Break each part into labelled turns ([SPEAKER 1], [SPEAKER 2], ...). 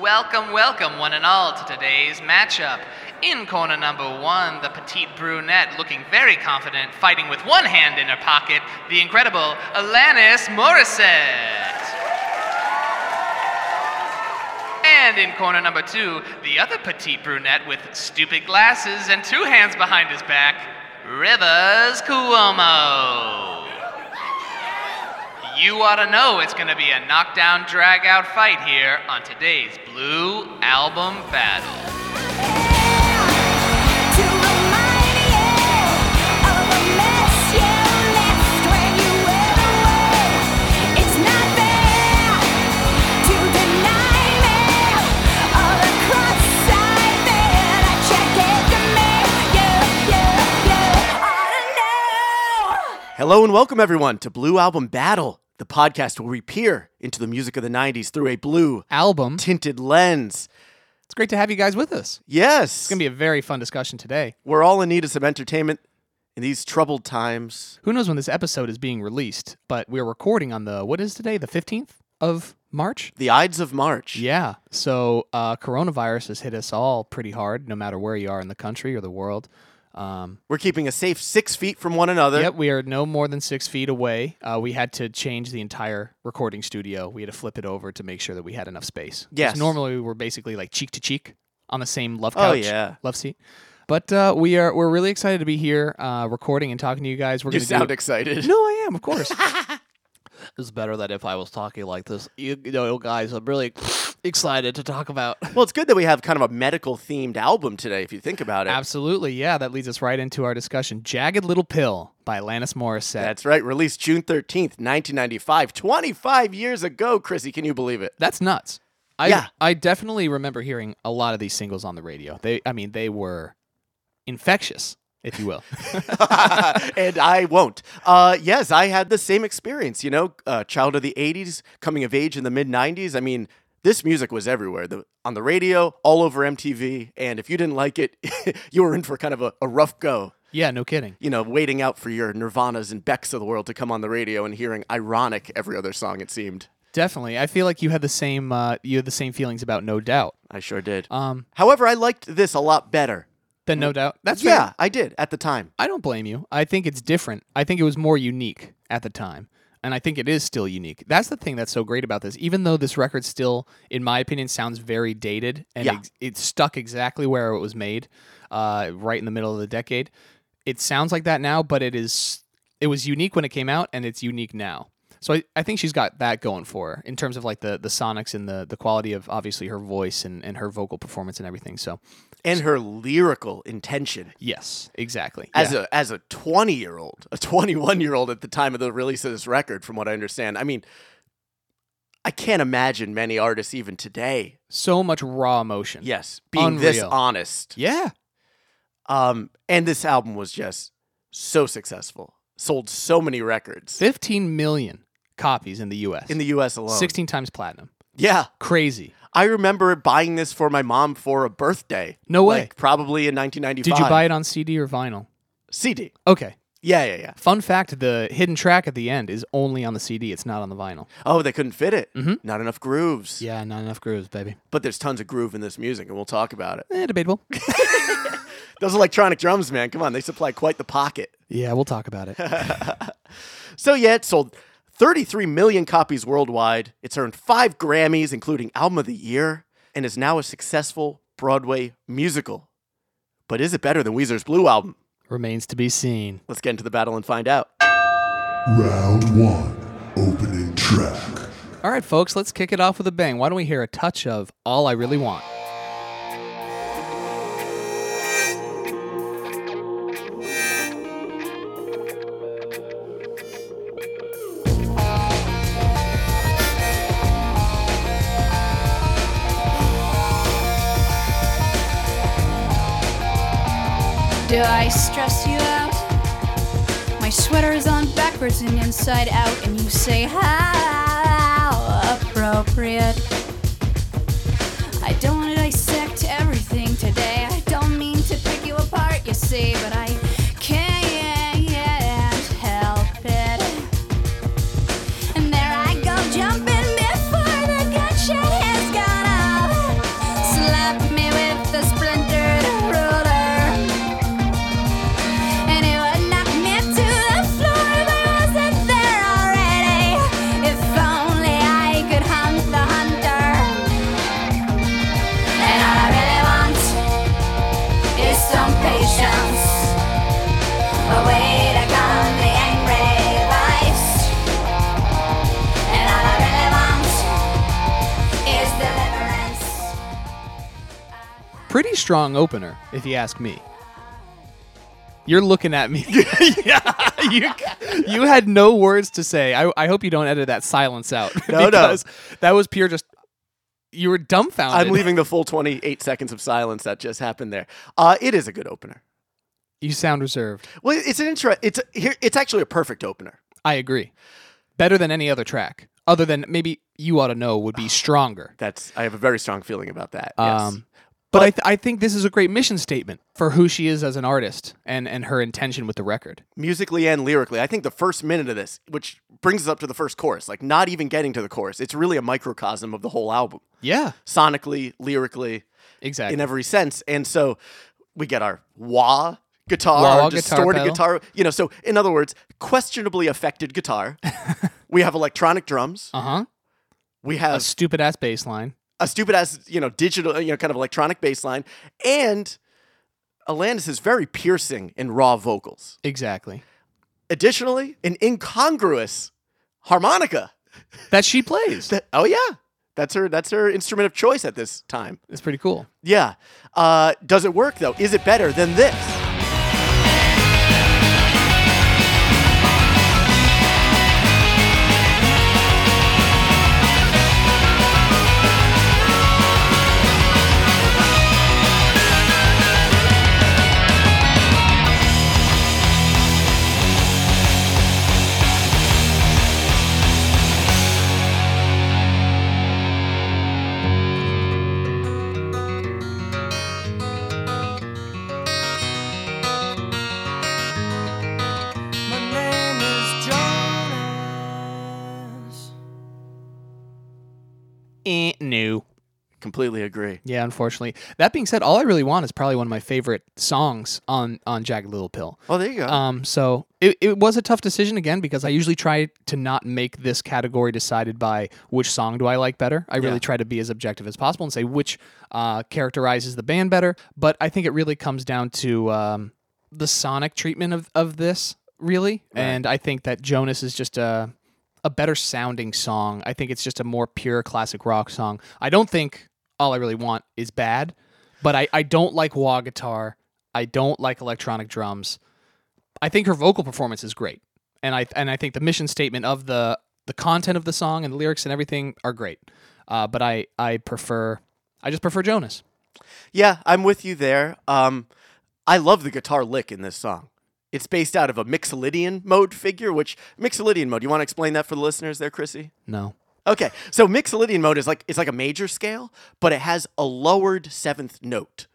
[SPEAKER 1] Welcome, welcome, one and all, to today's matchup. In corner number one, the petite brunette looking very confident, fighting with one hand in her pocket, the incredible Alanis Morissette. And in corner number two, the other petite brunette with stupid glasses and two hands behind his back, Rivers Cuomo. You ought to know it's going to be a knockdown, drag out fight here on today's Blue Album Battle.
[SPEAKER 2] To remind you of the mess you left when you went away. It's not fair to deny me all the cross I bear. I check it to me. You, you, you ought to know.
[SPEAKER 3] Hello and welcome everyone to Blue Album Battle, the podcast where we peer into the music of the 90s through a blue
[SPEAKER 4] album.
[SPEAKER 3] tinted lens.
[SPEAKER 4] It's great to have you guys with us.
[SPEAKER 3] Yes.
[SPEAKER 4] It's going to be a very fun discussion today.
[SPEAKER 3] We're all in need of some entertainment in these troubled times.
[SPEAKER 4] Who knows when this episode is being released, but we're recording on the, what is today, the 15th of March?
[SPEAKER 3] The Ides of March.
[SPEAKER 4] Yeah. So, uh, coronavirus has hit us all pretty hard, no matter where you are in the country or the world. Um,
[SPEAKER 3] We're keeping a safe six feet from one another.
[SPEAKER 4] yep, we are no more than six feet away. Uh, we had to change the entire recording studio. We had to flip it over to make sure that we had enough space. 'Cause
[SPEAKER 3] Yes.
[SPEAKER 4] Normally, we were basically like cheek to cheek on the same love
[SPEAKER 3] Oh,
[SPEAKER 4] couch,
[SPEAKER 3] yeah.
[SPEAKER 4] love seat. But uh, we are we're really excited to be here, uh, recording and talking to you guys. We're
[SPEAKER 3] You
[SPEAKER 4] gonna
[SPEAKER 3] sound
[SPEAKER 4] do,
[SPEAKER 3] excited.
[SPEAKER 4] No, I am, of course.
[SPEAKER 5] It's better than if I was talking like this. You, you know, guys, I'm really excited to talk about.
[SPEAKER 3] Well, it's good that we have kind of a medical themed album today, if you think about it.
[SPEAKER 4] Absolutely. Yeah, that leads us right into our discussion. Jagged Little Pill by Alanis Morissette.
[SPEAKER 3] That's right. Released June 13th, 1995. 25 years ago, Chrissy. Can you believe it?
[SPEAKER 4] That's nuts. I
[SPEAKER 3] Yeah.
[SPEAKER 4] I definitely remember hearing a lot of these singles on the radio. They I mean they were infectious, if you will.
[SPEAKER 3] and I won't. Uh, yes, I had the same experience, you know, uh, child of the 80s, coming of age in the mid 90s. I mean, this music was everywhere the, on the radio, all over MTV. And if you didn't like it, you were in for kind of a, a rough go,
[SPEAKER 4] yeah, no kidding.
[SPEAKER 3] you know, waiting out for your Nirvanas and Becks of the world to come on the radio and hearing ironic every other song, it seemed.
[SPEAKER 4] Definitely. I feel like you had the same uh, you had the same feelings about No Doubt.
[SPEAKER 3] I sure did.
[SPEAKER 4] Um
[SPEAKER 3] However, I liked this a lot better.
[SPEAKER 4] then No Doubt. That's fair.
[SPEAKER 3] yeah, I did at the time.
[SPEAKER 4] I don't blame you. I think it's different. I think it was more unique at the time. And I think it is still unique. That's the thing that's so great about this. Even though this record still, in my opinion, sounds very dated and
[SPEAKER 3] Yeah.
[SPEAKER 4] ex- it's stuck exactly where it was made, uh, right in the middle of the decade, it sounds like that now, but it is it was unique when it came out and it's unique now. So I, I think she's got that going for her in terms of like the, the sonics and the, the quality of obviously her voice and, and her vocal performance and everything. So
[SPEAKER 3] And her lyrical intention.
[SPEAKER 4] yes, exactly.
[SPEAKER 3] as
[SPEAKER 4] Yeah.
[SPEAKER 3] a as a 20 year old a 21 year old at the time of the release of this record from what i understand i mean i can't imagine many artists even today
[SPEAKER 4] so much raw emotion.
[SPEAKER 3] yes being this
[SPEAKER 4] Unreal.
[SPEAKER 3] honest
[SPEAKER 4] Yeah.
[SPEAKER 3] um and this album was just so successful sold so many records
[SPEAKER 4] 15 million copies in the US.
[SPEAKER 3] in the us alone
[SPEAKER 4] 16 times platinum.
[SPEAKER 3] yeah
[SPEAKER 4] Crazy.
[SPEAKER 3] i remember buying this for my mom for a birthday
[SPEAKER 4] No way.
[SPEAKER 3] like probably in 1995
[SPEAKER 4] Did you buy it on CD or vinyl?
[SPEAKER 3] cd
[SPEAKER 4] Okay.
[SPEAKER 3] yeah yeah yeah
[SPEAKER 4] Fun fact the hidden track at the end is only on the CD, it's not on the vinyl.
[SPEAKER 3] oh they couldn't fit it not enough grooves
[SPEAKER 4] Mm-hmm. Yeah, not enough grooves, baby.
[SPEAKER 3] but there's tons of groove in this music and we'll talk about it
[SPEAKER 4] Eh, debatable.
[SPEAKER 3] Those electronic drums, man, come on, they supply quite the pocket.
[SPEAKER 4] yeah, we'll talk about it.
[SPEAKER 3] So, yeah, it sold 33 million copies worldwide. It's earned five Grammys, including Album of the Year, and is now a successful Broadway musical. But is it better than Weezer's Blue album?
[SPEAKER 4] Remains to be seen.
[SPEAKER 3] Let's get into the battle and find out.
[SPEAKER 6] Round one, opening track.
[SPEAKER 4] All right, folks, let's kick it off with a bang. Why don't we hear a touch of All I Really Want?
[SPEAKER 7] Do I stress you out? My sweater is on backwards and inside out, and you say, How appropriate. I don't want to dissect everything today. I don't mean to pick you apart, you see, but I can't help it. And there I go jumping before the gunshot has gone off.
[SPEAKER 4] pretty strong opener, if you ask me. You're looking at me. yeah, you, you had no words to say. I, I hope you don't edit that silence out.
[SPEAKER 3] No, no.
[SPEAKER 4] because That was pure just. You were dumbfounded.
[SPEAKER 3] I'm leaving the full 28 seconds of silence that just happened there. Uh, it is a good opener.
[SPEAKER 4] You sound reserved.
[SPEAKER 3] Well, it's an intro. It's a, here. It's actually a perfect opener.
[SPEAKER 4] I agree. Better than any other track, other than maybe you ought to know would
[SPEAKER 3] Ah.
[SPEAKER 4] be stronger.
[SPEAKER 3] That's. I have a very strong feeling about that. Yes.
[SPEAKER 4] Um, but I, th- I think this is a great mission statement for who she is as an artist and, and her intention with the record.
[SPEAKER 3] musically and lyrically. I think the first minute of this, which brings us up to the first chorus, like not even getting to the chorus, it's really a microcosm of the whole album,
[SPEAKER 4] Yeah,
[SPEAKER 3] sonically, lyrically,
[SPEAKER 4] exactly.
[SPEAKER 3] in every sense. And so we get our wah guitar,
[SPEAKER 4] Wah guitar
[SPEAKER 3] distorted
[SPEAKER 4] pedal.
[SPEAKER 3] guitar, you know. So in other words, questionably affected guitar. we have electronic drums.
[SPEAKER 4] uh huh.
[SPEAKER 3] We
[SPEAKER 4] A
[SPEAKER 3] have
[SPEAKER 4] stupid ass bass line.
[SPEAKER 3] a stupid ass, you know, digital, you know, kind of electronic bass line, and Alanis is very piercing in raw vocals.
[SPEAKER 4] Exactly.
[SPEAKER 3] Additionally, an incongruous harmonica.
[SPEAKER 4] That she plays.
[SPEAKER 3] That- oh yeah, that's her. That's her instrument of choice at this time.
[SPEAKER 4] It's pretty cool.
[SPEAKER 3] Yeah. Uh, does it work though? Is it better than this?
[SPEAKER 8] My name is Jonas.
[SPEAKER 4] Eh, new.
[SPEAKER 3] Completely agree.
[SPEAKER 4] Yeah, unfortunately. That being said, all I really want is probably one of my favorite songs on on Jagged Little Pill.
[SPEAKER 3] Oh, there you go.
[SPEAKER 4] Um, so it, it was a tough decision again because I usually try to not make this category decided by which song do I like better. I really
[SPEAKER 3] Yeah.
[SPEAKER 4] try to be as objective as possible and say which uh, characterizes the band better. But I think it really comes down to um, the sonic treatment of, of this, really. And I think that Jonas is just a a better sounding song. I think it's just a more pure classic rock song. I don't think All I Really Want is bad, but I, I don't like wah guitar. I don't like electronic drums. I think her vocal performance is great, and I and I think the mission statement of the the content of the song and the lyrics and everything are great. Uh, but I I prefer I just prefer Jonas.
[SPEAKER 3] yeah, I'm with you there. Um, I love the guitar lick in this song. It's based out of a Mixolydian mode figure, which Mixolydian mode. You want to explain that for the listeners there, Chrissy?
[SPEAKER 4] No,
[SPEAKER 3] Okay, so Mixolydian mode is like it's like a major scale, but it has a lowered seventh note.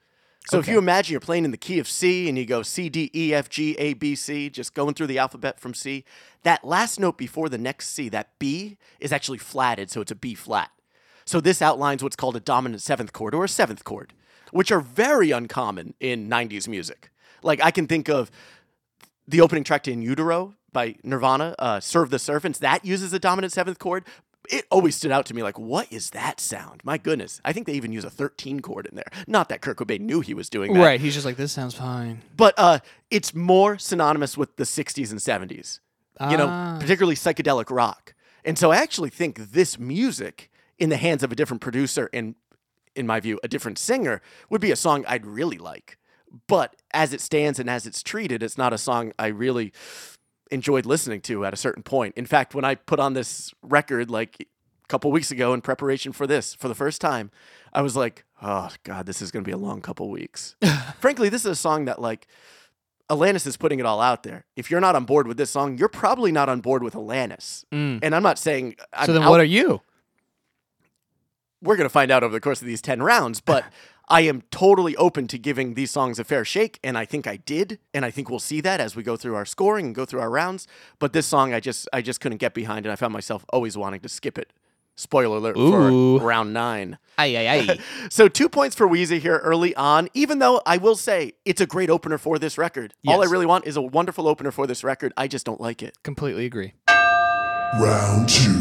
[SPEAKER 3] So if you imagine you're playing in the key of C and you go C D E F G A B C, just going through the alphabet from C, that last note before the next C, that B, is actually flatted, so it's a B flat. So this outlines what's called a dominant seventh chord or a seventh chord, which are very uncommon in '90s music. Like I can think of the opening track to In Utero by Nirvana, uh, Serve the Servants, that uses a dominant seventh chord. It always stood out to me like, what is that sound? My goodness. I think they even use a 13 chord in there. Not that Kurt Cobain knew he was doing that.
[SPEAKER 4] right? He's just like this sounds fine.
[SPEAKER 3] But uh, it's more synonymous with the 60s and 70s, you
[SPEAKER 4] Ah.
[SPEAKER 3] know, particularly psychedelic rock. And so I actually think this music in the hands of a different producer and, in my view, a different singer would be a song I'd really like. But as it stands and as it's treated, it's not a song I really enjoyed listening to at a certain point. In fact, when I put on this record like a couple weeks ago in preparation for this for the first time, I was like, "Oh god, this is going to be a long couple weeks." Frankly, this is a song that like Alanis is putting it all out there. If you're not on board with this song, you're probably not on board with Alanis. And I'm not saying I'm
[SPEAKER 4] Mm. So then,
[SPEAKER 3] out-
[SPEAKER 4] what are you?
[SPEAKER 3] we're going to find out over the course of these 10 rounds, but I am totally open to giving these songs a fair shake. And I think I did. And I think we'll see that as we go through our scoring and go through our rounds. But this song, I just, I just couldn't get behind. And I found myself always wanting to skip it. Spoiler alert
[SPEAKER 4] Ooh.
[SPEAKER 3] for round nine.
[SPEAKER 4] Aye, aye, aye.
[SPEAKER 3] So two points for Wheezy here early on, even though I will say it's a great opener for this record. All I
[SPEAKER 4] Yes.
[SPEAKER 3] really want is a wonderful opener for this record. I just don't like it.
[SPEAKER 4] Completely agree.
[SPEAKER 6] Round two,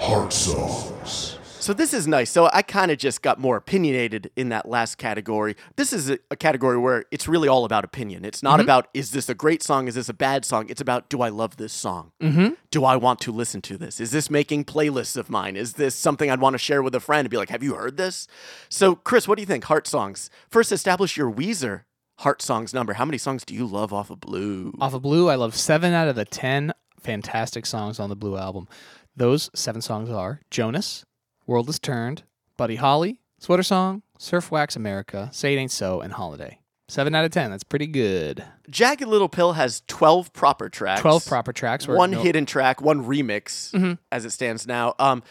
[SPEAKER 6] heart songs.
[SPEAKER 3] So this is nice. So I kind of just got more opinionated in that last category. This is a, a category where it's really all about opinion. It's
[SPEAKER 4] Mm-hmm.
[SPEAKER 3] not about is this a great song? Is this a bad song? It's about do I love this song? Mm-hmm. Do I want to listen to this? Is this making playlists of mine? Is this something I'd want to share with a friend and be like, have you heard this? So Chris, what do you think? Heart songs. First, establish your Weezer heart songs number. How many songs do you love off of Blue?
[SPEAKER 4] Off of Blue, I love seven out of the ten fantastic songs on the Blue album. Those seven songs are Jonas, World Is Turned, Buddy Holly, Sweater Song, Surf Wax America, Say It Ain't So, and Holiday. Seven out of ten. That's pretty good.
[SPEAKER 3] Jagged Little Pill has 12 proper tracks.
[SPEAKER 4] Twelve proper tracks. where
[SPEAKER 3] one
[SPEAKER 4] no- Mm-hmm.
[SPEAKER 3] hidden track, one remix, as it stands now. Um,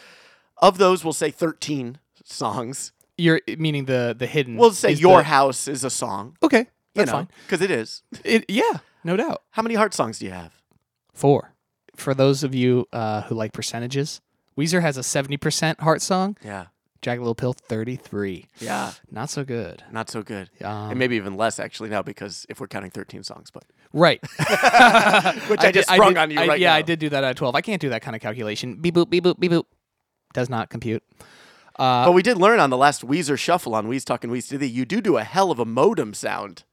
[SPEAKER 3] of those, we'll say 13 songs.
[SPEAKER 4] You're meaning the the hidden.
[SPEAKER 3] We'll say
[SPEAKER 4] is
[SPEAKER 3] Your
[SPEAKER 4] the-
[SPEAKER 3] House is a song.
[SPEAKER 4] Okay,
[SPEAKER 3] You
[SPEAKER 4] that's fine.
[SPEAKER 3] Because it is.
[SPEAKER 4] It, yeah, no doubt.
[SPEAKER 3] How many heart songs do you have?
[SPEAKER 4] Four. For those of you uh, who like percentages, Weezer has a seventy percent heart song.
[SPEAKER 3] Yeah.
[SPEAKER 4] Jagged Little Pill thirty three.
[SPEAKER 3] Yeah.
[SPEAKER 4] Not so good.
[SPEAKER 3] Not so good.
[SPEAKER 4] Um,
[SPEAKER 3] and maybe even less, actually, now, because if we're counting 13 songs, but
[SPEAKER 4] Right.
[SPEAKER 3] Which I just
[SPEAKER 4] did-
[SPEAKER 3] sprung
[SPEAKER 4] did-
[SPEAKER 3] on you
[SPEAKER 4] I-
[SPEAKER 3] right
[SPEAKER 4] yeah, I
[SPEAKER 3] now.
[SPEAKER 4] did do that at 12. I can't do that kind of calculation. Beep boop, beep boop, beep boop. Does not compute. uh,
[SPEAKER 3] but we did learn on the last Weezer shuffle on Weez Talking Weez to Thee, you do do a hell of a modem sound.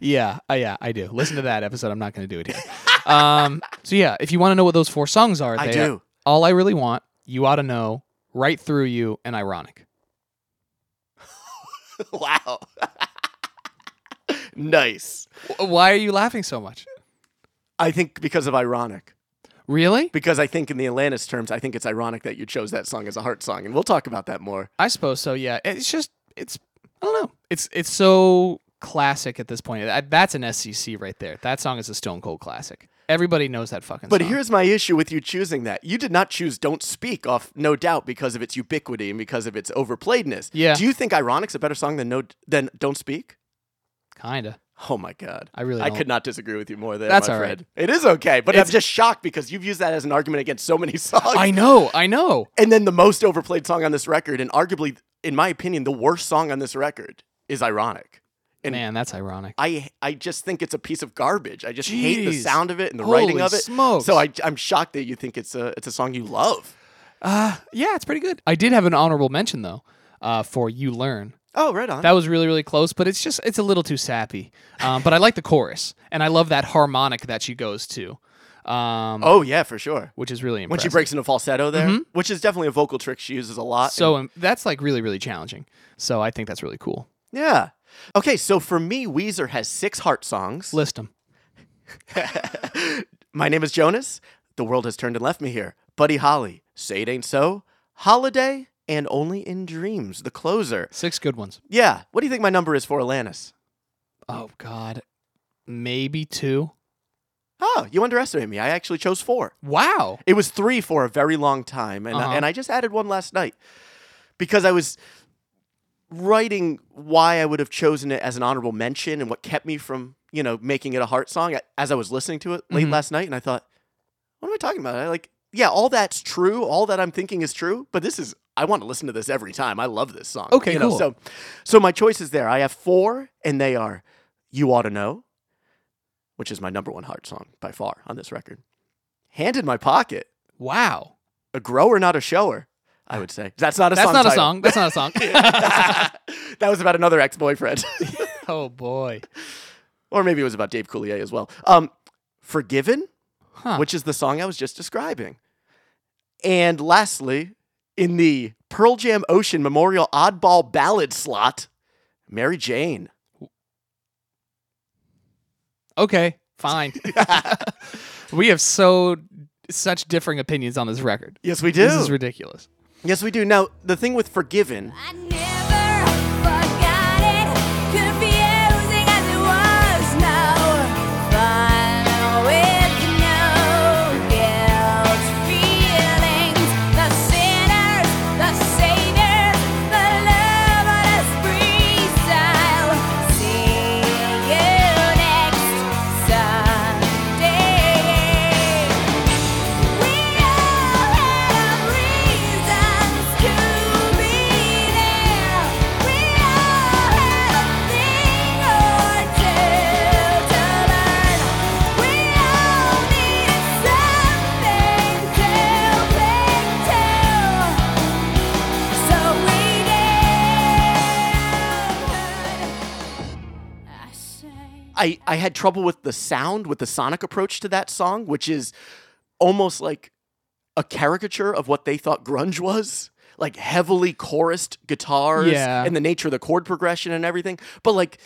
[SPEAKER 4] Yeah, uh, yeah, I do. Listen to that episode. I'm not going to do it here. um, so, yeah, if you want to know what those four songs are,
[SPEAKER 3] I
[SPEAKER 4] they are
[SPEAKER 3] do.
[SPEAKER 4] All I Really Want, You Ought to Know, Right Through You, and Ironic.
[SPEAKER 3] wow. nice.
[SPEAKER 4] W- Why are you laughing so much?
[SPEAKER 3] I think because of ironic.
[SPEAKER 4] Really?
[SPEAKER 3] Because I think in the Atlantis terms, I think it's ironic that you chose that song as a heart song, and we'll talk about that more.
[SPEAKER 4] I suppose so. Yeah, it's just it's I don't know. It's it's so classic at this point. I, that's an SCC right there. That song is a Stone Cold classic. Everybody knows that fucking.
[SPEAKER 3] But
[SPEAKER 4] song.
[SPEAKER 3] here's my issue with you choosing that. You did not choose "Don't Speak" off "No Doubt" because of its ubiquity and because of its overplayedness.
[SPEAKER 4] Yeah.
[SPEAKER 3] Do you think "Ironic's" a better song than "No" than "Don't Speak"?
[SPEAKER 4] kinda.
[SPEAKER 3] Oh my God!
[SPEAKER 4] I really
[SPEAKER 3] I
[SPEAKER 4] don't.
[SPEAKER 3] could not disagree with you more there.
[SPEAKER 4] That's
[SPEAKER 3] my
[SPEAKER 4] all right.
[SPEAKER 3] friend. It is okay, but I'm
[SPEAKER 4] It's-
[SPEAKER 3] just shocked because you've used that as an argument against so many songs.
[SPEAKER 4] I know. I know.
[SPEAKER 3] And then the most overplayed song on this record, and arguably, in my opinion, the worst song on this record is "Ironic." And
[SPEAKER 4] Man, that's ironic.
[SPEAKER 3] I I just think it's a piece of garbage. I just hate the
[SPEAKER 4] Jeez.
[SPEAKER 3] sound of it and the
[SPEAKER 4] Holy
[SPEAKER 3] writing of it.
[SPEAKER 4] smokes.
[SPEAKER 3] So I, I'm shocked that you think it's a it's a song you love.
[SPEAKER 4] Yeah, it's pretty good. I did have an honorable mention though, uh, for "You Learn."
[SPEAKER 3] Oh, right on.
[SPEAKER 4] That was really really close, but it's just it's a little too sappy. Um, but I like the chorus, and I love that harmonic that she goes to, um,
[SPEAKER 3] oh yeah, for sure.
[SPEAKER 4] which is really
[SPEAKER 3] When she
[SPEAKER 4] impressive. Mm-hmm.
[SPEAKER 3] breaks into falsetto there, which is definitely a vocal trick she uses a lot.
[SPEAKER 4] so um, that's like really really challenging. So I think that's really cool.
[SPEAKER 3] yeah. Okay, so for me, Weezer has six heart songs.
[SPEAKER 4] List them.
[SPEAKER 3] My name is Jonas. The world has turned and left me here. Buddy Holly, Say It Ain't So, Holiday, and Only in Dreams, the closer.
[SPEAKER 4] Six good ones.
[SPEAKER 3] Yeah. What do you think my number is for Alanis?
[SPEAKER 4] Oh God, maybe two.
[SPEAKER 3] Oh, you underestimate me. I actually chose four.
[SPEAKER 4] Wow.
[SPEAKER 3] It was three for a very long time, and
[SPEAKER 4] Uh-huh.
[SPEAKER 3] I, and I just added one last night because I was writing why I would have chosen it as an honorable mention and what kept me from you know making it a heart song as I was listening to it late
[SPEAKER 4] Mhm.
[SPEAKER 3] last night, and I thought, what am I talking about? I like, yeah, all that's true, all that I'm thinking is true, but this is I want to listen to this every time. I love this song.
[SPEAKER 4] Okay,
[SPEAKER 3] you know,
[SPEAKER 4] cool.
[SPEAKER 3] So, so my choices there. I have four, and they are "You Ought to Know," which is my number one heart song by far on this record. "Hand in My Pocket."
[SPEAKER 4] Wow.
[SPEAKER 3] a grower, not a shower. I would say that's not a
[SPEAKER 4] That's
[SPEAKER 3] song.
[SPEAKER 4] not a
[SPEAKER 3] title.
[SPEAKER 4] song. That's not a song.
[SPEAKER 3] that was about another ex-boyfriend,
[SPEAKER 4] oh boy.
[SPEAKER 3] or maybe it was about Dave Coulier as well. Um, Forgiven,
[SPEAKER 4] Huh.
[SPEAKER 3] which is the song I was just describing, and lastly, in the Pearl Jam Ocean Memorial Oddball Ballad slot, Mary Jane.
[SPEAKER 4] Okay. Fine. we have so such differing opinions on this record.
[SPEAKER 3] Yes, we do.
[SPEAKER 4] This is ridiculous.
[SPEAKER 3] yes, we do. Now the thing with Forgiven,
[SPEAKER 2] I never forgot it. Confusing as it was, now fun with no guilt feelings. The sinners, the saviors, the love on us breathes. I'll see you next Sunday. We all had our reasons to be there.
[SPEAKER 3] I, I had trouble with the sound, with the sonic approach to that song, which is almost like a caricature of what they thought grunge was. Like heavily chorused guitars
[SPEAKER 4] Yeah.
[SPEAKER 3] and the nature of the chord progression and everything. But like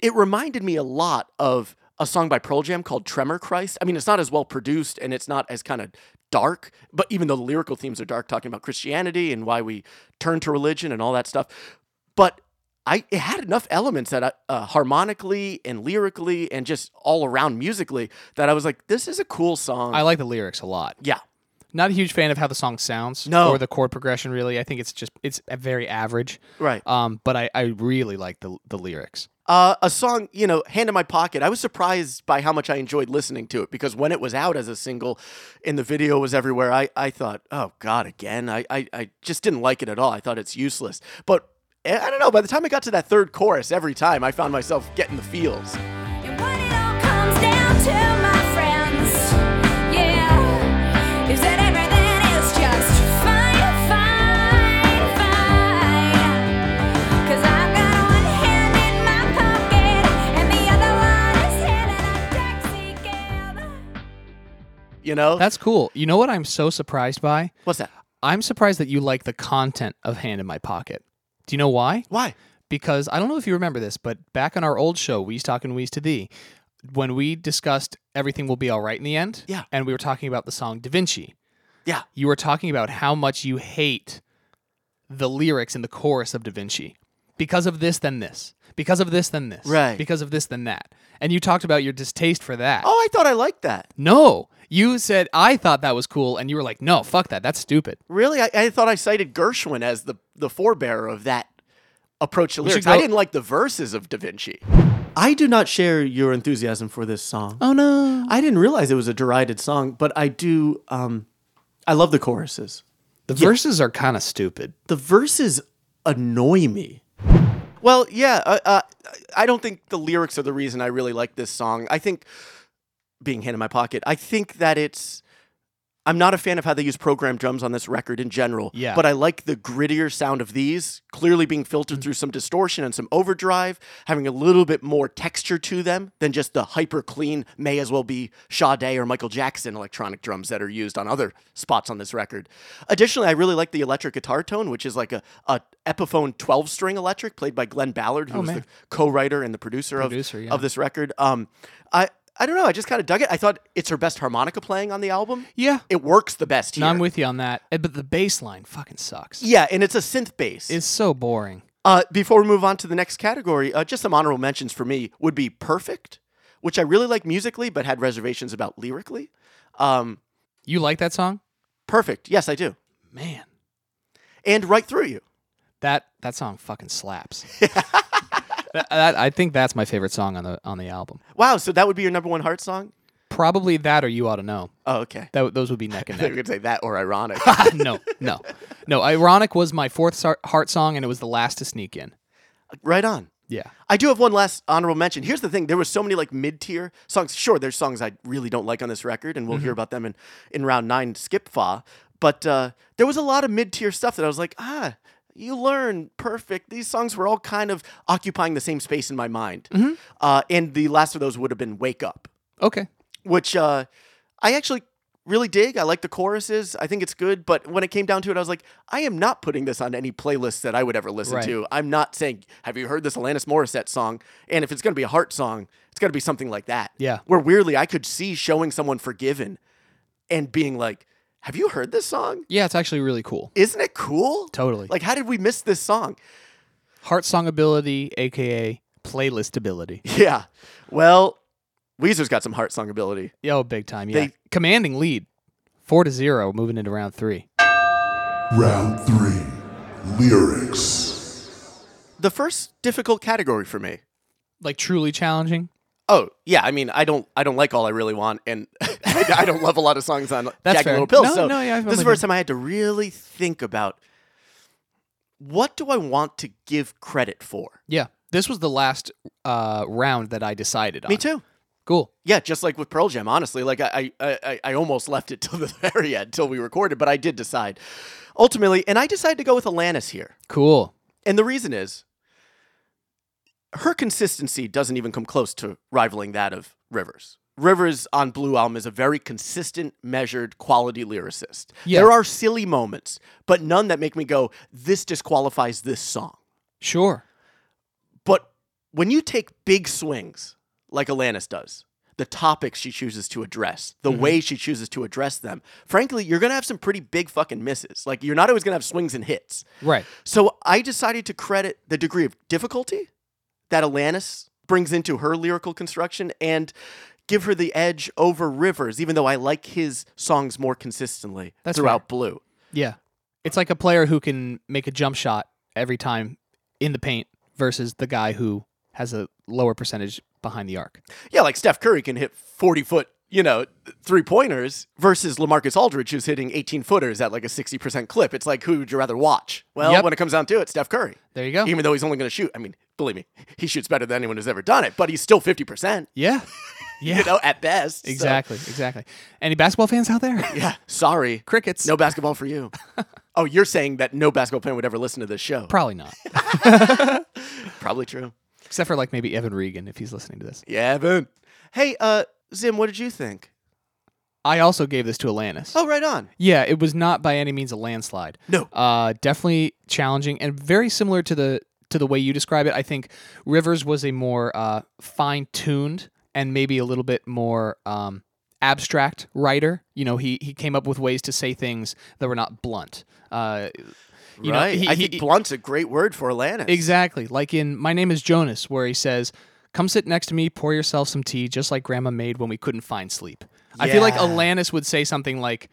[SPEAKER 3] it reminded me a lot of a song by Pearl Jam called Tremor Christ. I mean, it's not as well produced and it's not as kind of dark, but even though the lyrical themes are dark, talking about Christianity and why we turn to religion and all that stuff. But I it had enough elements that I, uh, harmonically and lyrically and just all around musically that I was like, this is a cool song.
[SPEAKER 4] I like the lyrics a lot.
[SPEAKER 3] yeah.
[SPEAKER 4] Not a huge fan of how the song sounds.
[SPEAKER 3] No.
[SPEAKER 4] Or the chord progression, really. I think it's just, it's a very average.
[SPEAKER 3] Right.
[SPEAKER 4] Um, but I, I really like the, the lyrics.
[SPEAKER 3] uh, a song, you know, Hand in My Pocket, I was surprised by how much I enjoyed listening to it because when it was out as a single and the video was everywhere, I, I thought, oh, God, again. I, I, I just didn't like it at all. I thought it's useless. But eh, I don't know, by the time I got to that third chorus, every time I found myself getting the feels.
[SPEAKER 2] And what it all comes down to, my friends, yeah, is that everything is just fine, fine, fine. Cause I've got one hand in my pocket, and the other one is handing a taxi cab.
[SPEAKER 3] You know?
[SPEAKER 4] That's cool. You know what I'm so surprised by?
[SPEAKER 3] What's that?
[SPEAKER 4] I'm surprised that you like the content of Hand in My Pocket. Do you know why?
[SPEAKER 3] Why?
[SPEAKER 4] Because I don't know if you remember this, but back on our old show, We's Talking We's to Thee, when we discussed Everything Will Be All Right in the End,
[SPEAKER 3] Yeah.
[SPEAKER 4] and we were talking about the song Da Vinci,
[SPEAKER 3] Yeah.
[SPEAKER 4] you were talking about how much you hate the lyrics in the chorus of Da Vinci because of this, then this, because of this, then this,
[SPEAKER 3] Right.
[SPEAKER 4] because of this, then that. And you talked about your distaste for that.
[SPEAKER 3] Oh, I thought I liked that.
[SPEAKER 4] No, you said I thought that was cool, and you were like, no, fuck that. That's stupid.
[SPEAKER 3] Really? I, I thought I cited Gershwin as the, the forebearer of that approach to
[SPEAKER 4] should
[SPEAKER 3] lyrics. I
[SPEAKER 4] go-
[SPEAKER 3] didn't like the verses of Da Vinci. I do not share your enthusiasm for this song.
[SPEAKER 4] Oh, no.
[SPEAKER 3] I didn't realize it was a derided song, but I do. Um, I love the choruses.
[SPEAKER 4] The verses are kind of stupid.
[SPEAKER 3] The verses annoy me. Well, yeah, uh, uh, I don't think the lyrics are the reason I really like this song. I think being hand in my pocket. I think that it's. I'm not a fan of how they use programmed drums on this record in general.
[SPEAKER 4] Yeah.
[SPEAKER 3] But I like the grittier sound of these, clearly being
[SPEAKER 4] Mm.
[SPEAKER 3] filtered through some distortion and some overdrive, having a little bit more texture to them than just the hyper clean, may as well be Sade or Michael Jackson electronic drums that are used on other spots on this record. Additionally, I really like the electric guitar tone, which is like a, a Epiphone 12 string electric played by Glenn Ballard, who was the co writer and the producer,
[SPEAKER 4] Oh, Producer,
[SPEAKER 3] of,
[SPEAKER 4] yeah.
[SPEAKER 3] of this record. Um, I I don't know. I just kind of dug it. I thought it's her best harmonica playing on the album.
[SPEAKER 4] Yeah.
[SPEAKER 3] It works the best here.
[SPEAKER 4] No, I'm with you on that. Eh, But the bass line fucking sucks.
[SPEAKER 3] yeah, and it's a synth bass.
[SPEAKER 4] It's so boring.
[SPEAKER 3] Uh, before we move on to the next category, uh, just some honorable mentions for me would be Perfect, which I really like musically, but had reservations about lyrically. Um,
[SPEAKER 4] You like that song?
[SPEAKER 3] Perfect, yes, I do.
[SPEAKER 4] Man,
[SPEAKER 3] And Right Through You.
[SPEAKER 4] that that song fucking slaps. That- that- I think that's my favorite song on the on the album.
[SPEAKER 3] Wow, so that would be your number one heart song?
[SPEAKER 4] Probably that or You Ought to Know.
[SPEAKER 3] Oh, okay.
[SPEAKER 4] That, those would be neck and
[SPEAKER 3] I thought
[SPEAKER 4] neck.
[SPEAKER 3] you were going to say that or ironic.
[SPEAKER 4] no, no, no. Ironic was my fourth sar- heart song, and it was the last to sneak in.
[SPEAKER 3] right on.
[SPEAKER 4] Yeah.
[SPEAKER 3] I do have one last honorable mention. Here's the thing: there were so many like mid-tier songs. Sure, there's songs I really don't like on this record, and we'll hear about them in in round nine, skip fa. But uh, there was a lot of mid-tier stuff that I was like, ah, you learn, perfect. These songs were all kind of occupying the same space in my mind. Uh, and the last of those would have been "Wake Up,"
[SPEAKER 4] Okay.
[SPEAKER 3] which uh, I actually really dig. I like the choruses. I think it's good. But when it came down to it, I was like, I am not putting this on any playlist that I would ever listen
[SPEAKER 4] Right.
[SPEAKER 3] to. I'm not saying, have you heard this Alanis Morissette song? And if it's going to be a heart song, it's going to be something like that.
[SPEAKER 4] Yeah.
[SPEAKER 3] Where weirdly, I could see showing someone Forgiven and being like, have you heard this song?
[SPEAKER 4] Yeah, it's actually really cool.
[SPEAKER 3] Isn't it cool?
[SPEAKER 4] Totally.
[SPEAKER 3] Like, how did we miss this song?
[SPEAKER 4] Heart song ability, aka playlist ability.
[SPEAKER 3] Yeah. Well, Weezer's got some heart song ability.
[SPEAKER 4] Yo, big time. Yeah.
[SPEAKER 3] They-
[SPEAKER 4] Commanding lead. Four to zero moving into round three.
[SPEAKER 6] Round three, lyrics.
[SPEAKER 3] The first difficult category for me
[SPEAKER 4] Like truly challenging.
[SPEAKER 3] Oh yeah, I mean, I don't, I don't like all I really want, and I, I don't love a lot of songs on
[SPEAKER 4] That's
[SPEAKER 3] Jagged
[SPEAKER 4] fair.
[SPEAKER 3] Little Pill.
[SPEAKER 4] No,
[SPEAKER 3] so
[SPEAKER 4] no, yeah, I'm
[SPEAKER 3] this is the
[SPEAKER 4] with
[SPEAKER 3] first
[SPEAKER 4] you.
[SPEAKER 3] time I had to really think about what do I want to give credit for.
[SPEAKER 4] Yeah. This was the last uh, round that I decided on.
[SPEAKER 3] Me too.
[SPEAKER 4] Cool.
[SPEAKER 3] Yeah, just like with Pearl Jam, honestly, like I, I, I, I almost left it till the very end, till we recorded, but I did decide ultimately, and I decided to go with Alanis here,
[SPEAKER 4] Cool.
[SPEAKER 3] and the reason is her consistency doesn't even come close to rivaling that of Rivers. Rivers on Blue Album is a very consistent, measured, quality lyricist.
[SPEAKER 4] Yeah.
[SPEAKER 3] There are silly moments, but none that make me go, this disqualifies this song.
[SPEAKER 4] Sure.
[SPEAKER 3] But when you take big swings, like Alanis does, the topics she chooses to address, the way she chooses to address them, frankly, you're going to have some pretty big fucking misses. Like, you're not always going to have swings and hits.
[SPEAKER 4] Right.
[SPEAKER 3] So I decided to credit the degree of difficulty that Alanis brings into her lyrical construction and give her the edge over Rivers, even though I like his songs more consistently
[SPEAKER 4] That's
[SPEAKER 3] throughout
[SPEAKER 4] fair.
[SPEAKER 3] Blue.
[SPEAKER 4] Yeah. It's like a player who can make a jump shot every time in the paint versus the guy who has a lower percentage behind the arc.
[SPEAKER 3] Yeah, like Steph Curry can hit 40 foot, you know, three pointers versus Lamarcus Aldridge, who's hitting 18 footers at like a 60% clip. It's like, who would you rather watch? Well,
[SPEAKER 4] Yep.
[SPEAKER 3] when it comes down to it, Steph Curry.
[SPEAKER 4] There you go.
[SPEAKER 3] Even though he's only going to shoot, I mean, believe me, he shoots better than anyone who's ever done it, but he's still 50%,
[SPEAKER 4] Yeah. Yeah.
[SPEAKER 3] you know, at best. So,
[SPEAKER 4] exactly. Exactly. Any basketball fans out there?
[SPEAKER 3] yeah. Sorry.
[SPEAKER 4] Crickets.
[SPEAKER 3] No basketball for you. oh, you're saying that no basketball fan would ever listen to this show.
[SPEAKER 4] Probably not.
[SPEAKER 3] Probably true.
[SPEAKER 4] Except for like maybe Evan Regan if he's listening to this.
[SPEAKER 3] Yeah, Evan. Hey, uh, Zim, what did you think?
[SPEAKER 4] I also gave this to Alanis.
[SPEAKER 3] Oh, right on.
[SPEAKER 4] Yeah, it was not by any means a landslide.
[SPEAKER 3] No.
[SPEAKER 4] Uh, definitely challenging and very similar to the to the way you describe it. I think Rivers was a more uh, fine tuned and maybe a little bit more um, abstract writer. You know, he he came up with ways to say things that were not blunt. Uh, you know,
[SPEAKER 3] right.
[SPEAKER 4] he-
[SPEAKER 3] I
[SPEAKER 4] he-
[SPEAKER 3] think blunt's a great word for Alanis.
[SPEAKER 4] Exactly. Like in My Name is Jonas, where he says, Come sit next to me, pour yourself some tea, just like grandma made when we couldn't find sleep. I feel like
[SPEAKER 3] Yeah.
[SPEAKER 4] Alanis would say something like,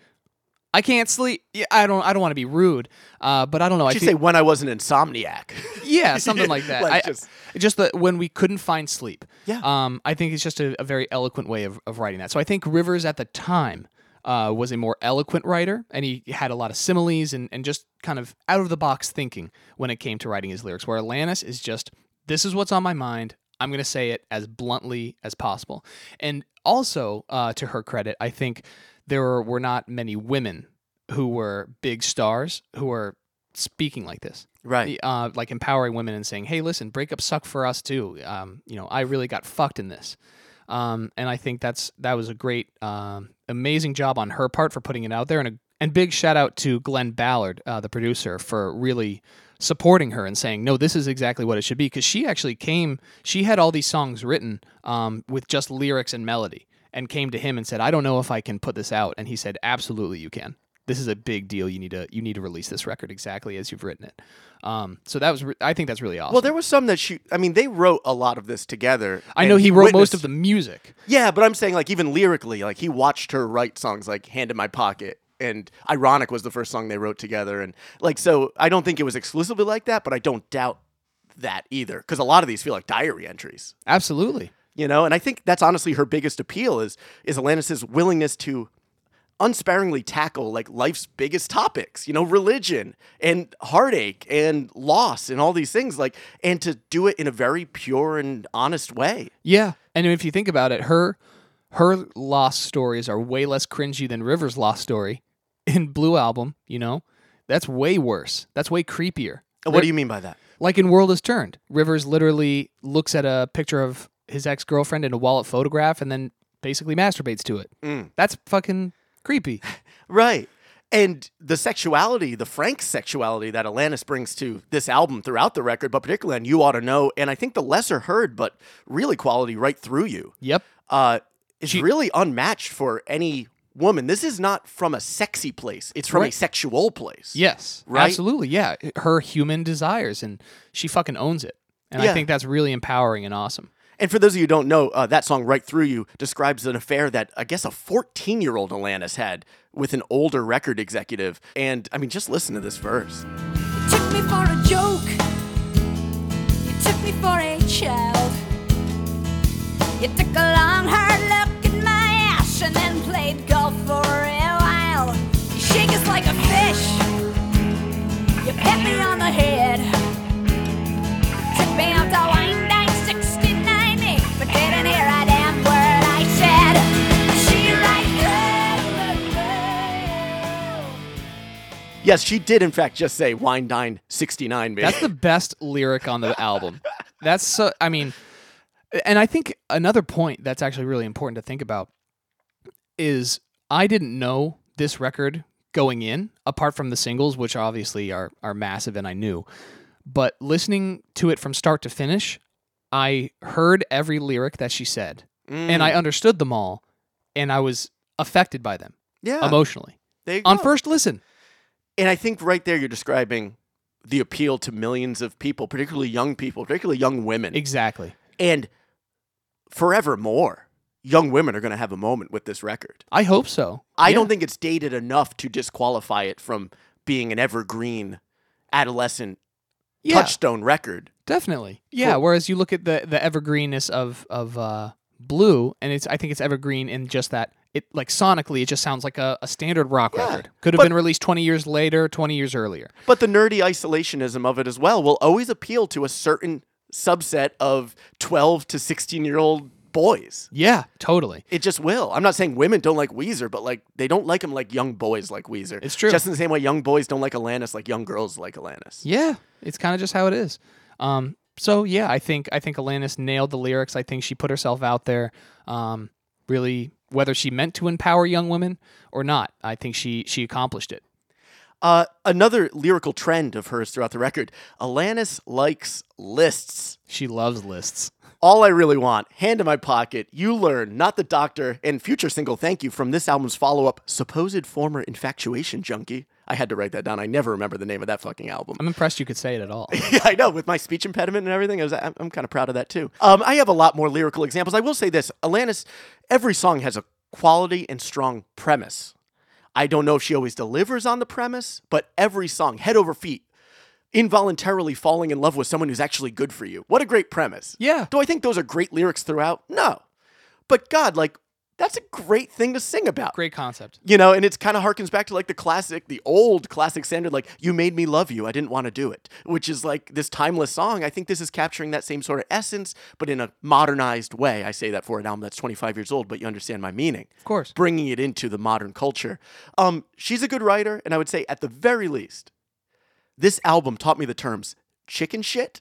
[SPEAKER 4] I can't sleep. Yeah, I don't. I don't want to be rude, uh, but I don't know. I
[SPEAKER 3] She'd
[SPEAKER 4] feel-
[SPEAKER 3] say when I was an insomniac.
[SPEAKER 4] yeah, something like that.
[SPEAKER 3] Like
[SPEAKER 4] I,
[SPEAKER 3] just-
[SPEAKER 4] just the when we couldn't find sleep.
[SPEAKER 3] Yeah.
[SPEAKER 4] Um, I think it's just a, a very eloquent way of, of writing that. So I think Rivers at the time uh, was a more eloquent writer, and he had a lot of similes and and just kind of out of the box thinking when it came to writing his lyrics. Where Alanis is just this is what's on my mind. I'm gonna say it as bluntly as possible. And also uh, to her credit, I think there were, were not many women who were big stars who were speaking like this
[SPEAKER 3] right.
[SPEAKER 4] uh, like empowering women and saying, "Hey, listen, breakups suck for us too. Um, you know, I really got fucked in this." Um, and I think that's that was a great, um, amazing job on her part for putting it out there, and a, and big shout out to Glenn Ballard, uh, the producer, for really supporting her and saying, "No, this is exactly what it should be." Because she actually came, she had all these songs written um, with just lyrics and melody, and came to him and said, "I don't know if I can put this out," and he said, "Absolutely, you can." This is a big deal. You need to you need to release this record exactly as you've written it. Um, so that was re- I think that's really awesome.
[SPEAKER 3] Well, there was some that she. I mean, they wrote a lot of this together.
[SPEAKER 4] I
[SPEAKER 3] and
[SPEAKER 4] know he wrote most
[SPEAKER 3] witnessed-
[SPEAKER 4] of the music.
[SPEAKER 3] Yeah, but I'm saying like even lyrically, like he watched her write songs like "Hand in My Pocket" and "Ironic" was the first song they wrote together, and like so I don't think it was exclusively like that, but I don't doubt that either because a lot of these feel like diary entries,
[SPEAKER 4] Absolutely.
[SPEAKER 3] you know. And I think that's honestly her biggest appeal is is Alanis's willingness to unsparingly tackle like life's biggest topics, you know, religion and heartache and loss and all these things, like, and to do it in a very pure and honest way.
[SPEAKER 4] Yeah. And if you think about it, her her lost stories are way less cringy than River's lost story in Blue Album, you know? That's way worse. That's way creepier.
[SPEAKER 3] What do you mean by that?
[SPEAKER 4] Like in World is Turned, Rivers literally looks at a picture of his ex girlfriend in a wallet photograph and then basically masturbates to it.
[SPEAKER 3] Mm.
[SPEAKER 4] That's fucking creepy.
[SPEAKER 3] Right. And the sexuality, the frank sexuality that Alanis brings to this album throughout the record, but particularly on You Ought to Know, and I think the lesser heard, but really quality right through you,
[SPEAKER 4] Yep.
[SPEAKER 3] uh, is really unmatched for any woman. This is not from a sexy place, it's from a
[SPEAKER 4] Right.
[SPEAKER 3] sexual place.
[SPEAKER 4] Yes,
[SPEAKER 3] Right?
[SPEAKER 4] absolutely. Yeah, her human desires, and she fucking owns it. And
[SPEAKER 3] Yeah.
[SPEAKER 4] I think that's really empowering and awesome.
[SPEAKER 3] And for those of you who don't know, uh, that song Right Through You describes an affair that I guess a 14 year old Alanis had with an older record executive. And I mean, just listen to this verse.
[SPEAKER 7] You took me for a joke. You took me for a child. You took a long, hard look at my ass and then played golf for a while. You shake us like a fish. You pat me on the head. Took me out to wine night 69 eh, but didn't hear a damn word I said. She right there.
[SPEAKER 3] Yes, she did, in fact, just say Wine Dine 69, baby.
[SPEAKER 4] That's the best lyric on the album. That's so. I mean, and I think another point that's actually really important to think about is I didn't know this record going in, apart from the singles, which obviously are are massive, and I knew. But listening to it from start to finish, I heard every lyric that she said, and
[SPEAKER 3] Mm,
[SPEAKER 4] I understood them all, and I was affected by them
[SPEAKER 3] yeah.
[SPEAKER 4] emotionally
[SPEAKER 3] there you
[SPEAKER 4] on
[SPEAKER 3] go.
[SPEAKER 4] first listen.
[SPEAKER 3] And I think right there you're describing the appeal to millions of people, particularly young people, particularly young women.
[SPEAKER 4] Exactly.
[SPEAKER 3] and forevermore, young women are going to have a moment with this record.
[SPEAKER 4] I hope so.
[SPEAKER 3] I
[SPEAKER 4] Yeah.
[SPEAKER 3] don't think it's dated enough to disqualify it from being an evergreen adolescent
[SPEAKER 4] yeah.
[SPEAKER 3] touchstone record.
[SPEAKER 4] Definitely. Yeah.
[SPEAKER 3] Cool.
[SPEAKER 4] Whereas you look at the the evergreenness of of uh, blue, and it's I think it's evergreen in just that it like sonically it just sounds like a, a standard rock
[SPEAKER 3] Yeah.
[SPEAKER 4] record. Could have
[SPEAKER 3] But-
[SPEAKER 4] been released twenty years later, twenty years earlier.
[SPEAKER 3] But the nerdy isolationism of it as well will always appeal to a certain subset of 12 to 16 year old boys.
[SPEAKER 4] Yeah, totally.
[SPEAKER 3] It just will. I'm not saying women don't like Weezer, but like they don't like him like young boys like Weezer.
[SPEAKER 4] It's true.
[SPEAKER 3] Just in the same way young boys don't like Alanis like young girls like Alanis.
[SPEAKER 4] Yeah, it's kind of just how it is. Um, so yeah, I think I think Alanis nailed the lyrics. I think she put herself out there. Um, really, whether she meant to empower young women or not, I think she she accomplished it.
[SPEAKER 3] Uh, another lyrical trend of hers throughout the record Alanis likes lists.
[SPEAKER 4] She loves lists.
[SPEAKER 3] All I really want, hand in my pocket, you learn, not the doctor, and future single thank you from this album's follow up, Supposed Former Infatuation Junkie. I had to write that down. I never remember the name of that fucking album.
[SPEAKER 4] I'm impressed you could say it at all.
[SPEAKER 3] Yeah, I know. With my speech impediment and everything, I was, I'm, I'm kind of proud of that too. Um, I have a lot more lyrical examples. I will say this Alanis, every song has a quality and strong premise. I don't know if she always delivers on the premise, but every song, head over feet, involuntarily falling in love with someone who's actually good for you. What a great premise.
[SPEAKER 4] Yeah.
[SPEAKER 3] Do I think those are great lyrics throughout? No. But God, like, that's a great thing to sing about
[SPEAKER 4] Great concept.
[SPEAKER 3] you know, and it's kind of harkens back to like the classic, the old classic standard, like "You made me love you, I didn't want to do it," which is like this timeless song. I think this is capturing that same sort of essence, but in a modernized way. I say that for an album that's 25 years old, but you understand my meaning.
[SPEAKER 4] Of course.
[SPEAKER 3] Bringing it into the modern culture. Um, she's a good writer, and I would say at the very least, this album taught me the terms chicken shit,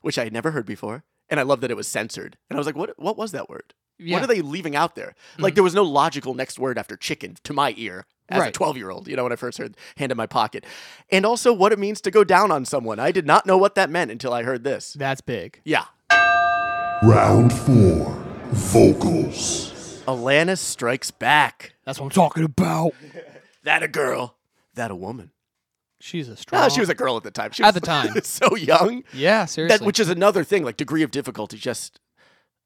[SPEAKER 3] which I had never heard before, and I love that it was censored. And I was like, what? What was that word?
[SPEAKER 4] Yeah. Mm-hmm.
[SPEAKER 3] What are they leaving out there? Like there was no logical next word after chicken to my ear as a
[SPEAKER 4] Right.
[SPEAKER 3] 12 year old, you know, when I first heard hand in my pocket. And also what it means to go down on someone. I did not know what that meant until I heard this.
[SPEAKER 4] That's big.
[SPEAKER 3] Yeah.
[SPEAKER 6] Round four, vocals.
[SPEAKER 3] Alanis strikes back.
[SPEAKER 4] That's what I'm talking about.
[SPEAKER 3] That a girl. That a woman.
[SPEAKER 4] She's a strong.
[SPEAKER 3] No, she was a girl at the time. She
[SPEAKER 4] At
[SPEAKER 3] was
[SPEAKER 4] the time.
[SPEAKER 3] so young.
[SPEAKER 4] yeah, seriously.
[SPEAKER 3] That which is another thing, like degree of difficulty. Just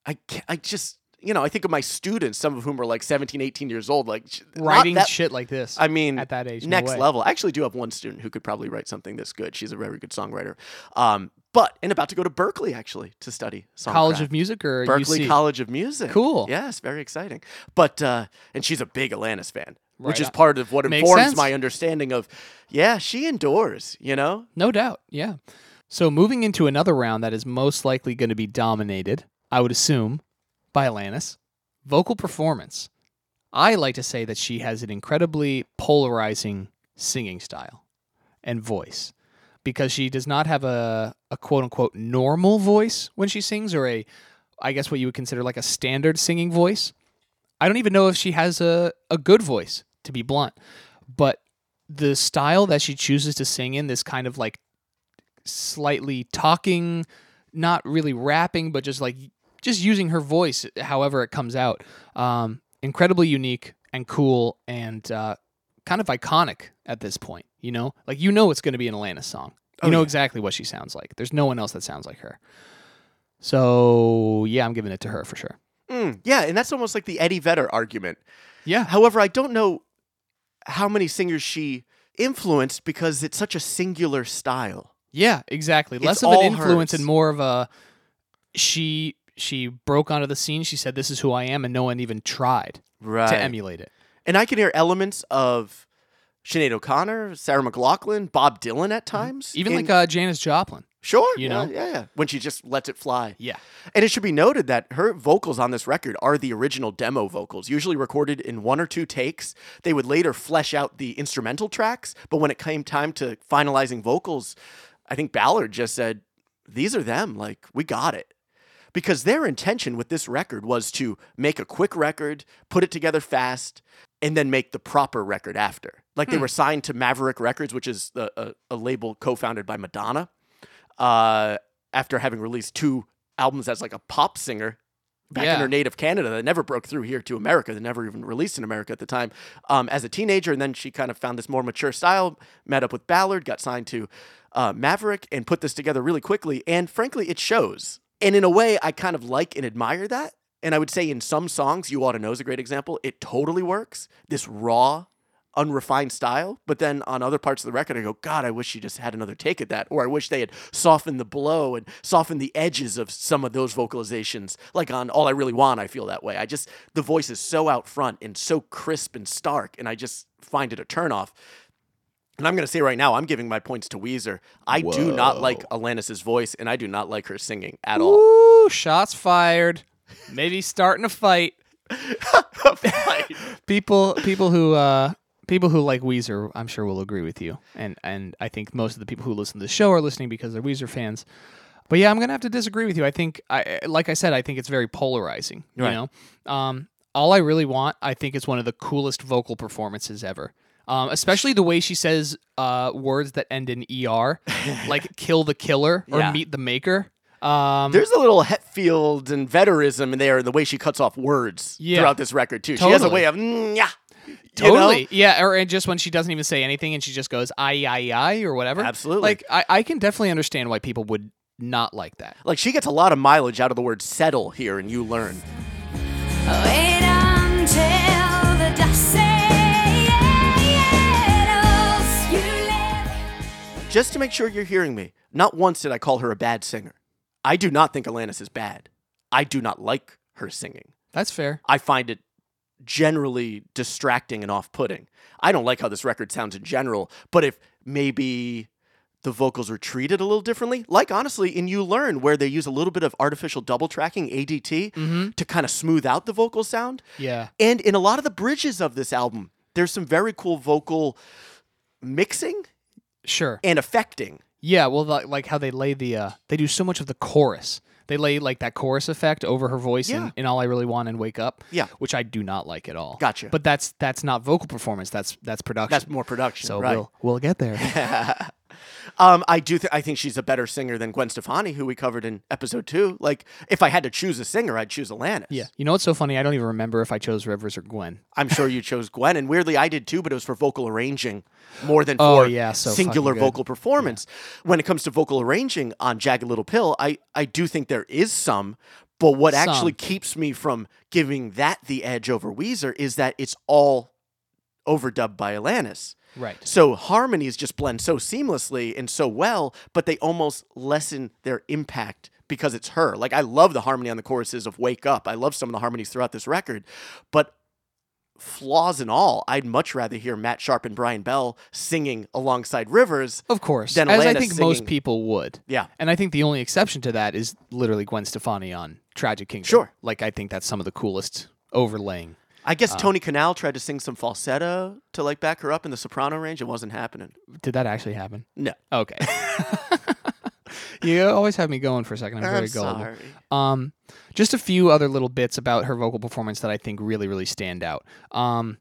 [SPEAKER 3] I can't I just you know, I think of my students, some of whom are like 17, 18 years old, like sh- not
[SPEAKER 4] writing
[SPEAKER 3] that-
[SPEAKER 4] shit like this.
[SPEAKER 3] I mean,
[SPEAKER 4] at that age, no
[SPEAKER 3] next
[SPEAKER 4] way.
[SPEAKER 3] level. I actually do have one student who could probably write something this good. She's a very good songwriter. Um, but and about to go to Berkeley actually to study song
[SPEAKER 4] College
[SPEAKER 3] craft.
[SPEAKER 4] of Music or
[SPEAKER 3] Berkeley
[SPEAKER 4] UC?
[SPEAKER 3] College of Music.
[SPEAKER 4] Cool.
[SPEAKER 3] Yes, very exciting. But uh, and she's a big Alanis fan, which
[SPEAKER 4] Right
[SPEAKER 3] is
[SPEAKER 4] on.
[SPEAKER 3] part of what
[SPEAKER 4] Makes
[SPEAKER 3] informs
[SPEAKER 4] sense.
[SPEAKER 3] my understanding of. Yeah, she endures. You know,
[SPEAKER 4] No doubt. Yeah. So moving into another round that is most likely going to be dominated, I would assume, by Alanis, vocal performance. I like to say that she has an incredibly polarizing singing style and voice because she does not have a, a quote unquote normal voice when she sings or a, I guess what you would consider like a standard singing voice. I don't even know if she has a, a good voice, to be blunt. But the style that she chooses to sing in, this kind of like slightly talking, not really rapping, but just like just using her voice however it comes out, um, incredibly unique and cool and uh, kind of iconic at this point. You know, like you know it's going to be an Alanis song. You
[SPEAKER 3] Oh,
[SPEAKER 4] know
[SPEAKER 3] yeah.
[SPEAKER 4] exactly what she sounds like. There's no one else that sounds like her. So yeah, I'm giving it to her for sure.
[SPEAKER 3] Mm, yeah, and that's almost like the Eddie Vedder argument.
[SPEAKER 4] Yeah,
[SPEAKER 3] However, I don't know how many singers she influenced because it's such a singular style.
[SPEAKER 4] Yeah, exactly. Less
[SPEAKER 3] It's
[SPEAKER 4] of an
[SPEAKER 3] all
[SPEAKER 4] influence
[SPEAKER 3] hers.
[SPEAKER 4] and more of a she she broke onto the scene. She said, "This is who I am," and no one even tried
[SPEAKER 3] Right.
[SPEAKER 4] to emulate it.
[SPEAKER 3] And I can hear elements of Sinead O'Connor, Sarah McLaughlin, Bob Dylan at times.
[SPEAKER 4] Mm-hmm. Even
[SPEAKER 3] in-
[SPEAKER 4] like uh, Janis Joplin.
[SPEAKER 3] sure,
[SPEAKER 4] you
[SPEAKER 3] yeah,
[SPEAKER 4] know?
[SPEAKER 3] yeah, yeah. When she just lets it fly.
[SPEAKER 4] Yeah,
[SPEAKER 3] And it should be noted that her vocals on this record are the original demo vocals, usually recorded in one or two takes. They would later flesh out the instrumental tracks, but when it came time to finalizing vocals, I think Ballard just said, these are them. Like, we got it. Because their intention with this record was to make a quick record, put it together fast, and then make the proper record after. Like, they were signed to Maverick Records, which is a, a, a label co founded by Madonna, uh, after having released two albums as like a pop singer back in
[SPEAKER 4] Yeah.
[SPEAKER 3] her native Canada that never broke through here to America, that never even released in America at the time, um, as a teenager. And then she kind of found this more mature style, met up with Ballard, got signed to uh, Maverick, and put this together really quickly. And frankly, it shows. And in a way, I kind of like and admire that. And I would say in some songs, You Ought to Know is a great example. It totally works. This raw, unrefined style. But then on other parts of the record, I go, God, I wish she just had another take at that. Or I wish they had softened the blow and softened the edges of some of those vocalizations. Like on All I Really Want, I feel that way. I just, the voice is so out front and so crisp and stark. And I just find it a turnoff. And I'm going to say right now, I'm giving my points to Weezer. I do not like Alanis's voice and I do not like her singing at all.
[SPEAKER 4] Ooh, shots fired. Maybe starting a fight. people people who uh people who like Weezer, I'm sure will agree with you. And and I think most of the people who listen to the show are listening because they're Weezer fans. But yeah, I'm gonna have to disagree with you. I think I like I said, I think it's very polarizing.
[SPEAKER 3] Right.
[SPEAKER 4] You know? Um All I Really Want, I think is one of the coolest vocal performances ever. Um, especially the way she says uh, words that end in er, like "kill the killer" or
[SPEAKER 3] Yeah.
[SPEAKER 4] "meet the maker." Um,
[SPEAKER 3] There's a little Hetfield and veterism in there, the way she cuts off words
[SPEAKER 4] Yeah.
[SPEAKER 3] throughout this record too. She has a
[SPEAKER 4] Totally.
[SPEAKER 3] way of mm, yeah, you know?
[SPEAKER 4] Totally. Yeah. Or and just when she doesn't even say anything and she just goes, I, I, I, or whatever.
[SPEAKER 3] Absolutely.
[SPEAKER 4] Like, I, I can definitely understand why people would not like that.
[SPEAKER 3] Like she gets a lot of mileage out of the word settle here, and you learn.
[SPEAKER 2] Wait until the dust settles. You live.
[SPEAKER 3] Just to make sure you're hearing me, not once did I call her a bad singer. I do not think Alanis is bad. I do not like her singing.
[SPEAKER 4] That's fair.
[SPEAKER 3] I find it generally distracting and off putting. I don't like how this record sounds in general, but if maybe the vocals were treated a little differently, like honestly, in You Learn, where they use a little bit of artificial double tracking, ADT, to kind of smooth out the vocal sound.
[SPEAKER 4] Yeah.
[SPEAKER 3] And in a lot of the bridges of this album, there's some very cool vocal mixing
[SPEAKER 4] Sure.
[SPEAKER 3] and affecting.
[SPEAKER 4] Yeah. Well, the, like how they lay the, uh, they do so much of the chorus. They lay like that chorus effect over her voice
[SPEAKER 3] Yeah.
[SPEAKER 4] in, in All I Really Want and Wake Up.
[SPEAKER 3] Yeah.
[SPEAKER 4] Which I do not like at all.
[SPEAKER 3] Gotcha.
[SPEAKER 4] But that's, that's not vocal performance. That's, that's production.
[SPEAKER 3] That's more production,
[SPEAKER 4] So
[SPEAKER 3] right?
[SPEAKER 4] we'll, we'll get there.
[SPEAKER 3] Um, I do. Th- I think she's a better singer than Gwen Stefani, who we covered in episode two. Like, if I had to choose a singer, I'd choose Alanis.
[SPEAKER 4] yeah. You know what's so funny? I don't even remember if I chose Rivers or Gwen.
[SPEAKER 3] I'm sure you chose Gwen, and weirdly, I did too, but it was for vocal arranging more than
[SPEAKER 4] Oh,
[SPEAKER 3] for
[SPEAKER 4] yeah, so
[SPEAKER 3] singular
[SPEAKER 4] fucking good.
[SPEAKER 3] vocal performance. When it comes to vocal arranging on Jagged Little Pill, I, I do think there is some, but what
[SPEAKER 4] Some.
[SPEAKER 3] actually keeps me from giving that the edge over Weezer is that it's all overdubbed by Alanis.
[SPEAKER 4] Right.
[SPEAKER 3] So harmonies just blend so seamlessly and so well, but they almost lessen their impact because it's her. Like I love the harmony on the choruses of Wake Up. I love some of the harmonies throughout this record, but flaws and all, I'd much rather hear Matt Sharp and Brian Bell singing alongside Rivers.
[SPEAKER 4] Of course.
[SPEAKER 3] Then
[SPEAKER 4] as I
[SPEAKER 3] Alanis
[SPEAKER 4] think most
[SPEAKER 3] singing-
[SPEAKER 4] people would.
[SPEAKER 3] Yeah.
[SPEAKER 4] And I think the only exception to that is literally Gwen Stefani on Tragic Kingdom.
[SPEAKER 3] Sure.
[SPEAKER 4] Like I think that's some of the coolest overlaying.
[SPEAKER 3] I guess
[SPEAKER 4] Uh.
[SPEAKER 3] Tony Canal tried to sing some falsetto to like back her up in the soprano range. It wasn't happening.
[SPEAKER 4] Did that actually happen?
[SPEAKER 3] No.
[SPEAKER 4] Okay. you always have me going for a second. I'm very
[SPEAKER 3] I'm
[SPEAKER 4] gullible.
[SPEAKER 3] sorry.
[SPEAKER 4] Um, just a few other little bits about her vocal performance that I think really, really stand out. Um,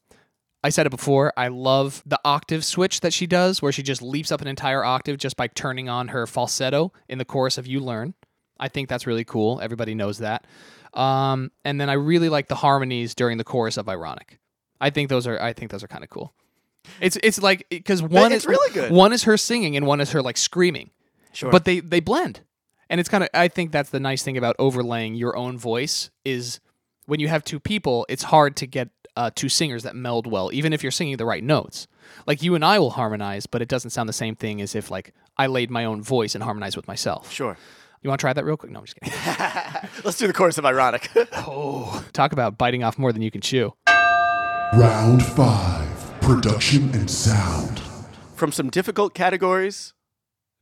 [SPEAKER 4] I said it before. I love the octave switch that she does, where she just leaps up an entire octave just by turning on her falsetto in the chorus of "You Learn." I think that's really cool. Everybody knows that. Um, and then I really like the harmonies during the chorus of "Ironic." I think those are. I think those are kind of cool. It's it's like because one
[SPEAKER 3] it's
[SPEAKER 4] is
[SPEAKER 3] really good.
[SPEAKER 4] One is her singing and one is her like screaming
[SPEAKER 3] Sure.
[SPEAKER 4] but they they blend and it's kind of i think that's the nice thing about overlaying your own voice is when you have two people it's hard to get uh, two singers that meld well even if you're singing the right notes like you and i will harmonize but it doesn't sound the same thing as if like i laid my own voice and harmonized with myself
[SPEAKER 3] sure.
[SPEAKER 4] you want to try that real quick no i'm just kidding
[SPEAKER 3] Let's do the chorus of ironic.
[SPEAKER 4] talk about biting off more than you can chew
[SPEAKER 6] Round 5 Production and Sound.
[SPEAKER 3] From some difficult categories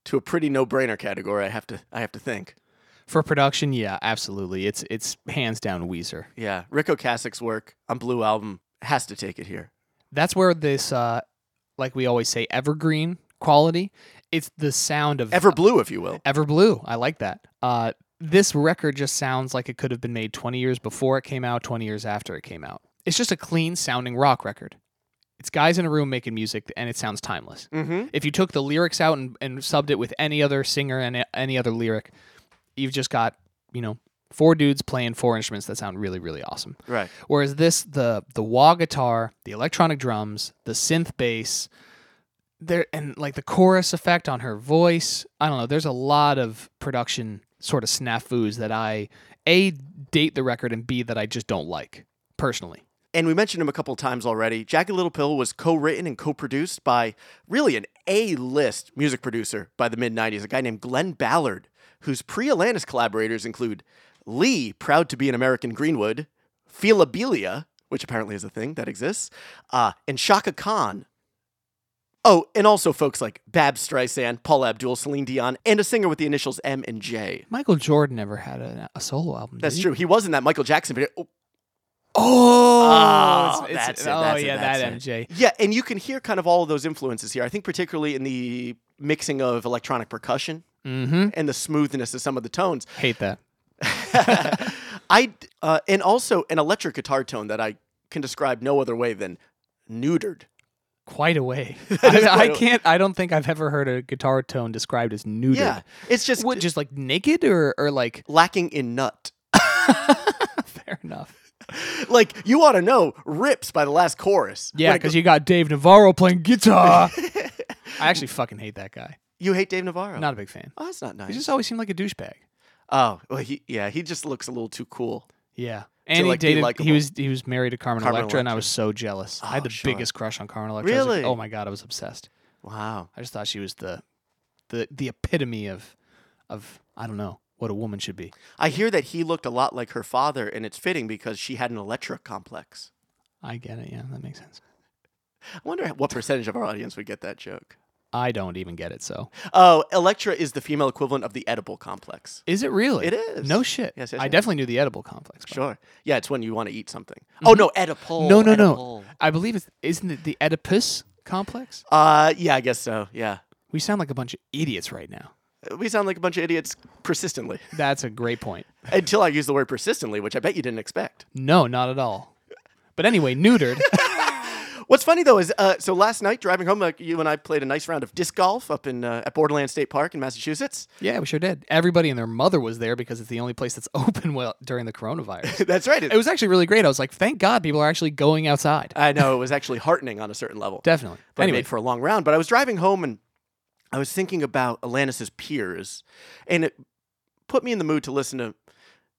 [SPEAKER 3] to a pretty no-brainer category, I have to I have to think.
[SPEAKER 4] for production yeah absolutely it's it's hands down weezer
[SPEAKER 3] Yeah, Rick Ocasek's work on Blue Album has to take it here.
[SPEAKER 4] that's where this uh like we always say evergreen quality it's the sound of
[SPEAKER 3] Ever blue, if you will.
[SPEAKER 4] Ever Blue. I like that. Uh, this record just sounds like it could have been made 20 years before it came out, 20 years after it came out. It's just a clean sounding rock record. It's guys in a room making music and it sounds timeless. Mm-hmm. If you took the lyrics out and, and subbed it with any other singer and a- any other lyric, you've just got, you know, four dudes playing four instruments that sound really, really awesome.
[SPEAKER 3] Right.
[SPEAKER 4] Whereas this, the the wah guitar, the electronic drums, the synth bass, there and like the chorus effect on her voice. I don't know. There's a lot of production sort of snafus that I a date the record and b that I just don't like personally.
[SPEAKER 3] and we mentioned him a couple times already. Jagged Little Pill was co-written and co-produced by really an A-list music producer by the mid-90s, a guy named Glenn Ballard, whose pre-Atlantis collaborators include Lee, proud to be an American Greenwood, Philabilia, which apparently is a thing that exists, uh, and Shaka Khan. Oh, and also folks like Bab Streisand, Paul Abdul, Celine Dion, and a singer with the initials M and J.
[SPEAKER 4] Michael Jordan never had a, a solo album. did
[SPEAKER 3] That's
[SPEAKER 4] he?
[SPEAKER 3] true. He was in that Michael Jackson video. Oh,
[SPEAKER 4] Oh,
[SPEAKER 3] Oh,
[SPEAKER 4] it's- it's-
[SPEAKER 3] that's it,
[SPEAKER 4] oh
[SPEAKER 3] that's it,
[SPEAKER 4] yeah,
[SPEAKER 3] that's
[SPEAKER 4] that
[SPEAKER 3] it.
[SPEAKER 4] MJ.
[SPEAKER 3] Yeah, and you can hear kind of all of those influences here. I think particularly in the mixing of electronic percussion
[SPEAKER 4] Mm-hmm.
[SPEAKER 3] and the smoothness of some of the tones.
[SPEAKER 4] Hate that.
[SPEAKER 3] I uh, and also an electric guitar tone that I can describe no other way than neutered.
[SPEAKER 4] Quite a way.
[SPEAKER 3] is
[SPEAKER 4] I, I
[SPEAKER 3] quite a-
[SPEAKER 4] can't. I don't think I've ever heard a guitar tone described as neutered.
[SPEAKER 3] Yeah, it's just
[SPEAKER 4] What, just like naked or or like
[SPEAKER 3] lacking in nut.
[SPEAKER 4] fair enough.
[SPEAKER 3] Like you ought to know, rips by the last chorus.
[SPEAKER 4] Yeah,
[SPEAKER 3] When it
[SPEAKER 4] because you got Dave Navarro playing guitar. I actually fucking hate that guy.
[SPEAKER 3] go- you hate Dave Navarro.
[SPEAKER 4] Not a big fan.
[SPEAKER 3] oh, that's not nice.
[SPEAKER 4] He just always seemed like a douchebag.
[SPEAKER 3] oh, well, he, yeah, he just looks a little too cool.
[SPEAKER 4] Yeah. And
[SPEAKER 3] like, be
[SPEAKER 4] he dated.
[SPEAKER 3] likable.
[SPEAKER 4] he was he was married to Carmen,
[SPEAKER 3] Carmen
[SPEAKER 4] Electra, and I
[SPEAKER 3] Electra.
[SPEAKER 4] was so jealous. I had
[SPEAKER 3] Oh,
[SPEAKER 4] the
[SPEAKER 3] sure.
[SPEAKER 4] biggest crush on Carmen Electra. I was like,
[SPEAKER 3] Really?
[SPEAKER 4] oh my god, I was obsessed.
[SPEAKER 3] Wow.
[SPEAKER 4] I just thought she was the the the epitome of of I don't know what a woman should be.
[SPEAKER 3] I hear that he looked a lot like her father, and it's fitting because she had an Electra complex.
[SPEAKER 4] I get it. Yeah, that makes sense.
[SPEAKER 3] I wonder what percentage of our audience would get that joke.
[SPEAKER 4] I don't even get it. So
[SPEAKER 3] Oh, Electra is the female equivalent of the edible complex.
[SPEAKER 4] is it really?
[SPEAKER 3] It is.
[SPEAKER 4] No shit.
[SPEAKER 3] Yes, yes,
[SPEAKER 4] I
[SPEAKER 3] yes.
[SPEAKER 4] definitely knew the edible complex. but-
[SPEAKER 3] Sure. Yeah, it's when you want to eat something. Oh no, Oedipal.
[SPEAKER 4] Mm-hmm. No, no, no.
[SPEAKER 3] Oedipal.
[SPEAKER 4] I believe it's isn't it the Oedipus complex?
[SPEAKER 3] Uh, yeah, I guess so. Yeah,
[SPEAKER 4] We sound like a bunch of idiots right now.
[SPEAKER 3] we sound like a bunch of idiots persistently
[SPEAKER 4] That's a great point.
[SPEAKER 3] until I use the word persistently, which I bet you didn't expect.
[SPEAKER 4] No, not at all. But anyway, neutered.
[SPEAKER 3] What's funny though is, uh, so last night driving home, uh, you and I played a nice round of disc golf up in uh, at Borderland State Park in Massachusetts.
[SPEAKER 4] yeah, we sure did. Everybody and their mother was there because it's the only place that's open well during the coronavirus.
[SPEAKER 3] That's right.
[SPEAKER 4] it was actually really great. I was like, thank God people are actually going outside.
[SPEAKER 3] I know it was actually heartening on a certain level.
[SPEAKER 4] Definitely.
[SPEAKER 3] that I
[SPEAKER 4] anyway,
[SPEAKER 3] made for a long round. But I was driving home and I was thinking about Alanis's peers, and it put me in the mood to listen to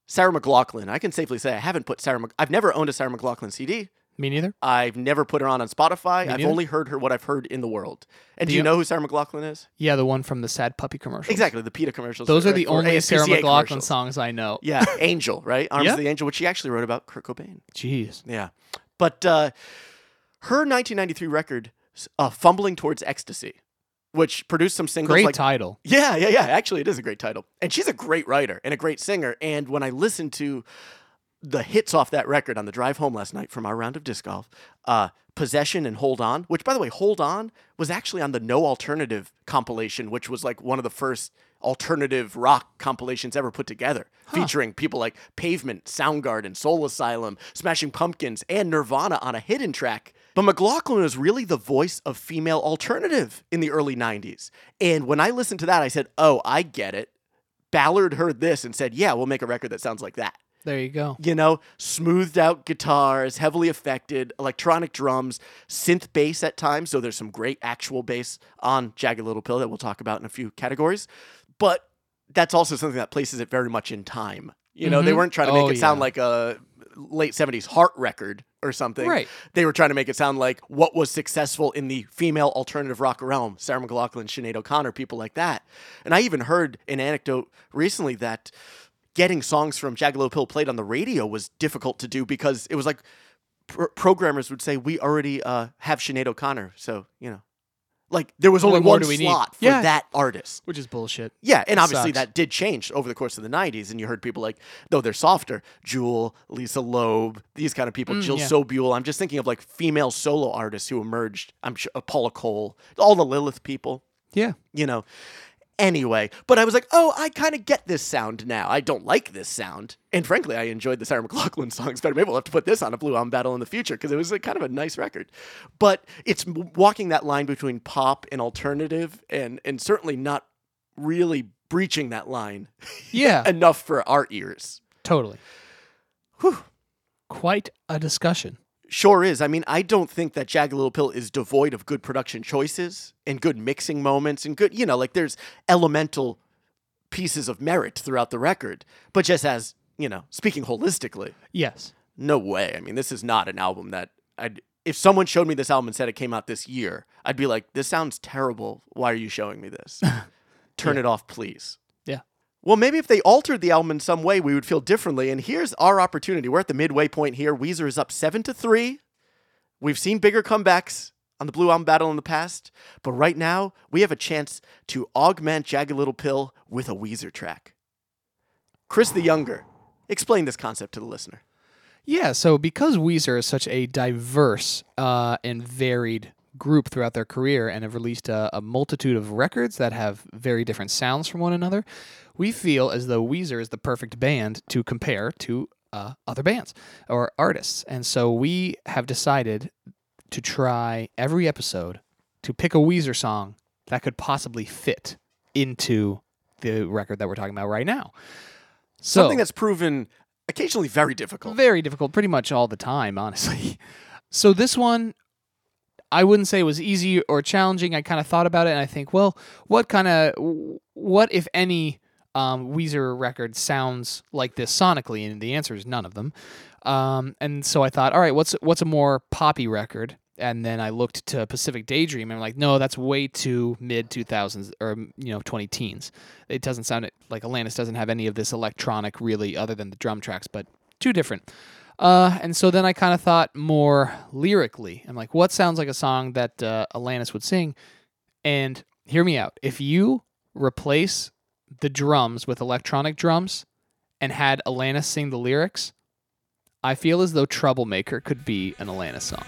[SPEAKER 3] Sarah McLaughlin. I can safely say I haven't put Sarah. Mc- I've never owned a Sarah McLaughlin CD.
[SPEAKER 4] me neither.
[SPEAKER 3] I've never put her on on Spotify.
[SPEAKER 4] Me
[SPEAKER 3] I've
[SPEAKER 4] neither.
[SPEAKER 3] only heard her what I've heard in the world. And
[SPEAKER 4] Do
[SPEAKER 3] do you
[SPEAKER 4] you-
[SPEAKER 3] know who Sarah McLaughlin is?
[SPEAKER 4] Yeah, the one from the sad puppy commercial.
[SPEAKER 3] Exactly, the PETA commercials.
[SPEAKER 4] Those are
[SPEAKER 3] right,
[SPEAKER 4] the
[SPEAKER 3] or
[SPEAKER 4] only Sarah
[SPEAKER 3] ASPCA
[SPEAKER 4] McLaughlin
[SPEAKER 3] commercials.
[SPEAKER 4] songs I know.
[SPEAKER 3] Yeah, Angel, right? Arms
[SPEAKER 4] Yeah.
[SPEAKER 3] of the Angel, which she actually wrote about Kurt Cobain.
[SPEAKER 4] Jeez.
[SPEAKER 3] Yeah. But uh, her 1993 record, s- uh, Fumbling Towards Ecstasy, which produced some singles
[SPEAKER 4] Great
[SPEAKER 3] like.
[SPEAKER 4] title.
[SPEAKER 3] yeah, yeah, yeah. Actually, it is a great title. And she's a great writer and a great singer. And when I listened to the hits off that record on the drive home last night from our round of disc golf, uh, Possession and Hold On, which, by the way, Hold On was actually on the No Alternative compilation, which was like one of the first alternative rock compilations ever put together, featuring people like Pavement, Soundgarden, Soul Asylum, Smashing Pumpkins, and Nirvana on a hidden track. But McLaughlin was really the voice of female alternative in the early 90s. And when I listened to that, I said, oh, I get it. Ballard heard this and said, yeah, we'll make a record that sounds like that
[SPEAKER 4] There you go.
[SPEAKER 3] you know, smoothed out guitars, heavily affected, electronic drums, synth bass at times. So there's some great actual bass on Jagged Little Pill that we'll talk about in a few categories. But that's also something that places it very much in time. You know, they
[SPEAKER 4] Mhm.
[SPEAKER 3] weren't trying to
[SPEAKER 4] Oh,
[SPEAKER 3] make it sound
[SPEAKER 4] yeah.
[SPEAKER 3] like a late 70s heart record or something.
[SPEAKER 4] Right.
[SPEAKER 3] They were trying to make it sound like what was successful in the female alternative rock realm Sarah McLaughlin, Sinead O'Connor, people like that. And I even heard an anecdote recently that getting songs from Jagged Pill played on the radio was difficult to do because it was like pr- programmers would say, We already uh, have Sinead O'Connor. So, you know, like there was
[SPEAKER 4] What
[SPEAKER 3] only
[SPEAKER 4] more
[SPEAKER 3] one
[SPEAKER 4] do we need?
[SPEAKER 3] slot for
[SPEAKER 4] Yeah.
[SPEAKER 3] that artist.
[SPEAKER 4] Which is bullshit.
[SPEAKER 3] Yeah, and obviously
[SPEAKER 4] Sucks.
[SPEAKER 3] that did change over the course of the 90s. And you heard people like, though they're softer, Jewel, Lisa Loeb, these kind of people, Jill
[SPEAKER 4] Mm, yeah.
[SPEAKER 3] Sobule. I'm just thinking of like female solo artists who emerged. I'm sure uh, Paula Cole, all the Lilith people.
[SPEAKER 4] Yeah.
[SPEAKER 3] you know. Anyway, but I was like, oh, I kind of get this sound now. I don't like this sound. And frankly, I enjoyed the Sarah McLaughlin songs better. Maybe we'll have to put this on a Blue Album Battle in the future because it was a, kind of a nice record. But it's m- walking that line between pop and alternative and, and certainly not really breaching that line
[SPEAKER 4] Yeah.
[SPEAKER 3] enough for our ears.
[SPEAKER 4] totally.
[SPEAKER 3] Whew.
[SPEAKER 4] Quite a discussion.
[SPEAKER 3] Sure is. I mean, I don't think that Jagged Little Pill is devoid of good production choices and good mixing moments and good, you know, like there's elemental pieces of merit throughout the record. But just as, you know, speaking holistically,
[SPEAKER 4] Yes.
[SPEAKER 3] no way. I mean, this is not an album that I'd. If someone showed me this album and said it came out this year, I'd be like, this sounds terrible. Why are you showing me this? Turn it off, please.
[SPEAKER 4] Yeah.
[SPEAKER 3] Well, maybe if they altered the album in some way, we would feel differently. And here's our opportunity. We're at the midway point here. Weezer is up seven to three. We've seen bigger comebacks on the Blue Album Battle in the past, but right now we have a chance to augment Jagged Little Pill with a Weezer track. Chris the Younger, explain this concept to the listener.
[SPEAKER 4] Yeah, so because Weezer is such a diverse uh, and varied group throughout their career and have released a, a multitude of records that have very different sounds from one another, we feel as though Weezer is the perfect band to compare to uh, other bands or artists. And so we have decided to try every episode to pick a Weezer song that could possibly fit into the record that we're talking about right now. So
[SPEAKER 3] Something that's proven occasionally very difficult.
[SPEAKER 4] very difficult, pretty much all the time, honestly. So this one, I wouldn't say was easy or challenging. I kind of thought about it, and I think, well, what kind of, what if any, um, Weezer record sounds like this sonically, and the answer is none of them. Um, and so I thought, all right, what's what's a more poppy record? And then I looked to Pacific Daydream, and I'm like, no, that's way too mid 2000s or you know 20 teens. It doesn't sound like Alanis doesn't have any of this electronic really, other than the drum tracks, but too different. Uh, and so then I kind of thought more lyrically. I'm like, what sounds like a song that uh, Alanis would sing? And hear me out. If you replace the drums with electronic drums and had Alanis sing the lyrics, I feel as though Troublemaker could be an Alanis song.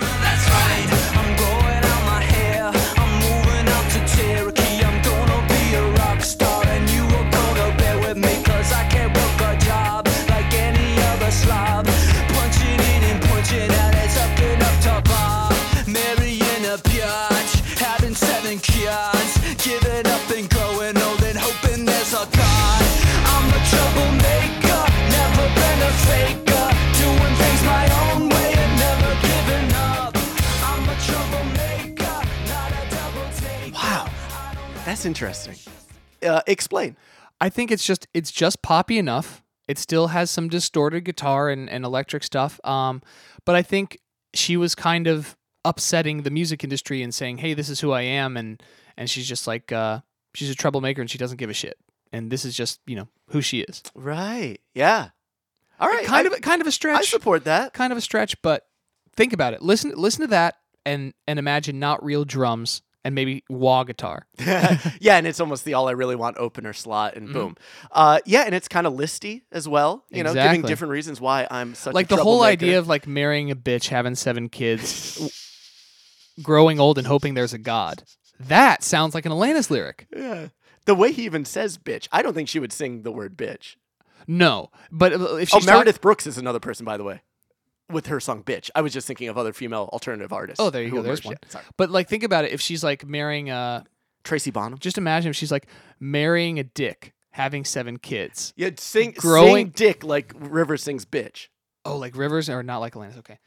[SPEAKER 8] That's right. I'm growing out my hair. I'm moving out to Cherokee. I'm gonna be a rock star, and you are gonna bear with me 'cause I can't work a job like any other slob. Punching in and punching out, it's up and up Ah, to bar. Marrying a biatch, having seven kids, giving up and growing old and hoping there's a God. I'm a troublemaker, never been a faker, doing things my own way and never giving up. I'm a troublemaker, not a double taker.
[SPEAKER 3] Wow, that's interesting. Uh, explain.
[SPEAKER 4] I think it's just it's just poppy enough. It still has some distorted guitar and, and electric stuff. Um, but I think she was kind of upsetting the music industry and saying, "Hey, this is who I am," and and she's just like uh, she's a troublemaker and she doesn't give a shit. And this is just you know who she is.
[SPEAKER 3] Right. Yeah. All right.
[SPEAKER 4] kind
[SPEAKER 3] I,
[SPEAKER 4] of kind of a stretch.
[SPEAKER 3] I support that.
[SPEAKER 4] kind of a stretch, but think about it. Listen listen to that and and imagine not real drums and maybe wah guitar.
[SPEAKER 3] yeah, and it's almost the all I really want opener slot,
[SPEAKER 4] Mm-hmm.
[SPEAKER 3] and boom. Uh, yeah, and it's kind of listy as well. You know, giving
[SPEAKER 4] Exactly.
[SPEAKER 3] different reasons why I'm such
[SPEAKER 4] like
[SPEAKER 3] a
[SPEAKER 4] the whole
[SPEAKER 3] troublemaker.
[SPEAKER 4] idea of like marrying a bitch, having seven kids, w- growing old and hoping there's a god. That sounds like an Alanis lyric.
[SPEAKER 3] yeah. the way he even says "bitch." I don't think she would sing the word "bitch."
[SPEAKER 4] No, but uh, if
[SPEAKER 3] Oh,
[SPEAKER 4] she's talk-
[SPEAKER 3] Meredith Brooks is another person, by the way, with her song "bitch." I was just thinking of other female alternative artists.
[SPEAKER 4] oh, there you
[SPEAKER 3] who
[SPEAKER 4] go. There's
[SPEAKER 3] emerged.
[SPEAKER 4] one.
[SPEAKER 3] Yeah, sorry.
[SPEAKER 4] But like, think about it. If she's like marrying a,
[SPEAKER 3] Tracy Bonham.
[SPEAKER 4] just imagine if she's like marrying a dick, having seven kids.
[SPEAKER 3] Yeah, sing
[SPEAKER 4] Growing-
[SPEAKER 3] sing dick like River sings bitch.
[SPEAKER 4] Oh, like rivers or not like Alanis. Okay.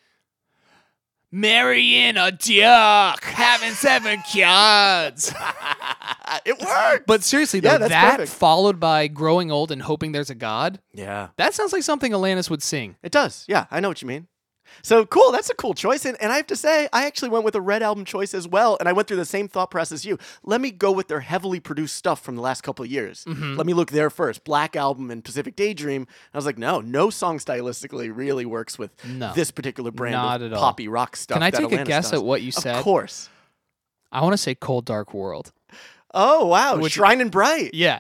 [SPEAKER 4] Marrying a duck, having seven kids.
[SPEAKER 3] Uh, it worked.
[SPEAKER 4] But seriously, though,
[SPEAKER 3] Yeah, that's
[SPEAKER 4] that
[SPEAKER 3] perfect.
[SPEAKER 4] followed by growing old and hoping there's a god.
[SPEAKER 3] Yeah.
[SPEAKER 4] That sounds like something Alanis would sing.
[SPEAKER 3] It does. Yeah, I know what you mean. So cool. That's a cool choice. And, and I have to say, I actually went with a red album choice as well. And I went through the same thought process as you. Let me go with their heavily produced stuff from the last couple of years.
[SPEAKER 4] Mm-hmm.
[SPEAKER 3] Let me look there first. Black Album and Pacific Daydream. I was like, no, no song stylistically really works with
[SPEAKER 4] No.
[SPEAKER 3] this particular brand
[SPEAKER 4] Not
[SPEAKER 3] of
[SPEAKER 4] at all.
[SPEAKER 3] poppy rock stuff.
[SPEAKER 4] Can I
[SPEAKER 3] that
[SPEAKER 4] take a
[SPEAKER 3] Alanis
[SPEAKER 4] guess
[SPEAKER 3] does.
[SPEAKER 4] at what you said?
[SPEAKER 3] Of course.
[SPEAKER 4] I want to say Cold Dark World.
[SPEAKER 3] Oh, wow.
[SPEAKER 4] Which-
[SPEAKER 3] Shrine and Bright.
[SPEAKER 4] Yeah.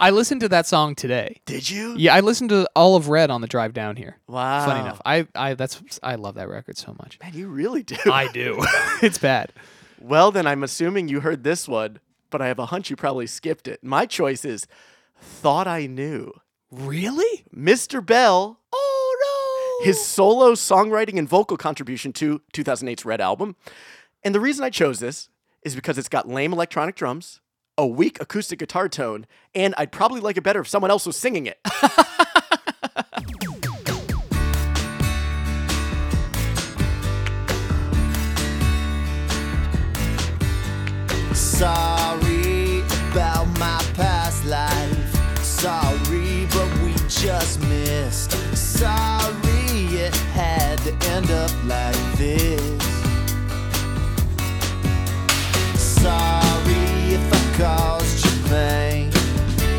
[SPEAKER 4] I listened to that song today.
[SPEAKER 3] Did you?
[SPEAKER 4] Yeah, I listened to all of Red on the drive down here.
[SPEAKER 3] Wow.
[SPEAKER 4] Funny enough. I, I that's I love that record so much.
[SPEAKER 3] Man, you really do.
[SPEAKER 4] I do. it's bad.
[SPEAKER 3] Well, then I'm assuming you heard this one, but I have a hunch you probably skipped it. My choice is Thought I Knew.
[SPEAKER 4] Really?
[SPEAKER 3] Mr. Bell,
[SPEAKER 4] Oh no!
[SPEAKER 3] his solo songwriting and vocal contribution to 2008's Red Album. And the reason I chose this is because it's got lame electronic drums, a weak acoustic guitar tone, and I'd probably like it better if someone else was singing it.
[SPEAKER 9] Sorry about my past life. Sorry, but we just missed. Sorry, it had to end up like this. Sorry if I caused you pain.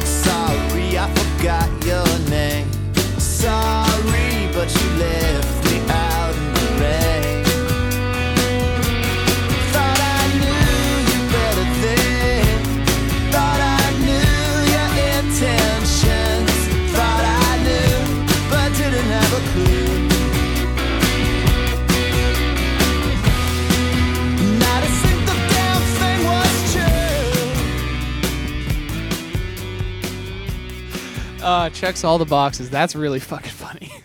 [SPEAKER 9] Sorry, I forgot your name. Sorry, but you left me out in the rain. Thought I knew you better than. Thought I knew your intentions. Thought I knew, but didn't have a clue. Not a single damn thing was true.
[SPEAKER 4] uh, checks all the boxes. That's really fucking funny.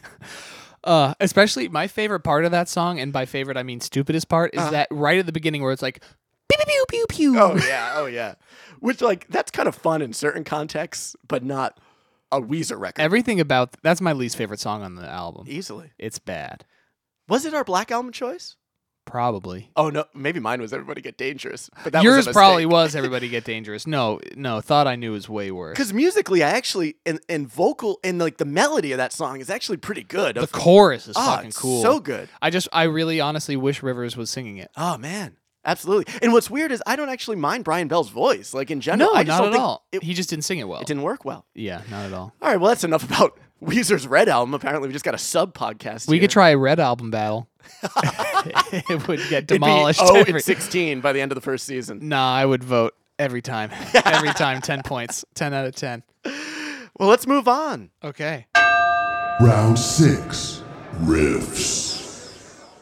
[SPEAKER 4] Uh, especially my favorite part of that song, and by favorite I mean stupidest part, is that right at the beginning where it's like, pew pew pew pew. pew."
[SPEAKER 3] Oh yeah, oh yeah. Which like that's kind of fun in certain contexts, but not a Weezer record.
[SPEAKER 4] Everything about that's my least favorite song on the album.
[SPEAKER 3] Easily.
[SPEAKER 4] It's bad,
[SPEAKER 3] Was it our black album choice?
[SPEAKER 4] probably.
[SPEAKER 3] Oh no, maybe mine was Everybody Get Dangerous. But that
[SPEAKER 4] Yours
[SPEAKER 3] was a
[SPEAKER 4] probably was "Everybody Get Dangerous." No, no, thought I knew was way worse.
[SPEAKER 3] because musically, I actually and, and vocal and like the melody of that song is actually pretty good.
[SPEAKER 4] The
[SPEAKER 3] Of-
[SPEAKER 4] chorus is
[SPEAKER 3] Ah,
[SPEAKER 4] fucking
[SPEAKER 3] it's
[SPEAKER 4] cool.
[SPEAKER 3] so good.
[SPEAKER 4] I just, I really, honestly wish Rivers was singing it.
[SPEAKER 3] oh man, absolutely. And what's weird is I don't actually mind Brian Bell's voice. Like in general,
[SPEAKER 4] No,
[SPEAKER 3] I just
[SPEAKER 4] not
[SPEAKER 3] don't
[SPEAKER 4] at
[SPEAKER 3] think
[SPEAKER 4] all.
[SPEAKER 3] It,
[SPEAKER 4] he just didn't sing it well.
[SPEAKER 3] it didn't work well.
[SPEAKER 4] Yeah, not at all.
[SPEAKER 3] All right, well that's enough about Weezer's Red album. Apparently, we just got a sub podcast.
[SPEAKER 4] We
[SPEAKER 3] here.
[SPEAKER 4] could try a red album battle. it would get
[SPEAKER 3] It'd be
[SPEAKER 4] demolished.
[SPEAKER 3] Oh,
[SPEAKER 4] every-
[SPEAKER 3] and sixteen by the end of the first season.
[SPEAKER 4] Nah, I would vote every time. every time, ten points, ten out of ten.
[SPEAKER 3] Well, let's move on.
[SPEAKER 4] Okay.
[SPEAKER 6] Round six, riffs.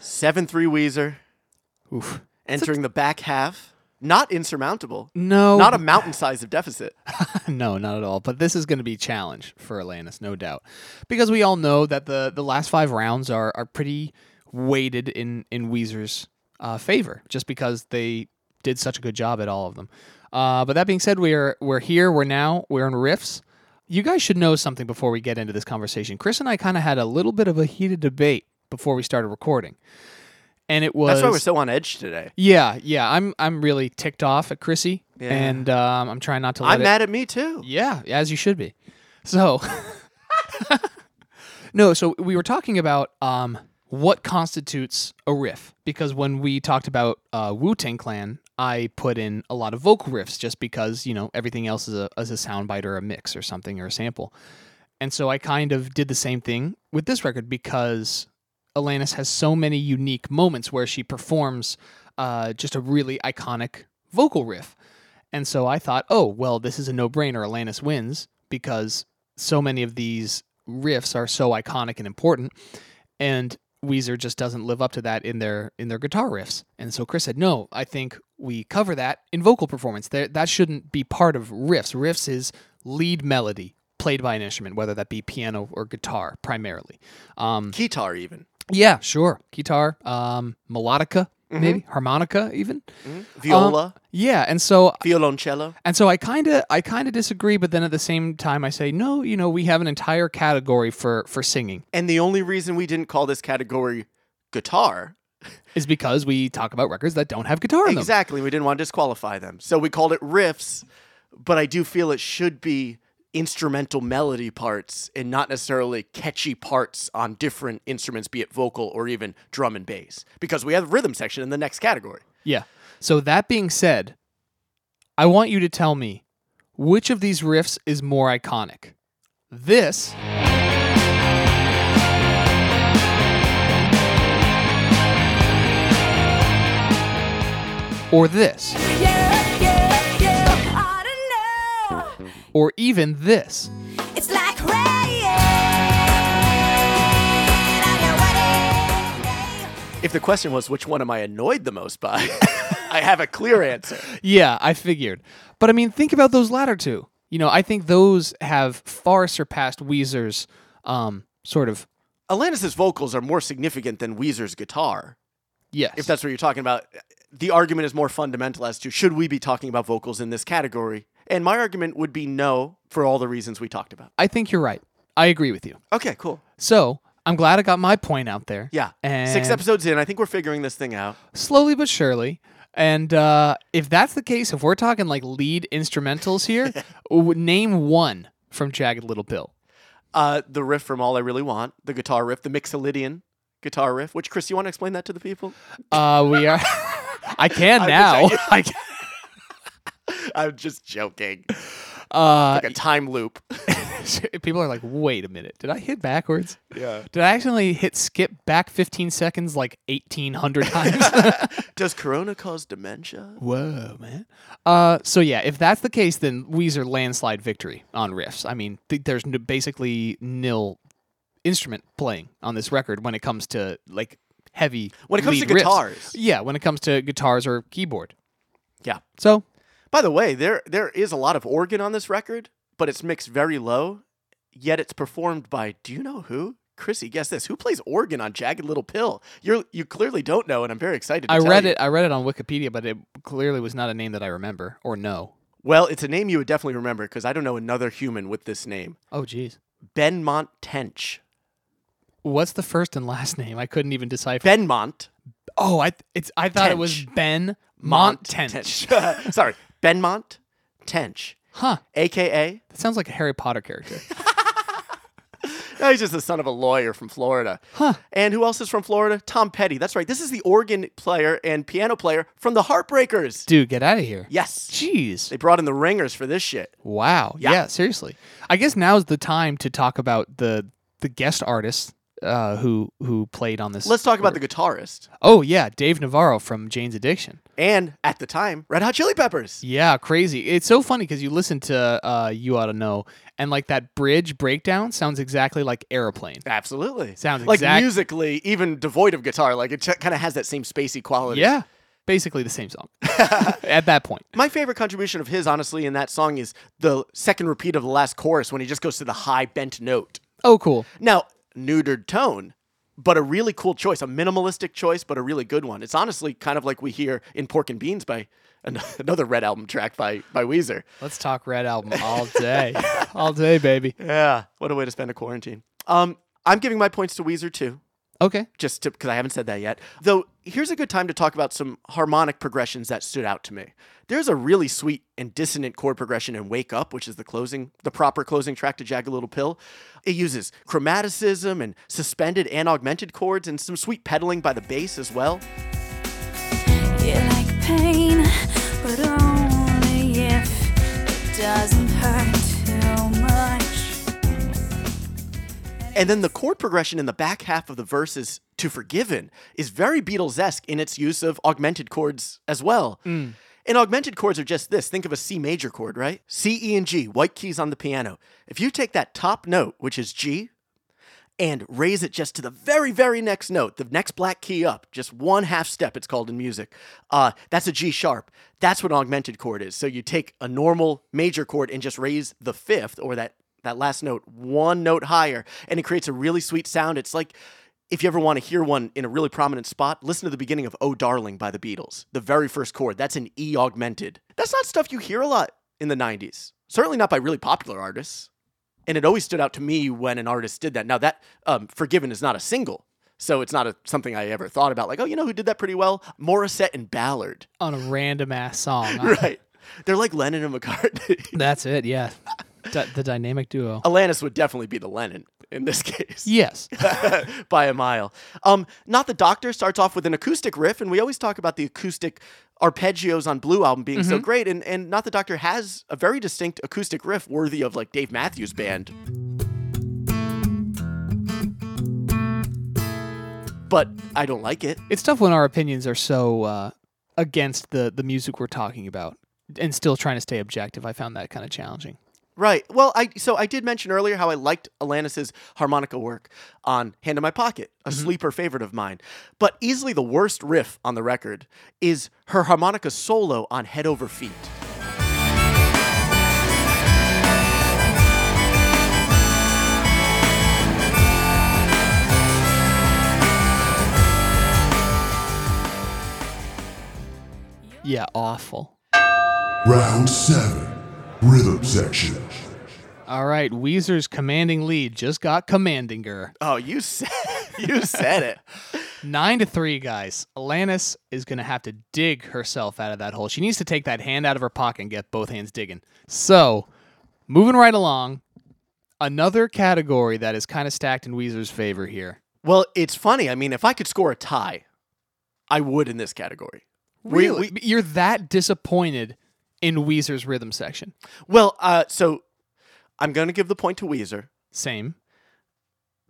[SPEAKER 3] Seven three Weezer
[SPEAKER 4] Oof.
[SPEAKER 3] entering the back half. Not insurmountable.
[SPEAKER 4] No,
[SPEAKER 3] Not a mountain size of deficit.
[SPEAKER 4] no, not at all. But this is going to be a challenge for Atlantis, no doubt, because we all know that the the last five rounds are are pretty weighted in in Weezer's uh, favor, just because they did such a good job at all of them. Uh, but that being said, we're we're here, we're now, we're in riffs. You guys should know something before we get into this conversation. Chris and I kind of had a little bit of a heated debate before we started recording, and it was
[SPEAKER 3] That's why we're so on edge today.
[SPEAKER 4] yeah, yeah. I'm I'm really ticked off at Chrissy,
[SPEAKER 3] Yeah.
[SPEAKER 4] and um, I'm trying not to. Let
[SPEAKER 3] I'm
[SPEAKER 4] it-
[SPEAKER 3] mad at me too.
[SPEAKER 4] yeah, as you should be. So, no, so we were talking about um, what constitutes a riff because when we talked about uh, Wu Tang Clan, I put in a lot of vocal riffs just because you know everything else is a is a soundbite or a mix or something or a sample, and so I kind of did the same thing with this record because Alanis has so many unique moments where she performs uh, just a really iconic vocal riff. And so I thought, oh, well, this is a no brainer. Alanis wins because so many of these riffs are so iconic and important. And Weezer just doesn't live up to that in their in their guitar riffs. And so Chris said, no, I think we cover that in vocal performance. There, that shouldn't be part of riffs. Riffs is lead melody played by an instrument, whether that be piano or guitar primarily. Um,
[SPEAKER 3] Guitar even.
[SPEAKER 4] yeah, sure. Guitar, um, melodica, maybe harmonica, even
[SPEAKER 3] Viola.
[SPEAKER 4] Um, yeah, and so
[SPEAKER 3] violoncello.
[SPEAKER 4] and so I kind of I kind of disagree, but then at the same time I say no. You know, we have an entire category for for singing
[SPEAKER 3] And the only reason we didn't call this category guitar
[SPEAKER 4] is because we talk about records that don't have guitar in them.
[SPEAKER 3] exactly we didn't want to disqualify them. So we called it riffs, but I do feel it should be instrumental melody parts and not necessarily catchy parts on different instruments be it vocal or even drum and bass because we have rhythm section in the next category.
[SPEAKER 4] Yeah. So that being said, I want you to tell me which of these riffs is more iconic. This or this
[SPEAKER 2] Yeah, yeah, yeah, I don't know.
[SPEAKER 4] or even this.
[SPEAKER 2] It's like rain. I know what it is.
[SPEAKER 3] If the question was which one am I annoyed the most by, I have a clear answer.
[SPEAKER 4] Yeah, I figured. But I mean, think about those latter two. You know, I think those have far surpassed Weezer's um, sort of
[SPEAKER 3] Alanis' vocals are more significant than Weezer's guitar.
[SPEAKER 4] yes.
[SPEAKER 3] If that's what you're talking about, the argument is more fundamental as to should we be talking about vocals in this category? And my argument would be no for all the reasons we talked about.
[SPEAKER 4] I think you're right. I agree with you.
[SPEAKER 3] Okay, cool.
[SPEAKER 4] So I'm glad I got my point out there.
[SPEAKER 3] Yeah.
[SPEAKER 4] And
[SPEAKER 3] Six episodes in, I think we're figuring this thing out.
[SPEAKER 4] slowly but surely. And uh, if that's the case, if we're talking like lead instrumentals here, w- name one from Jagged Little Pill.
[SPEAKER 3] Uh, the riff from All I Really Want, the guitar riff, the Mixolydian guitar riff, which, Chris, you want to explain that to the people?
[SPEAKER 4] Uh, we are. I can
[SPEAKER 3] I
[SPEAKER 4] now.
[SPEAKER 3] wish
[SPEAKER 4] I can-
[SPEAKER 3] I'm just joking.
[SPEAKER 4] uh,
[SPEAKER 3] Like a time loop.
[SPEAKER 4] people are like, wait a minute, did I hit backwards?
[SPEAKER 3] Yeah.
[SPEAKER 4] Did I accidentally hit skip back 15 seconds like 1,800 times?
[SPEAKER 3] Does corona cause dementia?
[SPEAKER 4] Whoa, man. Uh, so yeah, if that's the case, then Weezer landslide victory on riffs. I mean, th- there's n- basically nil instrument playing on this record when it comes to like heavy.
[SPEAKER 3] When it comes to
[SPEAKER 4] lead riffs.
[SPEAKER 3] guitars.
[SPEAKER 4] yeah. When it comes to guitars or keyboard.
[SPEAKER 3] Yeah.
[SPEAKER 4] So
[SPEAKER 3] By the way, there there is a lot of organ on this record, but it's mixed very low. Yet it's performed by do you know who? Chrissy, guess this. Who plays organ on Jagged Little Pill? You're you clearly don't know, and I'm very excited. To
[SPEAKER 4] I
[SPEAKER 3] tell
[SPEAKER 4] read
[SPEAKER 3] you.
[SPEAKER 4] it. I read it on Wikipedia, but it clearly was not a name that I remember or know.
[SPEAKER 3] Well, it's a name you would definitely remember because I don't know another human with this name.
[SPEAKER 4] Oh, jeez.
[SPEAKER 3] Benmont Tench.
[SPEAKER 4] What's the first and last name? I couldn't even decipher.
[SPEAKER 3] Benmont
[SPEAKER 4] oh, I it's. I thought it was
[SPEAKER 3] Tench.
[SPEAKER 4] Ben
[SPEAKER 3] Mont
[SPEAKER 4] Montench.
[SPEAKER 3] Tench. Sorry, Benmont Tench,
[SPEAKER 4] Huh.
[SPEAKER 3] aka
[SPEAKER 4] That sounds like a Harry Potter character.
[SPEAKER 3] No, he's just the son of a lawyer from Florida.
[SPEAKER 4] Huh.
[SPEAKER 3] And who else is from Florida? Tom Petty. That's right. This is the organ player and piano player from the Heartbreakers.
[SPEAKER 4] Dude, get out of here.
[SPEAKER 3] Yes.
[SPEAKER 4] Jeez.
[SPEAKER 3] They brought in the ringers for this shit.
[SPEAKER 4] Wow.
[SPEAKER 3] Yeah.
[SPEAKER 4] Yeah. seriously. I guess now's the time to talk about the the guest artists uh, who who played on this.
[SPEAKER 3] Let's talk about the guitarist.
[SPEAKER 4] Oh yeah, Dave Navarro from Jane's Addiction.
[SPEAKER 3] And at the time, Red Hot Chili Peppers.
[SPEAKER 4] Yeah, crazy. It's so funny because you listen to uh, You Ought to Know, and like that bridge breakdown sounds exactly like Aeroplane.
[SPEAKER 3] Absolutely.
[SPEAKER 4] Sounds
[SPEAKER 3] like
[SPEAKER 4] exact-
[SPEAKER 3] musically, even devoid of guitar, like it kind of has that same spacey quality.
[SPEAKER 4] Yeah, basically the same song at that point.
[SPEAKER 3] My favorite contribution of his, honestly, in that song is the second repeat of the last chorus when he just goes to the high bent note.
[SPEAKER 4] Oh, cool.
[SPEAKER 3] Now, neutered tone, but a really cool choice, a minimalistic choice, but a really good one. It's honestly kind of like we hear in Pork and Beans by an- another Red album track by by Weezer.
[SPEAKER 4] Let's talk Red Album all day, all day, baby.
[SPEAKER 3] Yeah, what a way to spend a quarantine. Um, I'm giving my points to Weezer too,
[SPEAKER 4] Okay.
[SPEAKER 3] just to because I haven't said that yet. Though here's a good time to talk about some harmonic progressions that stood out to me. There's a really sweet and dissonant chord progression in Wake Up, which is the closing, the proper closing track to Jag a Little Pill. It uses chromaticism and suspended and augmented chords and some sweet pedaling by the bass as well.
[SPEAKER 7] You like pain, but only if it doesn't hurt too much.
[SPEAKER 3] And then the chord progression in the back half of the verses to Forgiven is very Beatles esque in its use of augmented chords as well. And augmented chords are just this think of a C major chord, right? C, E, and G, white keys on the piano. If you take that top note, which is G, and raise it just to the very, very next note, the next black key up, just one half step, it's called in music. Uh, that's a G sharp. That's what an augmented chord is. So you take a normal major chord and just raise the fifth or that, that last note one note higher, and it creates a really sweet sound. It's like if you ever want to hear one in a really prominent spot, listen to the beginning of Oh Darling by the Beatles, the very first chord. That's an E augmented. That's not stuff you hear a lot in the 90s, certainly not by really popular artists and it always stood out to me when an artist did that. Now that um, "Forgiven" is not a single, so it's not a, something I ever thought about. Like, oh, you know who did that pretty well? Morissette and Ballard,
[SPEAKER 4] On a random ass song.
[SPEAKER 3] right? They're like Lennon and McCartney.
[SPEAKER 4] That's it. Yeah. D- the dynamic duo.
[SPEAKER 3] Alanis would definitely be the Lennon in this case.
[SPEAKER 4] Oh, Yes.
[SPEAKER 3] by a mile. Um, Not the Doctor starts off with an acoustic riff, and we always talk about the acoustic arpeggios on Blue album being so great, and, and Not the Doctor has a very distinct acoustic riff worthy of like Dave Matthews Band. But I don't like it.
[SPEAKER 4] It's tough when our opinions are so uh, against the the music we're talking about, and still trying to stay objective. I found that kind of challenging.
[SPEAKER 3] Right. Well, I so I did mention earlier how I liked Alanis's harmonica work on "Hand in My Pocket," a sleeper favorite of mine. But easily the worst riff on the record is her harmonica solo on "Head Over Feet."
[SPEAKER 4] Yeah, awful.
[SPEAKER 6] Round 7. Rhythm section.
[SPEAKER 4] All right, Weezer's commanding lead just got commandinger.
[SPEAKER 3] Oh, you said you said it.
[SPEAKER 4] Nine to three, guys. Alanis is going to have to dig herself out of that hole. She needs to take that hand out of her pocket and get both hands digging. So, moving right along, another category that is kind of stacked in Weezer's favor here.
[SPEAKER 3] Well, it's funny. I mean, if I could score a tie, I would in this category. We- we-
[SPEAKER 4] But You're that disappointed in Weezer's rhythm section.
[SPEAKER 3] well, uh, so I'm going to give the point to Weezer.
[SPEAKER 4] Same.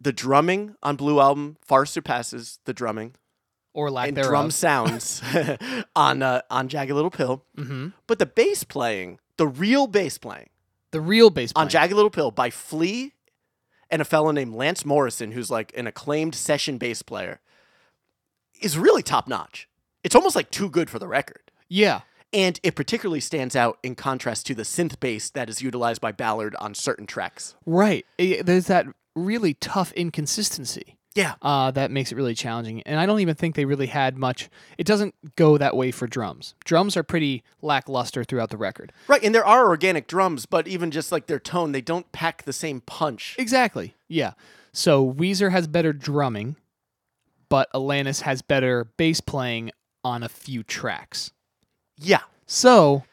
[SPEAKER 3] The drumming on Blue Album far surpasses the drumming
[SPEAKER 4] Or lack
[SPEAKER 3] and
[SPEAKER 4] thereof.
[SPEAKER 3] drum sounds on uh, on Jagged Little Pill.
[SPEAKER 4] Mhm.
[SPEAKER 3] But the bass playing, the real bass playing
[SPEAKER 4] The real bass playing.
[SPEAKER 3] on Jagged Little Pill by Flea and a fellow named Lance Morrison, who's like an acclaimed session bass player, is really top notch. It's almost like too good for the record.
[SPEAKER 4] yeah.
[SPEAKER 3] And it particularly stands out in contrast to the synth bass that is utilized by Ballard on certain tracks.
[SPEAKER 4] Right. I- there's that really tough inconsistency.
[SPEAKER 3] Yeah.
[SPEAKER 4] Uh, that makes it really challenging. And I don't even think they really had much. It doesn't go that way for drums. Drums are pretty lackluster throughout the record.
[SPEAKER 3] Right. And there are organic drums, but even just like their tone, they don't pack the same punch.
[SPEAKER 4] Exactly. Yeah. So Weezer has better drumming, but Alanis has better bass playing on a few tracks.
[SPEAKER 3] Yeah.
[SPEAKER 4] So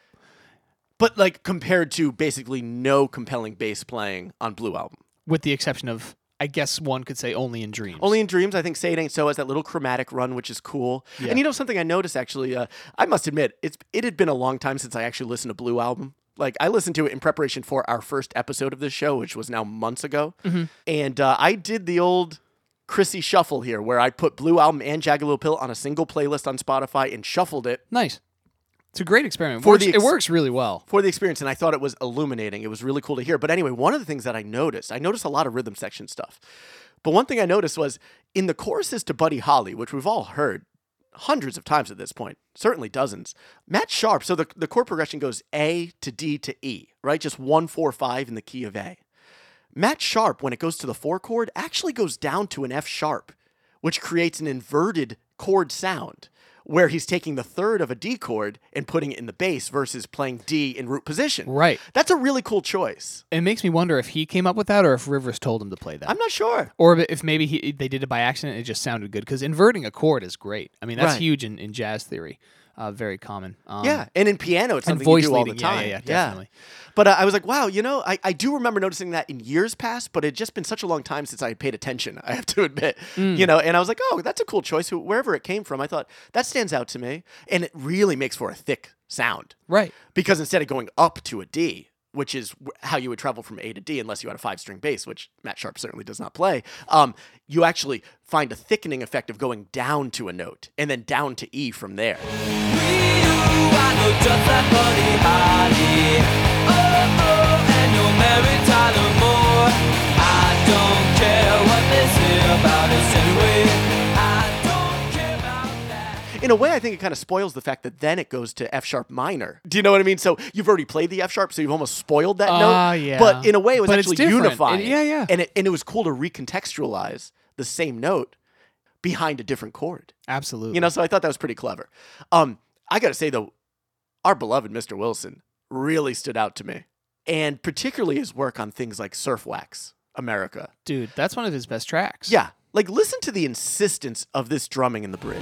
[SPEAKER 3] But like compared to basically no compelling bass playing on Blue Album.
[SPEAKER 4] with the exception of, I guess one could say only in dreams.
[SPEAKER 3] Only in Dreams, I think Say It Ain't So has that little chromatic run, which is cool.
[SPEAKER 4] Yeah.
[SPEAKER 3] And you know something I noticed actually, uh, I must admit, it's it had been a long time since I actually listened to Blue Album. Like I listened to it in preparation for our first episode of this show, which was now months ago.
[SPEAKER 4] Mm-hmm.
[SPEAKER 3] And uh, I did the old Chrissy shuffle here, where I put Blue Album and Jaggalo Pill on a single playlist on Spotify and shuffled it
[SPEAKER 4] nice. It's a great experiment.
[SPEAKER 3] For
[SPEAKER 4] Works-
[SPEAKER 3] the ex-
[SPEAKER 4] it works really well.
[SPEAKER 3] for the experience, and I thought it was illuminating. It was really cool to hear. But anyway, one of the things that I noticed, I noticed a lot of rhythm section stuff. But one thing I noticed was in the choruses to Buddy Holly, which we've all heard hundreds of times at this point, certainly dozens, Matt Sharp, so the, the chord progression goes A to D to E, right? Just one, four, five in the key of A. Matt Sharp, when it goes to the four chord, actually goes down to an F sharp, which creates an inverted chord sound where he's taking the third of a D chord and putting it in the bass versus playing D in root position.
[SPEAKER 4] Right.
[SPEAKER 3] That's a really cool choice.
[SPEAKER 4] It makes me wonder if he came up with that or if Rivers told him to play that.
[SPEAKER 3] I'm not sure.
[SPEAKER 4] or if maybe he, they did it by accident and it just sounded good because inverting a chord is great i mean that's
[SPEAKER 3] Right.
[SPEAKER 4] huge in, in jazz theory uh, very common um,
[SPEAKER 3] yeah. And in piano, it's
[SPEAKER 4] and
[SPEAKER 3] something
[SPEAKER 4] voice
[SPEAKER 3] you do all the
[SPEAKER 4] leading, yeah, yeah,
[SPEAKER 3] time.
[SPEAKER 4] yeah, definitely.
[SPEAKER 3] But uh, I was like, wow, you know, I, I do remember noticing that in years past, but it had just been such a long time since I had paid attention, I have to admit.
[SPEAKER 4] Mm.
[SPEAKER 3] You know, and I was like, oh, that's a cool choice. Wh- Wherever it came from, I thought that stands out to me. And it really makes for a thick sound.
[SPEAKER 4] right
[SPEAKER 3] because instead of going up to a D, which is wh- how you would travel from A to D, unless you had a five string bass, which Matt Sharp certainly does not play, um, you actually find a thickening effect of going down to a note and then down to E from there.
[SPEAKER 9] Oh,
[SPEAKER 3] In a way, I think it kind of spoils the fact that then it goes to F sharp minor. Do you know what I mean? So you've already played the F sharp, so you've almost spoiled that
[SPEAKER 4] Ah,
[SPEAKER 3] note.
[SPEAKER 4] yeah.
[SPEAKER 3] But in a way, it was
[SPEAKER 4] But it's
[SPEAKER 3] actually
[SPEAKER 4] different. It-
[SPEAKER 3] unifying.
[SPEAKER 4] yeah, yeah.
[SPEAKER 3] And it, and it was cool to recontextualize the same note behind a different chord.
[SPEAKER 4] absolutely
[SPEAKER 3] You know, so I thought that was pretty clever. Um, I got to say though, our beloved Mr. Wilson really stood out to me, and particularly his work on things like Surf Wax America.
[SPEAKER 4] dude that's one of his best tracks
[SPEAKER 3] Yeah, like listen to the insistence of this drumming in the bridge.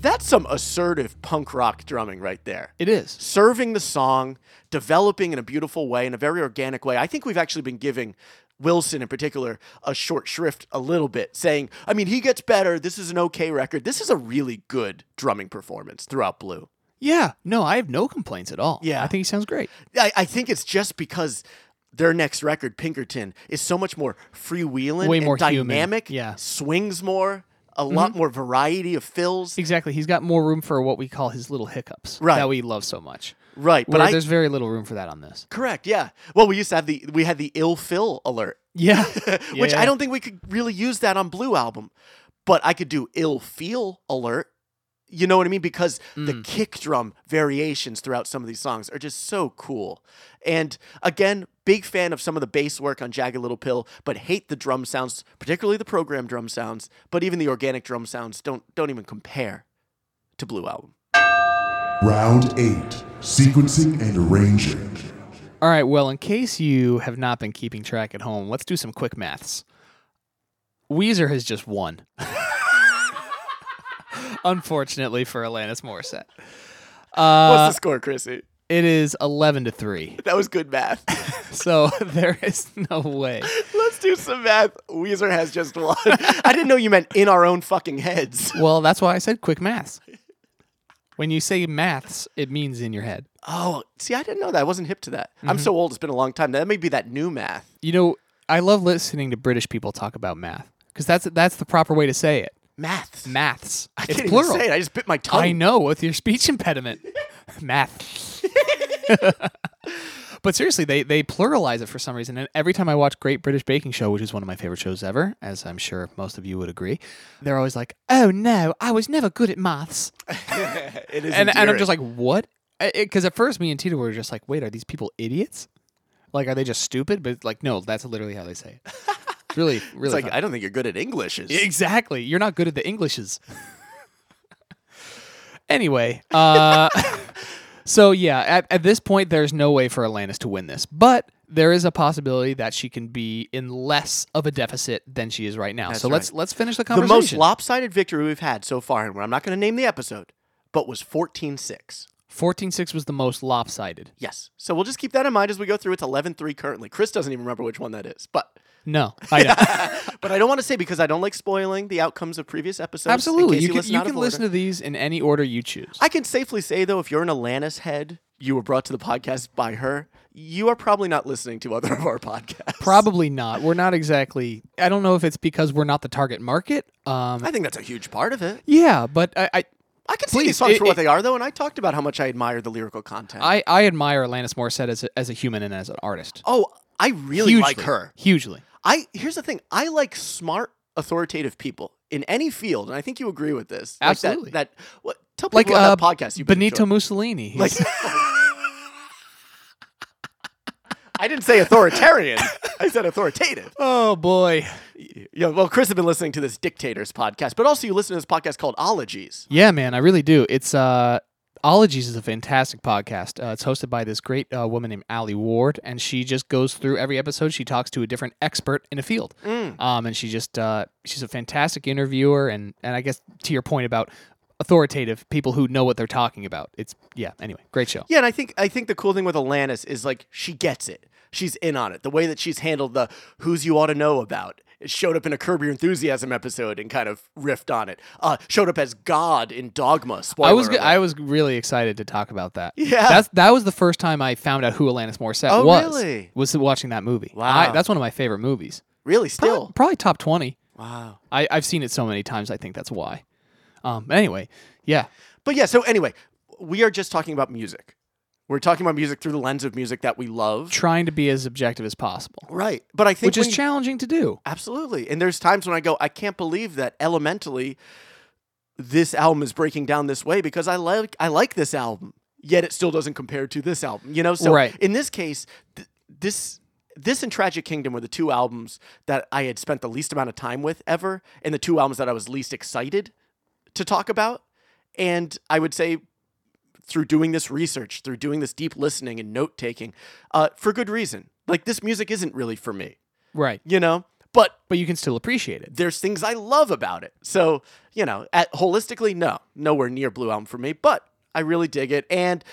[SPEAKER 3] That's some assertive punk rock drumming right there.
[SPEAKER 4] it is
[SPEAKER 3] Serving the song, developing in a beautiful way, in a very organic way. I think we've actually been giving Wilson in particular a short shrift a little bit, saying, I mean, he gets better. This is an okay record. This is a really good drumming performance throughout Blue.
[SPEAKER 4] Yeah, no, I have no complaints at all.
[SPEAKER 3] Yeah.
[SPEAKER 4] I think he sounds great.
[SPEAKER 3] I, I think it's just because their next record, Pinkerton, is so much more freewheeling,
[SPEAKER 4] Way
[SPEAKER 3] and
[SPEAKER 4] more human.
[SPEAKER 3] dynamic,
[SPEAKER 4] Yeah. Mm-hmm.
[SPEAKER 3] swings more, a lot more variety of fills.
[SPEAKER 4] Exactly. He's got more room for what we call his little hiccups
[SPEAKER 3] Right.
[SPEAKER 4] that we love so much.
[SPEAKER 3] Right, but
[SPEAKER 4] Where
[SPEAKER 3] I
[SPEAKER 4] there's very little room for that on this.
[SPEAKER 3] correct, yeah. Well, we used to have the we had the ill fill alert,
[SPEAKER 4] Yeah.
[SPEAKER 3] which I don't think we could really use that on Blue album, but I could do ill feel alert. You know what I mean? Because the
[SPEAKER 4] Mm.
[SPEAKER 3] kick drum variations throughout some of these songs are just so cool. And again, big fan of some of the bass work on Jagged Little Pill, but hate the drum sounds, particularly the program drum sounds, but even the organic drum sounds don't don't even compare to Blue album.
[SPEAKER 6] Round 8 Sequencing and Arranging.
[SPEAKER 4] All right. Well, in case you have not been keeping track at home, let's do some quick maths. Weezer has just won. Unfortunately for Alanis Morissette.
[SPEAKER 3] What's
[SPEAKER 4] Uh,
[SPEAKER 3] the score, Chrissy?
[SPEAKER 4] it is 11 to 3.
[SPEAKER 3] That was good math.
[SPEAKER 4] So there is no way.
[SPEAKER 3] Let's do some math. Weezer has just won. I didn't know you meant in our own fucking heads.
[SPEAKER 4] Well, that's why I said quick maths. When you say maths, it means in your head.
[SPEAKER 3] Oh, see, I didn't know that. I wasn't hip to that.
[SPEAKER 4] Mm-hmm.
[SPEAKER 3] I'm so old. It's been a long time. That may be that new math.
[SPEAKER 4] You know, I love listening to British people talk about math because that's that's the proper way to say it.
[SPEAKER 3] Maths.
[SPEAKER 4] Maths. I it's
[SPEAKER 3] Can't even
[SPEAKER 4] plural.
[SPEAKER 3] say it. I just bit my tongue.
[SPEAKER 4] I know with your speech impediment. Math. but seriously, they they pluralize it for some reason. And every time I watch Great British Baking Show, which is one of my favorite shows ever, as I'm sure most of you would agree, they're always like, "Oh no, I was never good at maths."
[SPEAKER 3] It is
[SPEAKER 4] and, and I'm
[SPEAKER 3] endearing.
[SPEAKER 4] just like, what? Because at first, me and Tito were just like, wait, are these people idiots? Like, are they just stupid? But like, no, that's literally how they say it. It's really,
[SPEAKER 3] It's
[SPEAKER 4] really.
[SPEAKER 3] like,
[SPEAKER 4] fun.
[SPEAKER 3] I don't think you're good at English. It's-
[SPEAKER 4] exactly. You're not good at the Englishes. anyway, uh, so yeah, at, at this point, there's no way for Alanis to win this, but there is a possibility that she can be in less of a deficit than she is right now. so let's
[SPEAKER 3] right.
[SPEAKER 4] let's finish the
[SPEAKER 3] the
[SPEAKER 4] conversation.
[SPEAKER 3] most lopsided victory we've had so far, and I'm not going to name the episode, but was 14 6.
[SPEAKER 4] 14-6 was the most lopsided.
[SPEAKER 3] Yes. So we'll just keep that in mind as we go through. It's 11 3 currently. Chris doesn't even remember which one that is, but.
[SPEAKER 4] No, I know.
[SPEAKER 3] But I don't want to say because I don't like spoiling the outcomes of previous episodes. in
[SPEAKER 4] Absolutely,
[SPEAKER 3] case
[SPEAKER 4] you can
[SPEAKER 3] listen
[SPEAKER 4] you
[SPEAKER 3] out of
[SPEAKER 4] can
[SPEAKER 3] order.
[SPEAKER 4] listen to these in any order you choose.
[SPEAKER 3] I can safely say though, if you're an Alanis head, you were brought to the podcast by her. You are probably not listening to other of our podcasts.
[SPEAKER 4] Probably not. We're not exactly. I don't know if it's because we're not the target market. Um,
[SPEAKER 3] I think that's a huge part of it.
[SPEAKER 4] yeah, but I, I
[SPEAKER 3] I can see these
[SPEAKER 4] Please,
[SPEAKER 3] songs
[SPEAKER 4] it-
[SPEAKER 3] for what
[SPEAKER 4] it-
[SPEAKER 3] they are though, and I talked about how much I admire the lyrical content.
[SPEAKER 4] I I admire Alanis Morissette as a, as a human and as an artist.
[SPEAKER 3] oh, I really
[SPEAKER 4] hugely,
[SPEAKER 3] like her.
[SPEAKER 4] hugely.
[SPEAKER 3] I here's the thing. I like smart, authoritative people in any field, and I think you agree with this.
[SPEAKER 4] Absolutely.
[SPEAKER 3] Like that, that what tell people
[SPEAKER 4] Like
[SPEAKER 3] about
[SPEAKER 4] uh,
[SPEAKER 3] that podcast you
[SPEAKER 4] Benito
[SPEAKER 3] enjoy.
[SPEAKER 4] Mussolini. He's-
[SPEAKER 3] Like I didn't say authoritarian. I said authoritative.
[SPEAKER 4] oh boy.
[SPEAKER 3] Yeah, well, Chris has been listening to this Dictators podcast, but also you listen to this podcast called Ologies.
[SPEAKER 4] Yeah, man, I really do. It's uh, Ologies is a fantastic podcast. Uh, it's hosted by this great uh, woman named Ali Ward, and she just goes through every episode. She talks to a different expert in a field,
[SPEAKER 3] Mm.
[SPEAKER 4] um, and she just uh, she's a fantastic interviewer. And and I guess to your point about authoritative people who know what they're talking about. It's yeah. Anyway, great show.
[SPEAKER 3] Yeah, and I think I think the cool thing with Alanis is like she gets it. She's in on it. The way that she's handled the who's you ought to know about. It showed up in a Curb Your Enthusiasm episode and kind of riffed on it. Uh, showed up as God in Dogma. Spoiler
[SPEAKER 4] I was
[SPEAKER 3] alert.
[SPEAKER 4] I was really excited to talk about that.
[SPEAKER 3] Yeah.
[SPEAKER 4] that's that was the first time I found out who Alanis Morissette
[SPEAKER 3] Oh,
[SPEAKER 4] was.
[SPEAKER 3] really?
[SPEAKER 4] Was watching that movie.
[SPEAKER 3] Wow.
[SPEAKER 4] I- that's one of my favorite movies.
[SPEAKER 3] really
[SPEAKER 4] Probably-
[SPEAKER 3] still.
[SPEAKER 4] probably top twenty.
[SPEAKER 3] Wow.
[SPEAKER 4] I, I've seen it so many times. I think that's why. Um, but anyway, yeah,
[SPEAKER 3] But yeah, so anyway, we are just talking about music. We're talking about music through the lens of music that we love.
[SPEAKER 4] trying to be as objective as possible,
[SPEAKER 3] Right. But I think
[SPEAKER 4] which is
[SPEAKER 3] when you-
[SPEAKER 4] challenging to do.
[SPEAKER 3] Absolutely. And there's times when I go, I can't believe that elementally this album is breaking down this way because I like I like this album, yet it still doesn't compare to this album. You know, so
[SPEAKER 4] Right.
[SPEAKER 3] in this case, th- this this and Tragic Kingdom were the two albums that I had spent the least amount of time with ever, and the two albums that I was least excited to talk about. And I would say through doing this research, through doing this deep listening and note taking, uh, for good reason. Like this music isn't really for me,
[SPEAKER 4] Right,
[SPEAKER 3] you know? But
[SPEAKER 4] but you can still appreciate it.
[SPEAKER 3] there's things I love about it. So, you know, at holistically, no, nowhere near Blue Album for me, but I really dig it. And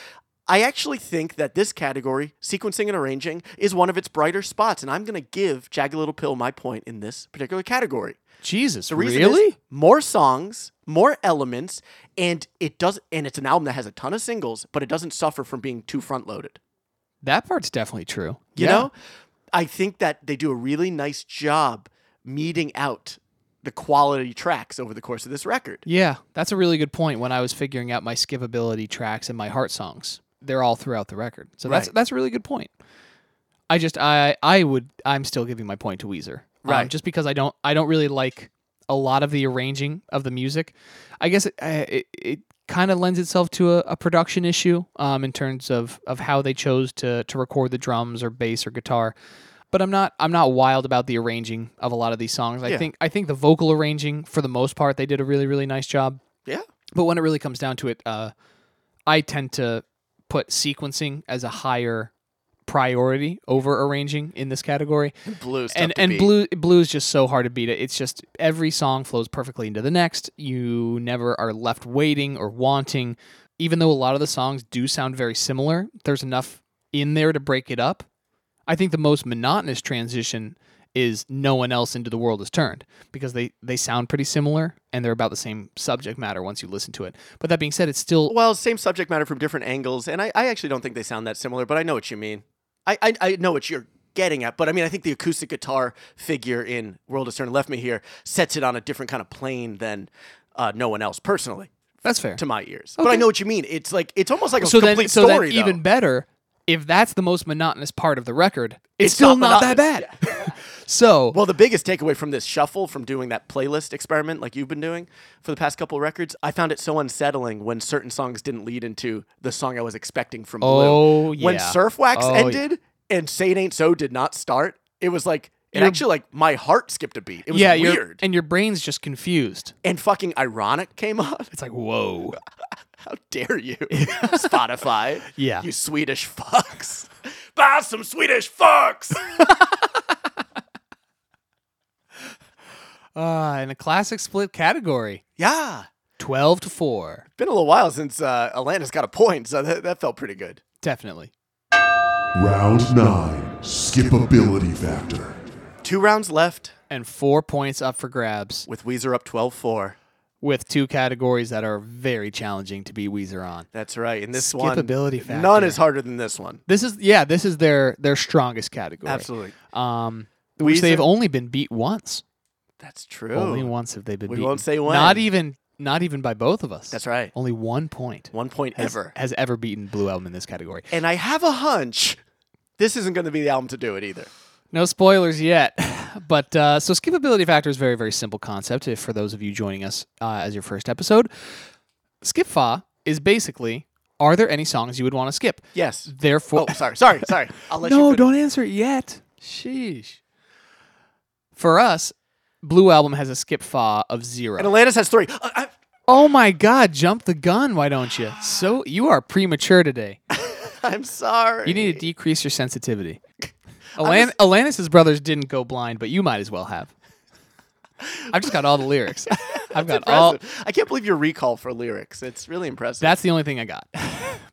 [SPEAKER 3] I actually think that this category, sequencing and arranging, is one of its brighter spots, and I'm going to give Jagged Little Pill my point in this particular category.
[SPEAKER 4] Jesus,
[SPEAKER 3] The reason
[SPEAKER 4] really?
[SPEAKER 3] is more songs, more elements, and it does and it's an album that has a ton of singles, but it doesn't suffer from being too front loaded.
[SPEAKER 4] that part's definitely true.
[SPEAKER 3] You
[SPEAKER 4] Yeah.
[SPEAKER 3] know? I think that they do a really nice job meeting out the quality tracks over the course of this record.
[SPEAKER 4] Yeah, that's a really good point. When I was figuring out my skipability tracks and my heart songs, they're all throughout the record. So that's
[SPEAKER 3] Right.
[SPEAKER 4] that's a really good point. I just I I would I'm still giving my point to Weezer, Um,
[SPEAKER 3] Right.
[SPEAKER 4] just because I don't I don't really like a lot of the arranging of the music. I guess it I- it, it kind of lends itself to a, a production issue um, in terms of of how they chose to to record the drums or bass or guitar. But I'm not I'm not wild about the arranging of a lot of these songs. I
[SPEAKER 3] Yeah.
[SPEAKER 4] think I think the vocal arranging for the most part they did a really really nice job.
[SPEAKER 3] Yeah.
[SPEAKER 4] But when it really comes down to it, uh, I tend to put sequencing as a higher priority over arranging in this category.
[SPEAKER 3] Blues
[SPEAKER 4] And and blue blue is just so hard to beat. It. It's just every song flows perfectly into the next. You never are left waiting or wanting. Even though a lot of the songs do sound very similar, there's enough in there to break it up. I think the most monotonous transition is no one else into the world is turned because they they sound pretty similar and they're about the same subject matter once you listen to it. But that being said, it's still
[SPEAKER 3] Well, same subject matter from different angles, and I, I actually don't think they sound that similar, but I know what you mean. I, I, I know what you're getting at, but I mean, I think the acoustic guitar figure in World is Turn Left Me Here sets it on a different kind of plane than uh, no one else, personally,
[SPEAKER 4] that's fair.
[SPEAKER 3] to my ears. But I know what you mean. It's like it's almost like a
[SPEAKER 4] so
[SPEAKER 3] complete
[SPEAKER 4] then, so
[SPEAKER 3] story.
[SPEAKER 4] then
[SPEAKER 3] though.
[SPEAKER 4] even better, if that's the most monotonous part of the record, it's,
[SPEAKER 3] It's
[SPEAKER 4] still not,
[SPEAKER 3] not
[SPEAKER 4] that bad.
[SPEAKER 3] monotonous,
[SPEAKER 4] so
[SPEAKER 3] Well, the biggest takeaway from this shuffle, from doing that playlist experiment like you've been doing for the past couple records, I found it so unsettling when certain songs didn't lead into the song I was expecting from
[SPEAKER 4] Oh,
[SPEAKER 3] Blue. When
[SPEAKER 4] yeah.
[SPEAKER 3] Surf Wax
[SPEAKER 4] Oh, yeah.
[SPEAKER 3] ended and Say It Ain't So did not start, it was like, it
[SPEAKER 4] Your-
[SPEAKER 3] actually, like, my heart skipped a beat. It was
[SPEAKER 4] yeah, your-
[SPEAKER 3] weird. And,
[SPEAKER 4] and your brain's just confused.
[SPEAKER 3] fucking Ironic came on.
[SPEAKER 4] It's like whoa.
[SPEAKER 3] How dare you, Spotify?
[SPEAKER 4] Yeah.
[SPEAKER 3] You Swedish fucks. Buy some Swedish fucks.
[SPEAKER 4] Uh, in a classic split category,
[SPEAKER 3] yeah.
[SPEAKER 4] twelve to four,
[SPEAKER 3] Been a little while since uh, Atlanta's got a point, so that, that felt pretty good.
[SPEAKER 4] definitely.
[SPEAKER 6] Round 9 Skipability Factor.
[SPEAKER 3] Two rounds left
[SPEAKER 4] And four points up for grabs
[SPEAKER 3] with Weezer up 12 4.
[SPEAKER 4] with two categories that are very challenging to be Weezer on.
[SPEAKER 3] That's right. And this
[SPEAKER 4] Skippability
[SPEAKER 3] one,
[SPEAKER 4] factor.
[SPEAKER 3] none is harder than this one.
[SPEAKER 4] This is yeah, this is their their strongest category. Um, which
[SPEAKER 3] Weezer-
[SPEAKER 4] they've only been beat once.
[SPEAKER 3] That's true.
[SPEAKER 4] Only once have they been
[SPEAKER 3] We
[SPEAKER 4] beaten.
[SPEAKER 3] won't say when.
[SPEAKER 4] Not even not even by both of us.
[SPEAKER 3] That's right.
[SPEAKER 4] Only one point
[SPEAKER 3] One point
[SPEAKER 4] has,
[SPEAKER 3] ever.
[SPEAKER 4] has ever beaten Blue Album in this category.
[SPEAKER 3] And I have a hunch this isn't going to be the album to do it either.
[SPEAKER 4] No spoilers yet, but uh, so skippability factor is a very very simple concept. If for those of you joining us uh, as your first episode, skip fa is basically are there any songs you would want to skip?
[SPEAKER 3] Yes.
[SPEAKER 4] Therefore,
[SPEAKER 3] Oh, sorry. Sorry. Sorry. I'll let
[SPEAKER 4] no,
[SPEAKER 3] you. finish.
[SPEAKER 4] don't answer it yet. Sheesh. For us, Blue Album has a skip fa of zero.
[SPEAKER 3] And Atlantis has three. Uh, I-
[SPEAKER 4] Oh my God! Jump the gun! Why don't you? So you are premature today.
[SPEAKER 3] I'm sorry.
[SPEAKER 4] You need to decrease your sensitivity. Alan- Alanis' brothers didn't go blind, but you might as well have. I've just got all the lyrics. I've got all.
[SPEAKER 3] Impressive. I can't believe your recall for lyrics. It's really impressive.
[SPEAKER 4] That's the only thing I got.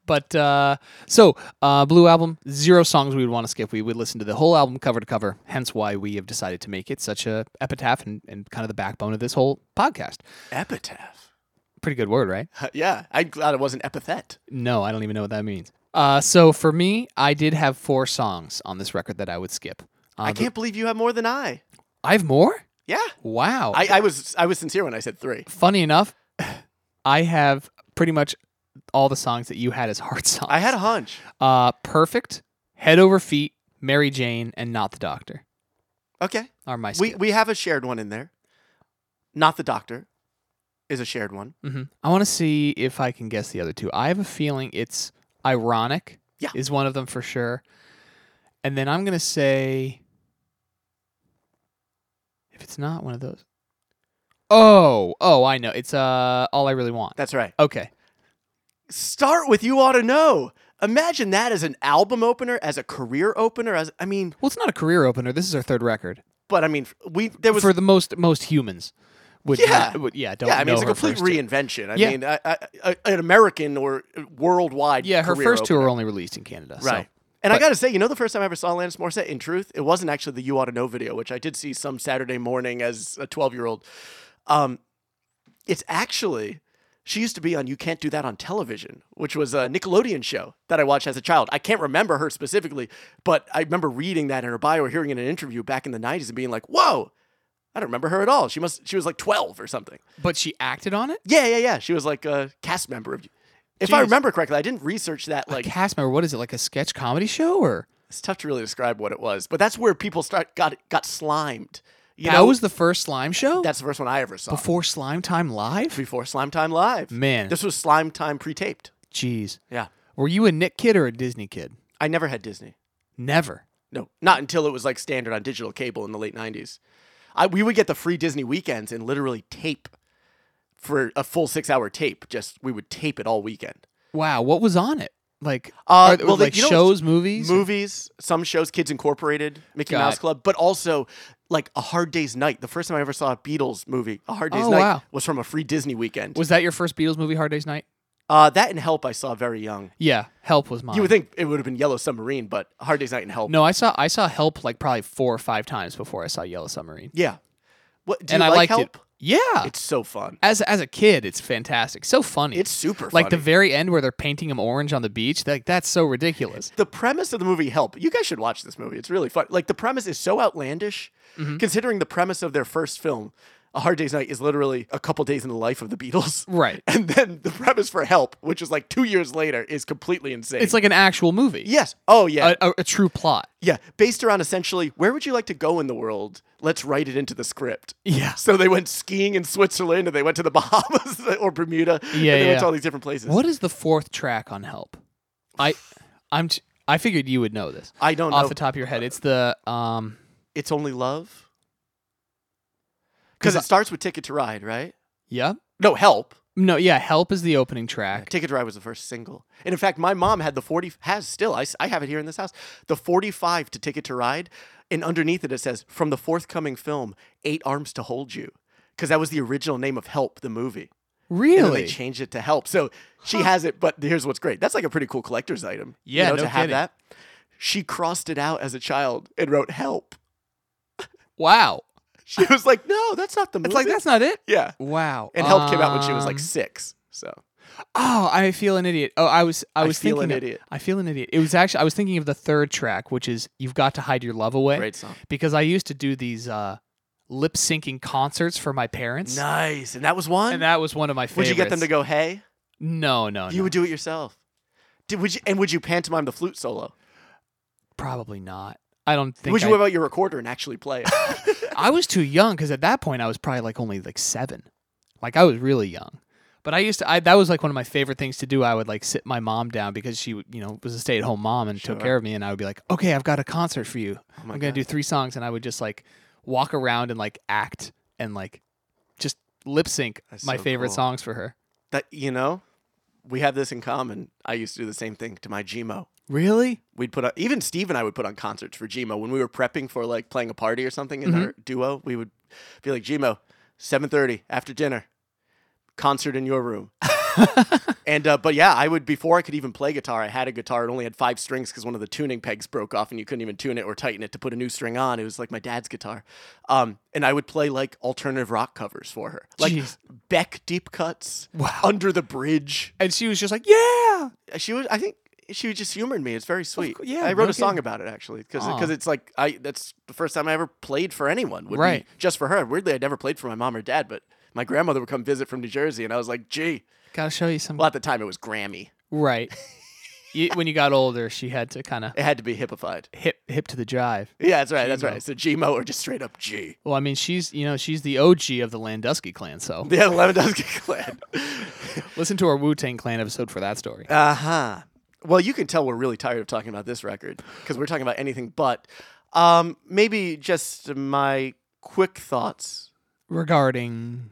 [SPEAKER 4] But uh, so uh, Blue album, zero songs we would want to skip. We would listen to the whole album cover to cover. Hence why we have decided to make it such a epitaph and, and kind of the backbone of this whole podcast.
[SPEAKER 3] epitaph.
[SPEAKER 4] Pretty good word, right?
[SPEAKER 3] yeah. I'm glad it wasn't epithet.
[SPEAKER 4] No, I don't even know what that means. Uh, so for me, I did have four songs on this record that I would skip. Uh,
[SPEAKER 3] I can't believe you have more than I.
[SPEAKER 4] I have more.
[SPEAKER 3] Yeah.
[SPEAKER 4] Oh. Wow.
[SPEAKER 3] I, I was I was sincere when I said three.
[SPEAKER 4] Funny enough, I have pretty much all the songs that you had as heart songs.
[SPEAKER 3] I had a hunch.
[SPEAKER 4] uh, perfect, head over feet, Mary Jane, and not the doctor
[SPEAKER 3] Okay.
[SPEAKER 4] are my
[SPEAKER 3] We
[SPEAKER 4] skips.
[SPEAKER 3] we have a shared one in there. Not the doctor is a shared one.
[SPEAKER 4] Mhm. I want to see if I can guess the other two. I have a feeling it's ironic.
[SPEAKER 3] Yeah.
[SPEAKER 4] is one of them for sure. And then I'm gonna say, if it's not one of those, oh, oh, I know. It's uh, all I really want.
[SPEAKER 3] That's right.
[SPEAKER 4] okay.
[SPEAKER 3] Start with you ought to know. Imagine that as an album opener, as a career opener, as I mean,
[SPEAKER 4] Well, it's not a career opener. This is our third record.
[SPEAKER 3] but I mean, we there was
[SPEAKER 4] for the most most humans. would
[SPEAKER 3] Yeah.
[SPEAKER 4] not- would- yeah, don't
[SPEAKER 3] yeah, I mean,
[SPEAKER 4] know
[SPEAKER 3] it's a
[SPEAKER 4] her
[SPEAKER 3] complete
[SPEAKER 4] first tour.
[SPEAKER 3] reinvention. I
[SPEAKER 4] Yeah.
[SPEAKER 3] mean, I, I, I, an American or uh, worldwide.
[SPEAKER 4] Yeah, her
[SPEAKER 3] career
[SPEAKER 4] first two
[SPEAKER 3] opener.
[SPEAKER 4] are only released in Canada. so-
[SPEAKER 3] Right. and I got to say, you know, the first time I ever saw Alanis Morissette, in truth, it wasn't actually the You Ought to Know video, which I did see some Saturday morning as a 12 year old. Um, it's actually, she used to be on You Can't Do That on Television, which was a Nickelodeon show that I watched as a child. I can't remember her specifically, but I remember reading that in her bio or hearing it in an interview back in the 90s and being like, whoa, I don't remember her at all. She must, she was like 12 or something.
[SPEAKER 4] But she acted on it?
[SPEAKER 3] Yeah, yeah, yeah. She was like a cast member of. If I
[SPEAKER 4] Jeez.
[SPEAKER 3] remember correctly, I didn't research that. Like,
[SPEAKER 4] a cast member, what is it, like a sketch comedy show or
[SPEAKER 3] it's tough to really describe what it was, but that's where people start got got slimed. You
[SPEAKER 4] that
[SPEAKER 3] know,
[SPEAKER 4] was the first slime show?
[SPEAKER 3] that's the first one I ever saw
[SPEAKER 4] before Slime Time Live?
[SPEAKER 3] before Slime Time Live.
[SPEAKER 4] Man.
[SPEAKER 3] this was Slime Time pre-taped.
[SPEAKER 4] Jeez.
[SPEAKER 3] Yeah,
[SPEAKER 4] Were you a Nick kid or a Disney kid?
[SPEAKER 3] I never had Disney.
[SPEAKER 4] Never.
[SPEAKER 3] No, not until it was like standard on digital cable in the late '90s. I we would get the free Disney weekends and literally tape for a full six-hour tape. Just we would tape it all weekend.
[SPEAKER 4] Wow, what was on it? Like,
[SPEAKER 3] Uh,
[SPEAKER 4] are-
[SPEAKER 3] well, they-
[SPEAKER 4] like
[SPEAKER 3] you know,
[SPEAKER 4] shows, movies?
[SPEAKER 3] movies, some shows, Kids Incorporated, Mickey
[SPEAKER 4] Got
[SPEAKER 3] Mouse
[SPEAKER 4] it.
[SPEAKER 3] Club, but also like A Hard Day's Night. The first time I ever saw a Beatles movie, A Hard Day's
[SPEAKER 4] Oh,
[SPEAKER 3] Night,
[SPEAKER 4] wow.
[SPEAKER 3] was from a free Disney weekend.
[SPEAKER 4] Was that your first Beatles movie, Hard Day's Night?
[SPEAKER 3] uh, that and Help I saw very young.
[SPEAKER 4] Yeah, Help was mine.
[SPEAKER 3] You would think it would have been Yellow Submarine, but A Hard Day's Night and Help.
[SPEAKER 4] No, I saw I saw Help like probably four or five times before I saw Yellow Submarine,
[SPEAKER 3] Yeah. What, do
[SPEAKER 4] and
[SPEAKER 3] you
[SPEAKER 4] I
[SPEAKER 3] like
[SPEAKER 4] liked
[SPEAKER 3] Help?
[SPEAKER 4] it. Uh, Yeah,
[SPEAKER 3] It's so fun.
[SPEAKER 4] as as a kid, it's fantastic, so funny.
[SPEAKER 3] It's super
[SPEAKER 4] like the
[SPEAKER 3] funny.
[SPEAKER 4] very end where they're painting him orange on the beach. Like that's so ridiculous.
[SPEAKER 3] The premise of the movie Help, you guys should watch this movie. It's really fun. Like the premise is so outlandish,
[SPEAKER 4] Mm-hmm.
[SPEAKER 3] considering the premise of their first film. A Hard Day's Night is literally a couple days in the life of the Beatles.
[SPEAKER 4] Right.
[SPEAKER 3] And then the premise for Help, which is like two years later, is completely insane.
[SPEAKER 4] It's like Uh, an actual movie.
[SPEAKER 3] yes. Oh, yeah.
[SPEAKER 4] a, a, a true plot.
[SPEAKER 3] yeah. Based around essentially, where would you like to go in the world? Let's write it into the script.
[SPEAKER 4] Yeah.
[SPEAKER 3] So they went skiing in Switzerland and they went to the Bahamas or Bermuda. and
[SPEAKER 4] Yeah,
[SPEAKER 3] They went
[SPEAKER 4] yeah.
[SPEAKER 3] to all these different places.
[SPEAKER 4] What is the fourth track on Help? I I'm t- I figured you would know this
[SPEAKER 3] I don't
[SPEAKER 4] off
[SPEAKER 3] know.
[SPEAKER 4] the top of your head. It's the um
[SPEAKER 3] It's only love? Because
[SPEAKER 4] I-
[SPEAKER 3] it starts with Ticket to Ride, right?
[SPEAKER 4] yeah.
[SPEAKER 3] No, Help.
[SPEAKER 4] No, yeah, Help is the opening track.
[SPEAKER 3] Ticket to Ride was the first single. And in fact, my mom had the 40, has still, I, s- I have it here in this house, the 45 to Ticket to Ride. And underneath it, it says, from the forthcoming film, Eight Arms to Hold You. Because that was the original name of Help, the movie. And then
[SPEAKER 4] Really?
[SPEAKER 3] they changed it to Help. So she has it, but here's what's great. That's like a pretty cool collector's item. you
[SPEAKER 4] Yeah,
[SPEAKER 3] know,
[SPEAKER 4] no
[SPEAKER 3] to have
[SPEAKER 4] kidding.
[SPEAKER 3] that. She crossed it out as a child and wrote Help.
[SPEAKER 4] wow.
[SPEAKER 3] She was like, no, that's not the movie.
[SPEAKER 4] It's like that's not it.
[SPEAKER 3] Yeah.
[SPEAKER 4] Wow.
[SPEAKER 3] And Help came out when she was like
[SPEAKER 4] Um,
[SPEAKER 3] six. So
[SPEAKER 4] Oh, I feel an idiot. Oh, I was I
[SPEAKER 3] I
[SPEAKER 4] was
[SPEAKER 3] feel
[SPEAKER 4] thinking
[SPEAKER 3] an
[SPEAKER 4] of-
[SPEAKER 3] idiot.
[SPEAKER 4] I feel an idiot. It was actually I was thinking of the third track, which is You've Got to Hide Your Love Away.
[SPEAKER 3] Great song.
[SPEAKER 4] Because I used to do these uh lip syncing concerts for my parents.
[SPEAKER 3] nice. And that was one.
[SPEAKER 4] And that was one of my
[SPEAKER 3] would
[SPEAKER 4] favorites.
[SPEAKER 3] you get them to go, hey?
[SPEAKER 4] No, no,
[SPEAKER 3] You
[SPEAKER 4] no.
[SPEAKER 3] would do it yourself. Did, would you, and would you pantomime the flute solo?
[SPEAKER 4] Probably not. I don't think
[SPEAKER 3] Would you
[SPEAKER 4] I,
[SPEAKER 3] whip out your recorder and actually play it?
[SPEAKER 4] I was too young because at that point I was probably like only like seven, like I was really young. But I used to. I that was like one of my favorite things to do. I would like sit my mom down because she, would, you know, was a stay at home mom and took care of me, and I would be like, "Okay, I've got a concert for you. I'm gonna do three songs," and I would just like walk around and like act and like just lip sync
[SPEAKER 3] That's
[SPEAKER 4] my
[SPEAKER 3] so
[SPEAKER 4] favorite
[SPEAKER 3] cool.
[SPEAKER 4] songs for her.
[SPEAKER 3] that you know, we have this in common. I used to do the same thing to my Gmo.
[SPEAKER 4] Really?
[SPEAKER 3] We'd put on even Steve and I would put on concerts for Gmo when we were prepping for like playing a party or something
[SPEAKER 4] Mm-hmm.
[SPEAKER 3] in our duo. We would be like Gmo, seven thirty after dinner, concert in your room. and uh, but yeah, I would before I could even play guitar, I had a guitar. It only had five strings because one of the tuning pegs broke off, and you couldn't even tune it or tighten it to put a new string on. It was like my dad's guitar. Um, and I would play like alternative rock covers for her, like
[SPEAKER 4] Jeez.
[SPEAKER 3] Beck deep cuts,
[SPEAKER 4] Wow.
[SPEAKER 3] Under the Bridge
[SPEAKER 4] And she was just like, "Yeah."
[SPEAKER 3] she was i think she just humored me it's very sweet
[SPEAKER 4] cou- yeah,
[SPEAKER 3] i wrote
[SPEAKER 4] no
[SPEAKER 3] a song
[SPEAKER 4] kidding.
[SPEAKER 3] about it actually because
[SPEAKER 4] Aw.
[SPEAKER 3] it's like i that's the first time i ever played for anyone would
[SPEAKER 4] Right.
[SPEAKER 3] be just for her weirdly i never played for my mom or dad but my grandmother would come visit from new jersey and i was like gee
[SPEAKER 4] Gotta show you some.
[SPEAKER 3] well at the time it was grammy
[SPEAKER 4] Right. you, when you got older, she had to kind of
[SPEAKER 3] it had to be hippified
[SPEAKER 4] hip hip to the jive.
[SPEAKER 3] yeah that's right that's right so gmo or just straight up g
[SPEAKER 4] Well, I mean, she's you know she's the OG of the Landusky clan, so
[SPEAKER 3] yeah lemon does get glad
[SPEAKER 4] listen to our Wu Tang Clan episode for that story.
[SPEAKER 3] uh-huh well you can tell we're really tired of talking about this record because we're talking about anything but um maybe just my quick thoughts
[SPEAKER 4] Regarding,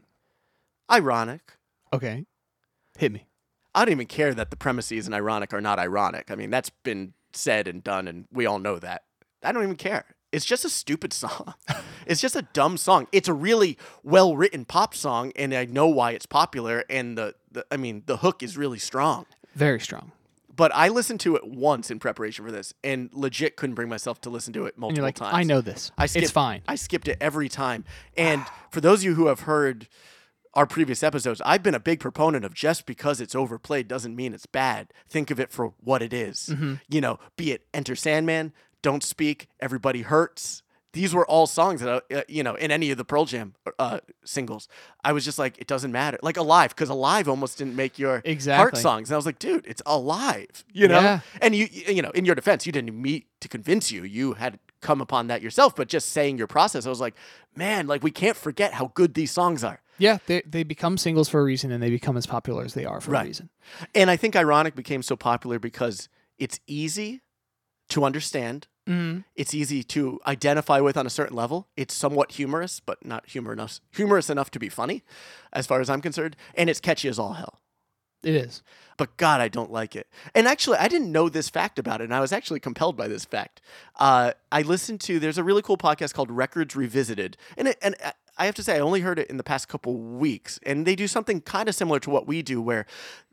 [SPEAKER 3] ironic
[SPEAKER 4] okay, hit me.
[SPEAKER 3] I don't even care that the premise is ironic or not ironic. I mean, that's been said and done, and we all know that. I don't even care. It's just a stupid song. it's just a dumb song. It's a really well written pop song, and I know why it's popular. And the, the, I mean, the hook is really strong.
[SPEAKER 4] Very strong.
[SPEAKER 3] But I listened to it once in preparation for this, and legit couldn't bring myself to listen to it multiple
[SPEAKER 4] And you're like,
[SPEAKER 3] times.
[SPEAKER 4] I know this.
[SPEAKER 3] I skipped,
[SPEAKER 4] it's fine.
[SPEAKER 3] I skipped it every time. And for those of you who have heard our previous episodes, I've been a big proponent of just because it's overplayed doesn't mean it's bad. Think of it for what it is.
[SPEAKER 4] Mm-hmm.
[SPEAKER 3] You know, be it Enter Sandman, Don't Speak, Everybody Hurts. These were all songs that, I, uh, you know, in any of the Pearl Jam uh, singles. I was just like, it doesn't matter. Like Alive, because Alive almost didn't make your heart
[SPEAKER 4] Exactly.
[SPEAKER 3] songs. And I was like, dude, it's Alive, you know?
[SPEAKER 4] Yeah.
[SPEAKER 3] And you, you know, in your defense, you didn't meet to convince you. You had come upon that yourself. But just saying your process, I was like, man, like we can't forget how good these songs are.
[SPEAKER 4] yeah, they, they become singles for a reason and they become as popular as they are for
[SPEAKER 3] Right.
[SPEAKER 4] a reason.
[SPEAKER 3] And I think Ironic became so popular because it's easy to understand.
[SPEAKER 4] Mm-hmm.
[SPEAKER 3] It's easy to identify with on a certain level. It's somewhat humorous, but not humor enough, humorous enough to be funny, as far as I'm concerned. And it's catchy as all hell.
[SPEAKER 4] It is.
[SPEAKER 3] but God, I don't like it. And actually, I didn't know this fact about it, and I was actually compelled by this fact. Uh, I listened to there's a really cool podcast called Records Revisited, and it, and I- I have to say, I only heard it in the past couple weeks, and they do something kind of similar to what we do, where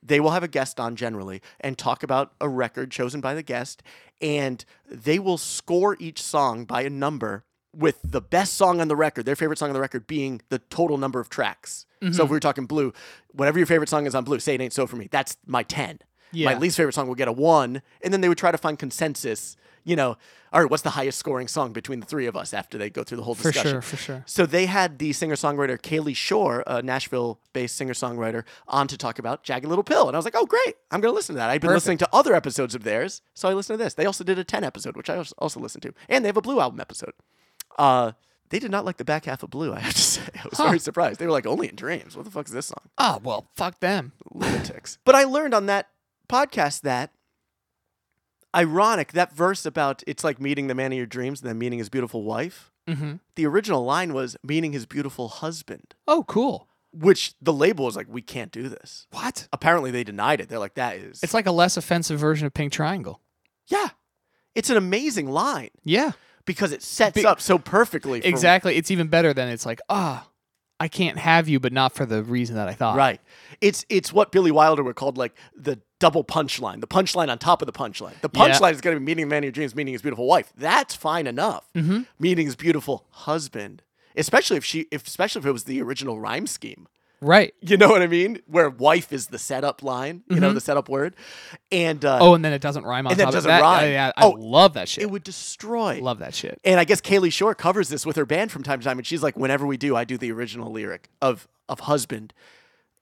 [SPEAKER 3] they will have a guest on generally and talk about a record chosen by the guest, and they will score each song by a number. With the best song on the record, their favorite song on the record being the total number of tracks.
[SPEAKER 4] Mm-hmm.
[SPEAKER 3] So if we were talking blue, whatever your favorite song is on blue, say it ain't so for me. That's my 10. My
[SPEAKER 4] Yeah.
[SPEAKER 3] least favorite song will get a one. And then they would try to find consensus, you know, all right, what's the highest scoring song between the three of us after they go through the whole
[SPEAKER 4] For
[SPEAKER 3] discussion?
[SPEAKER 4] sure, for sure.
[SPEAKER 3] So they had the singer songwriter Kaylee Shore, a Nashville based singer songwriter, on to talk about Jagged Little Pill. And I was like, oh, great. I'm going to listen to that. I've been listening to other episodes of theirs. So I listened to this. They also did a 10 episode, which I als- also listened to. And they have a Blue album episode. Uh, they did not like the back half of Blue, I have to say. I was very surprised. They were like, only in dreams. What the fuck is this song?
[SPEAKER 4] Oh, well, fuck them.
[SPEAKER 3] lunatics. But I learned on that podcast that ironic that verse about it's like meeting the man of your dreams and then meeting his beautiful wife.
[SPEAKER 4] Mm-hmm.
[SPEAKER 3] The original line was meeting his beautiful husband,
[SPEAKER 4] Oh, cool.
[SPEAKER 3] which the label was like, we can't do this.
[SPEAKER 4] What?
[SPEAKER 3] Apparently, they denied it. They're like, that is.
[SPEAKER 4] It's like a less offensive version of Pink Triangle.
[SPEAKER 3] yeah, it's an amazing line
[SPEAKER 4] Yeah.
[SPEAKER 3] because it sets
[SPEAKER 4] Be-
[SPEAKER 3] up so perfectly. for-
[SPEAKER 4] Exactly. It's even better than it's like, ah, I can't have you, but not for the reason that I thought.
[SPEAKER 3] Right. It's it's what Billy Wilder would call like the double punchline, the punchline on top of the punchline. The
[SPEAKER 4] Yeah.
[SPEAKER 3] punchline is going to be meeting the man of your dreams, meeting his beautiful wife. That's fine enough.
[SPEAKER 4] Mm-hmm.
[SPEAKER 3] Meeting his beautiful husband, especially if she, if, especially if it was the original rhyme scheme.
[SPEAKER 4] Right.
[SPEAKER 3] You know what I mean? Where wife is the setup line, you know, the setup word, and uh,
[SPEAKER 4] Mm-hmm. Oh, and then it doesn't rhyme on
[SPEAKER 3] And then
[SPEAKER 4] top
[SPEAKER 3] it
[SPEAKER 4] of
[SPEAKER 3] doesn't
[SPEAKER 4] that.
[SPEAKER 3] rhyme.
[SPEAKER 4] Yeah, I
[SPEAKER 3] Oh,
[SPEAKER 4] love that shit.
[SPEAKER 3] it would destroy.
[SPEAKER 4] love that shit.
[SPEAKER 3] And I guess Kaylee Shore covers this with her band from time to time, and she's like, "Whenever we do, I do the original lyric of of husband,"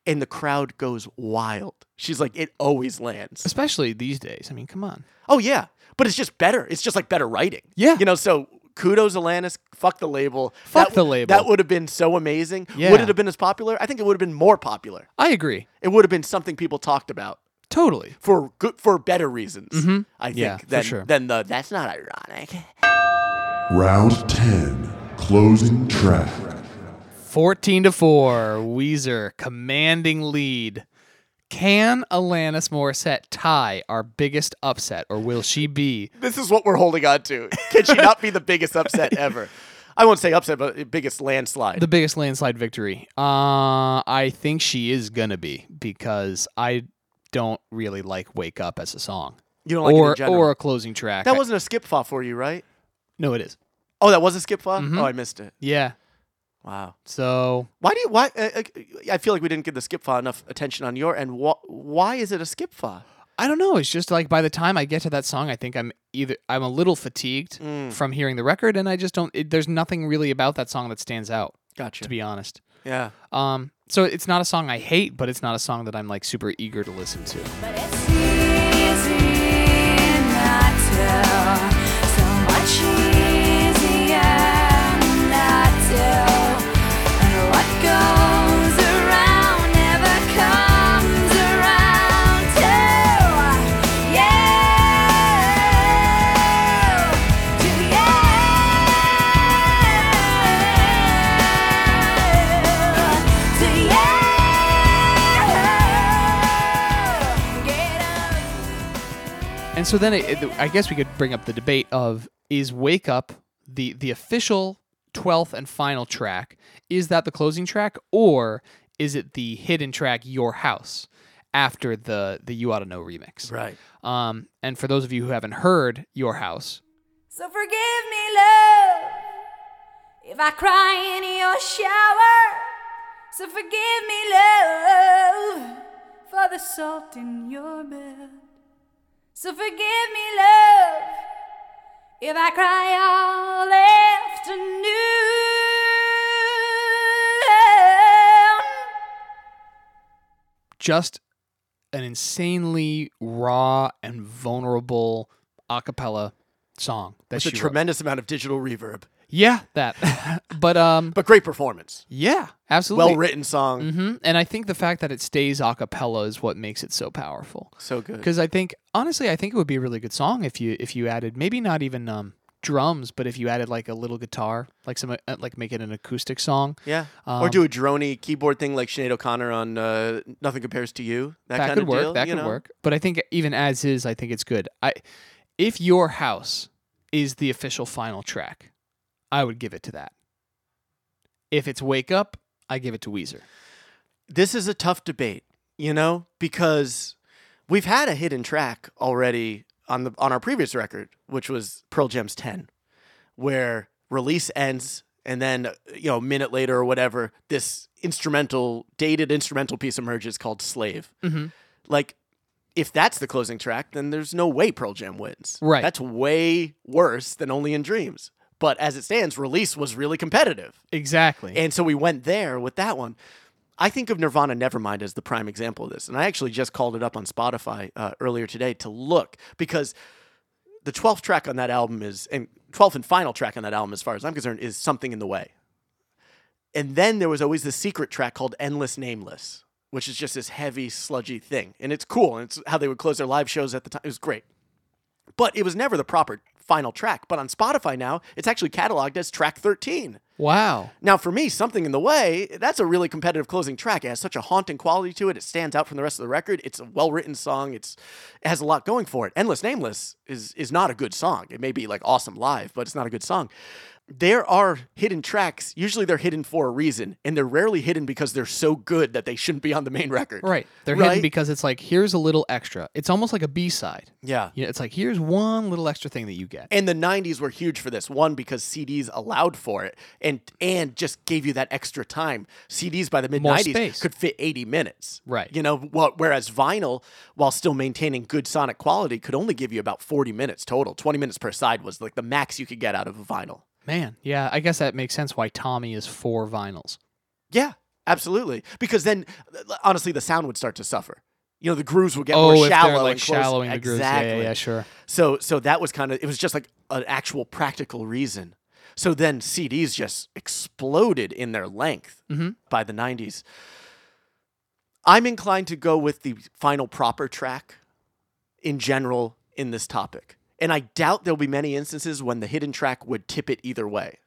[SPEAKER 3] and the crowd goes wild. She's like, "It always lands."
[SPEAKER 4] Especially these days. I mean, come on.
[SPEAKER 3] Oh yeah, but it's just better. It's just like better writing.
[SPEAKER 4] Yeah.
[SPEAKER 3] you know. So kudos, Alanis. Fuck the label.
[SPEAKER 4] Fuck
[SPEAKER 3] That
[SPEAKER 4] the
[SPEAKER 3] w-
[SPEAKER 4] label.
[SPEAKER 3] That would have been so amazing.
[SPEAKER 4] Yeah.
[SPEAKER 3] Would it have been as popular? I think it would have been more popular.
[SPEAKER 4] I agree.
[SPEAKER 3] It would have been something people talked about
[SPEAKER 4] Totally.
[SPEAKER 3] for good for better reasons. I think
[SPEAKER 4] Mm-hmm. Yeah, for
[SPEAKER 3] than
[SPEAKER 4] sure.
[SPEAKER 3] than the that's not ironic.
[SPEAKER 6] Round 10, closing track.
[SPEAKER 4] 14 to 4, Weezer commanding lead. Can Alanis Morissette tie our biggest upset, or will she be?
[SPEAKER 3] This is what we're holding on to. Can she not be the biggest upset ever? I won't say upset, but biggest landslide.
[SPEAKER 4] The biggest landslide victory. Uh, I think she is gonna be because I don't really like "Wake Up" as a song,
[SPEAKER 3] you don't like it
[SPEAKER 4] or
[SPEAKER 3] in general.
[SPEAKER 4] or a closing track.
[SPEAKER 3] that
[SPEAKER 4] I-
[SPEAKER 3] wasn't a skip fa for you, right?
[SPEAKER 4] no, it is.
[SPEAKER 3] Oh, that was a skip fa.
[SPEAKER 4] Mm-hmm.
[SPEAKER 3] Oh, I missed it.
[SPEAKER 4] Yeah.
[SPEAKER 3] Wow.
[SPEAKER 4] So
[SPEAKER 3] Why do you? Why? Uh, uh, I feel like we didn't give the skip fa enough attention on your end. Wh- why is it a skip fa?
[SPEAKER 4] I don't know. It's just like by the time I get to that song, I think I'm either I'm a little fatigued from hearing the record, and I just don't. It, there's nothing really about that song that stands out.
[SPEAKER 3] Gotcha.
[SPEAKER 4] To be honest.
[SPEAKER 3] Yeah.
[SPEAKER 4] Um, so it's not a song I hate, but it's not a song that I'm like super eager to listen to.
[SPEAKER 7] But it's easy not to. So much easier not to. And what goes around never comes around to you. To you. To you.
[SPEAKER 4] And so then it, it- I guess we could bring up the debate of is "Wake Up" the the official 12th and final track is that the closing track or is it the hidden track your house after the the you ought to know remix
[SPEAKER 3] Right.
[SPEAKER 4] um and for those of you who haven't heard your house
[SPEAKER 2] So forgive me, love, if I cry in your shower. So forgive me, love, for the salt in your bed. So forgive me, love, if I cry all afternoon.
[SPEAKER 4] just an insanely raw and vulnerable a cappella song that's
[SPEAKER 3] It's a tremendous amount of digital reverb,
[SPEAKER 4] yeah that but um
[SPEAKER 3] but great performance.
[SPEAKER 4] yeah absolutely
[SPEAKER 3] Well written song.
[SPEAKER 4] hmm And I think the fact that it stays a cappella is what makes it so powerful.
[SPEAKER 3] So good.
[SPEAKER 4] Because I think honestly, I think it would be a really good song if you if you added maybe not even um, drums, but if you added like a little guitar, like some uh, like make it an acoustic song.
[SPEAKER 3] Yeah.
[SPEAKER 4] Um,
[SPEAKER 3] or do a drony keyboard thing like Sinead O'Connor on uh, Nothing Compares to You. That,
[SPEAKER 4] that
[SPEAKER 3] kind
[SPEAKER 4] could
[SPEAKER 3] of
[SPEAKER 4] work.
[SPEAKER 3] deal.
[SPEAKER 4] that
[SPEAKER 3] you
[SPEAKER 4] could
[SPEAKER 3] know?
[SPEAKER 4] work. But I think even as is, I think it's good. I if your house is the official final track, I would give it to that. If it's Wake Up, I give it to Weezer.
[SPEAKER 3] This is a tough debate, you know, because we've had a hidden track already on the on our previous record, which was Pearl Jam's 10, where release ends and then uh, you know a minute later or whatever this instrumental dated instrumental piece emerges called Slave. Like if that's the closing track, then there's no way Pearl Jam wins.
[SPEAKER 4] Right.
[SPEAKER 3] That's way worse than Only in Dreams. But as it stands, release was really competitive.
[SPEAKER 4] Exactly.
[SPEAKER 3] And so we went there with that one. I think of Nirvana Nevermind as the prime example of this. And I actually just called it up on Spotify uh, earlier today to look because the 12th track on that album is, and 12th and final track on that album, as far as I'm concerned, is Something in the Way. And then there was always this secret track called Endless Nameless, which is just this heavy, sludgy thing. And it's cool. And it's how they would close their live shows at the time. It was great. But it was never the proper final track. But on Spotify now, it's actually cataloged as track 13.
[SPEAKER 4] wow.
[SPEAKER 3] Now, for me, Something in the Way, that's a really competitive closing track. It has such a haunting quality to it. It stands out from the rest of the record. It's a well written song. It's, it has a lot going for it. Endless Nameless is, is not a good song. It may be like awesome live, but it's not a good song. There are hidden tracks. Usually they're hidden for a reason, and they're rarely hidden because they're so good that they shouldn't be on the main record.
[SPEAKER 4] Right. They're
[SPEAKER 3] Right?
[SPEAKER 4] hidden because it's like here's a little extra. It's almost like a B side.
[SPEAKER 3] Yeah.
[SPEAKER 4] You know, it's like here's one little extra thing that you get.
[SPEAKER 3] And the 90s were huge for this. One because CDs allowed for it and and just gave you that extra time. CDs by the mid
[SPEAKER 4] More space.
[SPEAKER 3] 90s could fit 80 minutes.
[SPEAKER 4] Right.
[SPEAKER 3] You know, wh- whereas vinyl while still maintaining good sonic quality could only give you about 40 minutes total. 20 minutes per side was like the max you could get out of a vinyl.
[SPEAKER 4] Man, yeah, I guess that makes sense why Tommy is four vinyls.
[SPEAKER 3] Yeah, absolutely. Because then honestly the sound would start to suffer. You know, the grooves would get
[SPEAKER 4] oh,
[SPEAKER 3] more
[SPEAKER 4] if
[SPEAKER 3] shallow
[SPEAKER 4] they're like
[SPEAKER 3] and close-
[SPEAKER 4] shallowing the grooves. Yeah,
[SPEAKER 3] Exactly.
[SPEAKER 4] yeah, yeah, sure.
[SPEAKER 3] So so that was kind of it was just like an actual practical reason. So then CDs just exploded in their length by the 90s. I'm inclined to go with the final proper track in general in this topic. And I doubt there'll be many instances when the hidden track would tip it either way.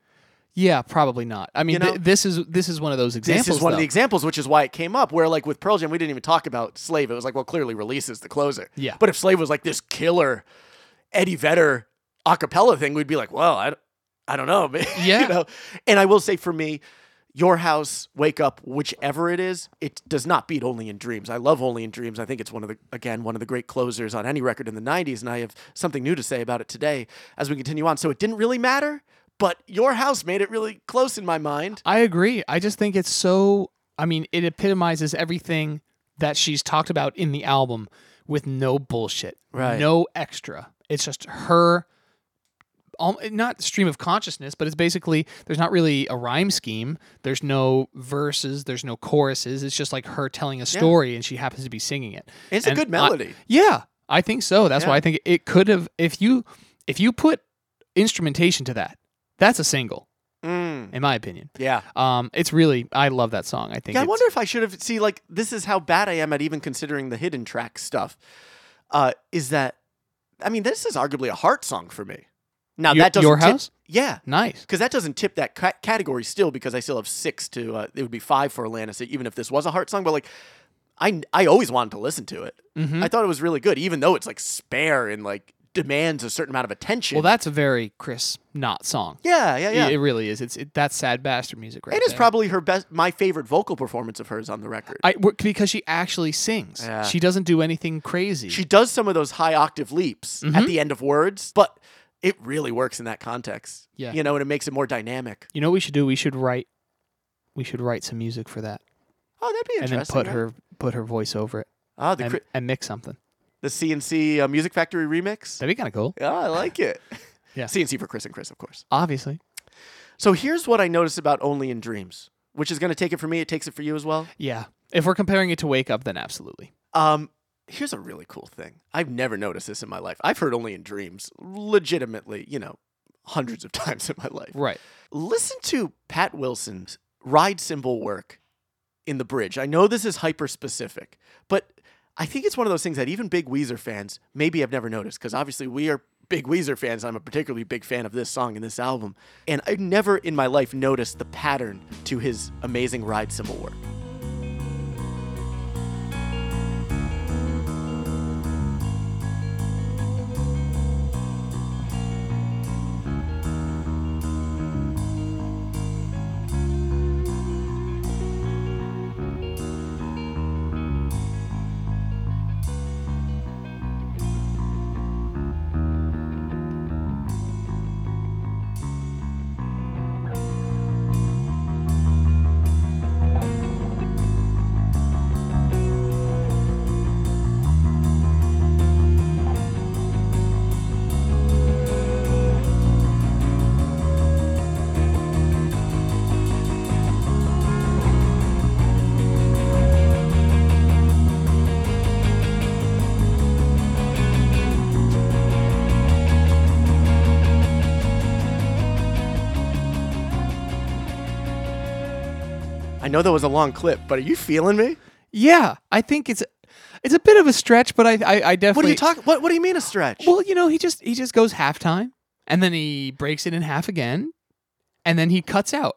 [SPEAKER 4] Yeah, probably not. I mean,
[SPEAKER 3] know?
[SPEAKER 4] th- this is this is one of those examples.
[SPEAKER 3] this is one of
[SPEAKER 4] though.
[SPEAKER 3] the examples, which is why it came up. Where like with Pearl Jam, we didn't even talk about Slave. It was like, well, clearly Release is the closer.
[SPEAKER 4] Yeah.
[SPEAKER 3] But if Slave was like this killer Eddie Vedder a cappella thing, we'd be like, well, I, d- I don't know. man.
[SPEAKER 4] Yeah.
[SPEAKER 3] you know? And I will say for me, Your House, Wake Up, whichever it is, it does not beat Only in Dreams. I love Only in Dreams. I think it's one of the again one of the great closers on any record in the '90s, and I have something new to say about it today as we continue on. So it didn't really matter. But your house made it really close in my mind.
[SPEAKER 4] I agree. I just think it's so. I mean, it epitomizes everything that she's talked about in the album with no bullshit,
[SPEAKER 3] Right.
[SPEAKER 4] No extra. It's just her. al- Not stream of consciousness, but it's basically there's not really a rhyme scheme. There's no verses. There's no choruses. It's just like her telling a story, and she happens to be singing it.
[SPEAKER 3] It's a
[SPEAKER 4] And
[SPEAKER 3] good
[SPEAKER 4] I-
[SPEAKER 3] melody.
[SPEAKER 4] yeah, I think so. That's why
[SPEAKER 3] Yeah.
[SPEAKER 4] I think it could have if you if you put instrumentation to that. That's a single,
[SPEAKER 3] Mm.
[SPEAKER 4] in my opinion.
[SPEAKER 3] Yeah.
[SPEAKER 4] Um, it's really I love that song. I think.
[SPEAKER 3] Yeah, I
[SPEAKER 4] it's-
[SPEAKER 3] wonder if I should have see like this is how bad I am at even considering the hidden track stuff. Uh, is that I mean this is arguably a heart song for me. Now
[SPEAKER 4] Your-
[SPEAKER 3] that doesn't
[SPEAKER 4] Your
[SPEAKER 3] tip-
[SPEAKER 4] House?
[SPEAKER 3] yeah,
[SPEAKER 4] Nice.
[SPEAKER 3] because that doesn't tip that ca- category still because I still have six to uh, it would be five for Alanis e, even if this was a heart song. But like
[SPEAKER 4] Mm-hmm.
[SPEAKER 3] I I always wanted to listen to it. I thought it was really good even though it's like spare and like demands a certain amount of attention.
[SPEAKER 4] Well, that's a very Chris Knott song.
[SPEAKER 3] yeah, yeah, yeah.
[SPEAKER 4] It, it really is. It's it, that's sad bastard music, right?
[SPEAKER 3] it is
[SPEAKER 4] there.
[SPEAKER 3] probably her best, my favorite vocal performance of hers on the record.
[SPEAKER 4] I w- because she actually sings.
[SPEAKER 3] Yeah.
[SPEAKER 4] She doesn't do anything crazy.
[SPEAKER 3] she does some of those high octave leaps
[SPEAKER 4] Mm-hmm.
[SPEAKER 3] at the end of words, but it really works in that context.
[SPEAKER 4] Yeah.
[SPEAKER 3] you know, and it makes it more dynamic.
[SPEAKER 4] you know what we should do? We should write. We should write some music for that,
[SPEAKER 3] Oh, that'd be
[SPEAKER 4] and
[SPEAKER 3] interesting.
[SPEAKER 4] then put
[SPEAKER 3] right?
[SPEAKER 4] her put her voice over it,
[SPEAKER 3] Ah, the
[SPEAKER 4] and,
[SPEAKER 3] cri-
[SPEAKER 4] and mix something.
[SPEAKER 3] the CNC uh, Music Factory remix.
[SPEAKER 4] That'd be kind of cool.
[SPEAKER 3] Yeah, I like it.
[SPEAKER 4] Yeah.
[SPEAKER 3] CNC for Chris and Chris, of course.
[SPEAKER 4] Obviously,
[SPEAKER 3] So here's what I noticed about Only in Dreams, which is going to take it for me. It takes it for you as well.
[SPEAKER 4] yeah. If we're comparing it to Wake Up, then absolutely.
[SPEAKER 3] Um, here's a really cool thing. I've never noticed this in my life. I've heard Only in Dreams legitimately, you know, hundreds of times in my life.
[SPEAKER 4] Right.
[SPEAKER 3] Listen to Pat Wilson's ride cymbal work in the bridge. I know this is hyper specific, but I think it's one of those things that even big Weezer fans maybe have never noticed because obviously we are big Weezer fans. I'm a particularly big fan of this song and this album. And I've never in my life noticed the pattern to his amazing ride cymbal work. I know that was a long clip, but are you feeling me?
[SPEAKER 4] Yeah, I think it's it's a bit of a stretch, but I I, I definitely
[SPEAKER 3] What are you talking? What What do you mean a stretch?
[SPEAKER 4] Well, you know, he just he just goes halftime, and then he breaks it in half again, and then he cuts out,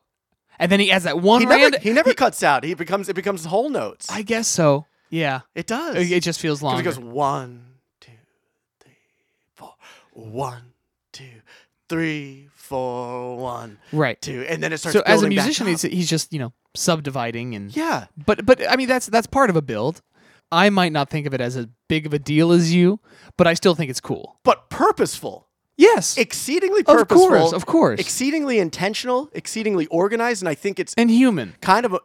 [SPEAKER 4] and then he has that one
[SPEAKER 3] he
[SPEAKER 4] random.
[SPEAKER 3] never, he never cuts out. He becomes it becomes whole notes.
[SPEAKER 4] I guess so. Yeah,
[SPEAKER 3] it does.
[SPEAKER 4] it, it just feels long.
[SPEAKER 3] Because it goes one, two, three, four, one, two, three, four, one,
[SPEAKER 4] right.
[SPEAKER 3] two, and then it starts.
[SPEAKER 4] So as a
[SPEAKER 3] building back
[SPEAKER 4] musician,
[SPEAKER 3] up.
[SPEAKER 4] he's he's just you know subdividing and
[SPEAKER 3] yeah,
[SPEAKER 4] But but I mean that's that's part of a build. I might not think of it as as big of a deal as you, but I still think it's cool.
[SPEAKER 3] but purposeful,
[SPEAKER 4] Yes,
[SPEAKER 3] exceedingly
[SPEAKER 4] course,
[SPEAKER 3] purposeful,
[SPEAKER 4] of course.
[SPEAKER 3] exceedingly intentional, exceedingly organized, and I think it's
[SPEAKER 4] and human.
[SPEAKER 3] kind of a,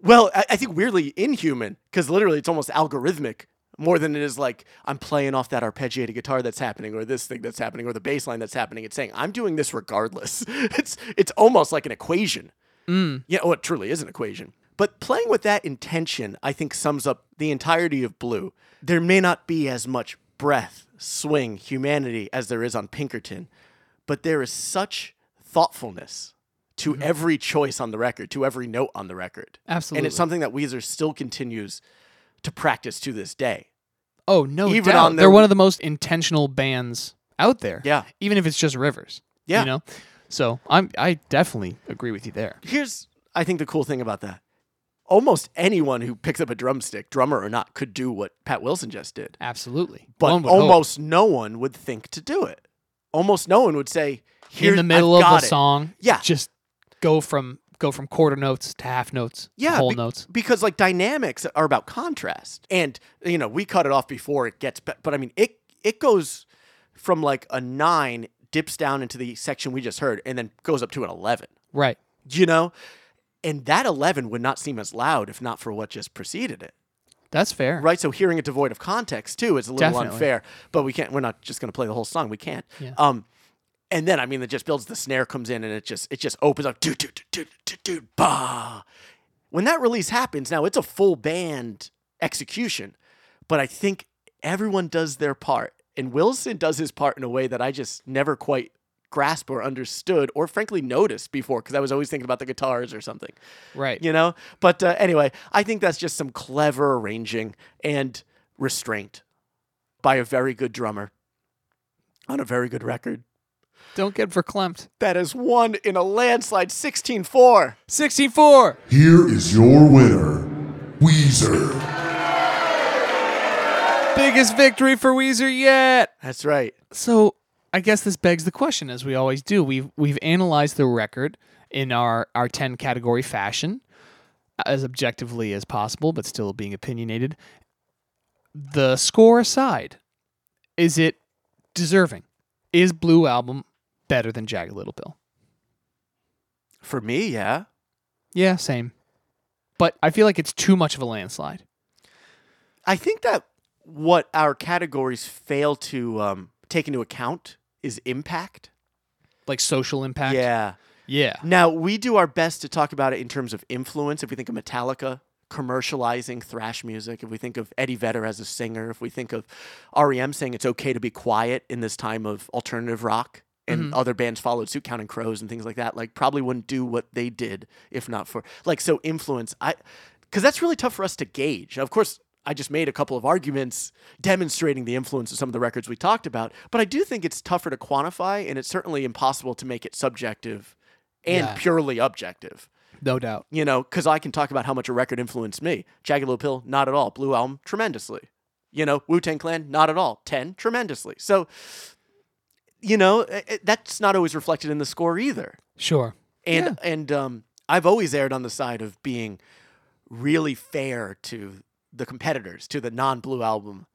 [SPEAKER 3] well, I, I think weirdly inhuman because literally it's almost algorithmic more than it is like I'm playing off that arpeggiated guitar that's happening or this thing that's happening or the bass line that's happening. It's saying I'm doing this regardless. it's it's almost like an equation. Yeah, oh, it truly is an equation. But playing with that intention, I think, sums up the entirety of Blue. There may not be as much breath, swing, humanity as there is on Pinkerton, but there is such thoughtfulness to every choice on the record, to every note on the record. And
[SPEAKER 4] Absolutely.
[SPEAKER 3] it's something that Weezer still continues to practice to this day.
[SPEAKER 4] Oh no,
[SPEAKER 3] Even
[SPEAKER 4] doubt.
[SPEAKER 3] on their-
[SPEAKER 4] they're one of the most intentional bands out there.
[SPEAKER 3] Yeah.
[SPEAKER 4] even if it's just Rivers.
[SPEAKER 3] Yeah.
[SPEAKER 4] you know. So I'm I definitely agree with you there.
[SPEAKER 3] Here's, I think, the cool thing about that. Almost anyone who picks up a drumstick, drummer or not, could do what Pat Wilson just did.
[SPEAKER 4] Absolutely,
[SPEAKER 3] but
[SPEAKER 4] One would hope.
[SPEAKER 3] almost no one would think to do it. Almost no one would say, "Here
[SPEAKER 4] in the middle of
[SPEAKER 3] I've
[SPEAKER 4] the
[SPEAKER 3] got it."
[SPEAKER 4] song.
[SPEAKER 3] Yeah.
[SPEAKER 4] just go from go from quarter notes to half notes, to
[SPEAKER 3] Yeah,
[SPEAKER 4] whole
[SPEAKER 3] be-
[SPEAKER 4] notes.
[SPEAKER 3] because like dynamics are about contrast, and you know we cut it off before it gets. Be- but I mean, it it goes from like a nine dips down into the section we just heard, and then goes up to an eleven.
[SPEAKER 4] Right.
[SPEAKER 3] You know, and that eleven would not seem as loud if not for what just preceded it.
[SPEAKER 4] That's fair.
[SPEAKER 3] right? So hearing it devoid of context too is a little
[SPEAKER 4] Definitely.
[SPEAKER 3] unfair. But we can't. We're not just going to play the whole song. We can't. Um, and then I mean, it just builds. The snare comes in, and it just it just opens up. Doo doo doo doo doo doo bah. When that release happens, now it's a full band execution. But I think everyone does their part, and Wilson does his part in a way that I just never quite grasped or understood or frankly noticed before because I was always thinking about the guitars or something
[SPEAKER 4] Right.
[SPEAKER 3] you know but uh, anyway i think that's just some clever arranging and restraint by a very good drummer on a very good record
[SPEAKER 4] Don't get verklempt.
[SPEAKER 3] that is one in a landslide 16-4
[SPEAKER 4] Sixteen four.
[SPEAKER 6] Here is your winner, Weezer.
[SPEAKER 4] Biggest victory for Weezer yet.
[SPEAKER 3] That's right.
[SPEAKER 4] So I guess this begs the question, as we always do. We've we've analyzed the record in our our ten category fashion, uh, as objectively as possible, but still being opinionated. The score aside, is it deserving? Is Blue Album better than Jagged Little Pill?
[SPEAKER 3] For me, yeah.
[SPEAKER 4] Yeah, same. But I feel like it's too much of a landslide.
[SPEAKER 3] I think that what our categories fail to um, take into account is impact.
[SPEAKER 4] Like social impact.
[SPEAKER 3] Yeah.
[SPEAKER 4] Yeah.
[SPEAKER 3] Now, we do our best to talk about it in terms of influence. If we think of Metallica commercializing thrash music, if we think of Eddie Vedder as a singer, if we think of REM saying it's okay to be quiet in this time of alternative rock, and other bands followed suit, Counting Crows and things like that, like probably wouldn't do what they did if not for, like, so influence. I, because that's really tough for us to gauge. Of course, I just made a couple of arguments demonstrating the influence of some of the records we talked about, but I do think it's tougher to quantify, and it's certainly impossible to make it subjective and
[SPEAKER 4] Yeah.
[SPEAKER 3] purely objective.
[SPEAKER 4] No doubt.
[SPEAKER 3] You know, because I can talk about how much a record influenced me. Jagged Little Pill, not at all. Blue Album, tremendously. You know, Wu Tang Clan, not at all. Ten, tremendously. So, you know, it, it- that's not always reflected in the score either.
[SPEAKER 4] Sure.
[SPEAKER 3] And and um, I've always erred on the side of being really fair to the competitors, to the non-blue album.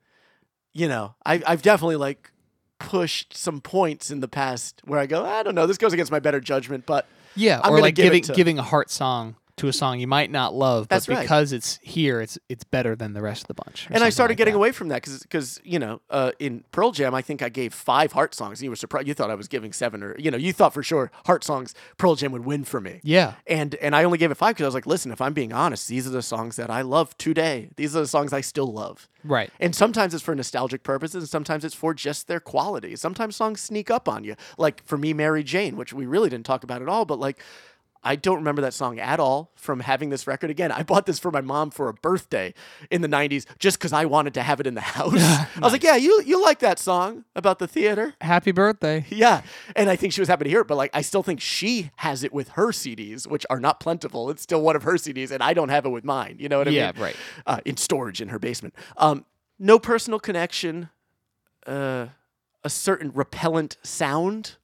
[SPEAKER 3] You know, I, I've definitely like pushed some points in the past where I go, I don't know, this goes against my better judgment, but
[SPEAKER 4] Yeah,
[SPEAKER 3] I'm
[SPEAKER 4] or
[SPEAKER 3] gonna
[SPEAKER 4] like
[SPEAKER 3] give it
[SPEAKER 4] giving
[SPEAKER 3] to-
[SPEAKER 4] giving a heart song to a song you might not love,
[SPEAKER 3] That's
[SPEAKER 4] but
[SPEAKER 3] right.
[SPEAKER 4] because it's here, it's it's better than the rest of the bunch. or
[SPEAKER 3] and I
[SPEAKER 4] something
[SPEAKER 3] started
[SPEAKER 4] like
[SPEAKER 3] getting
[SPEAKER 4] that.
[SPEAKER 3] away from that because you know uh, in Pearl Jam I think I gave five heart songs and you were surprised you thought I was giving seven or you know you thought for sure heart songs Pearl Jam would win for me
[SPEAKER 4] Yeah,
[SPEAKER 3] and and I only gave it five because I was like listen if I'm being honest these are the songs that I love today these are the songs I still love
[SPEAKER 4] right.
[SPEAKER 3] and sometimes it's for nostalgic purposes, and sometimes it's for just their quality. Sometimes songs sneak up on you. Like for me, Mary Jane, which we really didn't talk about at all, but like I don't remember that song at all from having this record again. I bought this for my mom for a birthday in the 90s just because I wanted to have it in the house. I was like, yeah, you, you like that song about the theater?
[SPEAKER 4] Happy birthday.
[SPEAKER 3] Yeah. And I think she was happy to hear it, but like I still think she has it with her CDs, which are not plentiful. It's still one of her CDs, and I don't have it with mine. You know what I
[SPEAKER 4] Yeah,
[SPEAKER 3] mean?
[SPEAKER 4] right.
[SPEAKER 3] Uh, in storage in her basement. Um, no personal connection. Uh, a certain repellent sound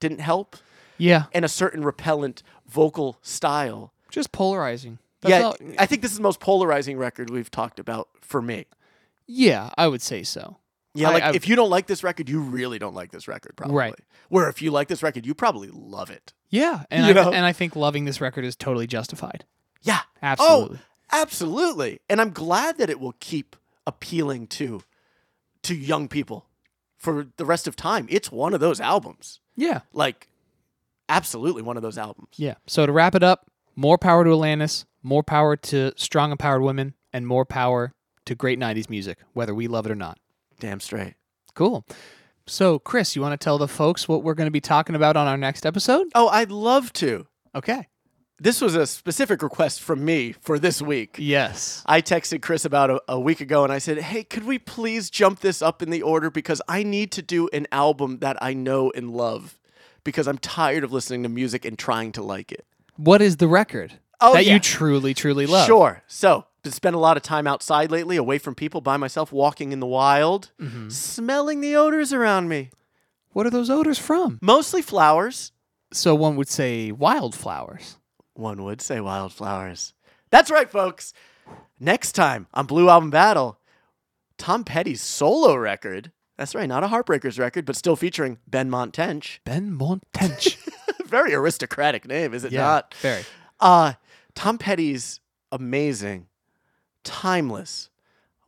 [SPEAKER 3] didn't help,
[SPEAKER 4] Yeah,
[SPEAKER 3] and a certain repellent vocal style.
[SPEAKER 4] just polarizing.
[SPEAKER 3] yeah,
[SPEAKER 4] all-
[SPEAKER 3] I think this is the most polarizing record we've talked about for me.
[SPEAKER 4] yeah, I would say so.
[SPEAKER 3] Yeah,
[SPEAKER 4] I-
[SPEAKER 3] like
[SPEAKER 4] I-
[SPEAKER 3] if you don't like this record, you really don't like this record, probably.
[SPEAKER 4] Right.
[SPEAKER 3] Where if you like this record, you probably love it.
[SPEAKER 4] Yeah, and
[SPEAKER 3] You
[SPEAKER 4] I,
[SPEAKER 3] know?
[SPEAKER 4] and I think loving this record is totally justified.
[SPEAKER 3] Yeah.
[SPEAKER 4] Absolutely.
[SPEAKER 3] Oh, absolutely. And I'm glad that it will keep appealing to to young people for the rest of time. It's one of those albums.
[SPEAKER 4] Yeah,
[SPEAKER 3] Like absolutely one of those albums.
[SPEAKER 4] yeah. So to wrap it up, more power to Alanis, more power to strong empowered women, and more power to great '90s music, whether we love it or not.
[SPEAKER 3] Damn straight.
[SPEAKER 4] Cool. So, Chris, you want to tell the folks what we're going to be talking about on our next episode?
[SPEAKER 3] Oh, I'd love to.
[SPEAKER 4] Okay.
[SPEAKER 3] This was a specific request from me for this week.
[SPEAKER 4] Yes.
[SPEAKER 3] I texted Chris about a, a week ago and I said, Hey, could we please jump this up in the order? Because I need to do an album that I know and love because I'm tired of listening to music and trying to like it.
[SPEAKER 4] What is the record
[SPEAKER 3] Oh,
[SPEAKER 4] that
[SPEAKER 3] yeah.
[SPEAKER 4] you truly, truly love?
[SPEAKER 3] Sure. So, been spent a lot of time outside lately, away from people, by myself, walking in the wild,
[SPEAKER 4] Mm-hmm.
[SPEAKER 3] smelling the odors around me.
[SPEAKER 4] What are those odors from?
[SPEAKER 3] Mostly flowers.
[SPEAKER 4] So one would say wildflowers.
[SPEAKER 3] One would say wildflowers. That's right, folks. Next time on Blue Album Battle, Tom Petty's solo record. That's right, not a Heartbreakers record, but still featuring Ben Montench.
[SPEAKER 4] Ben Montench.
[SPEAKER 3] Very aristocratic name, is it
[SPEAKER 4] yeah.
[SPEAKER 3] not?
[SPEAKER 4] Very.
[SPEAKER 3] Uh, Tom Petty's amazing, timeless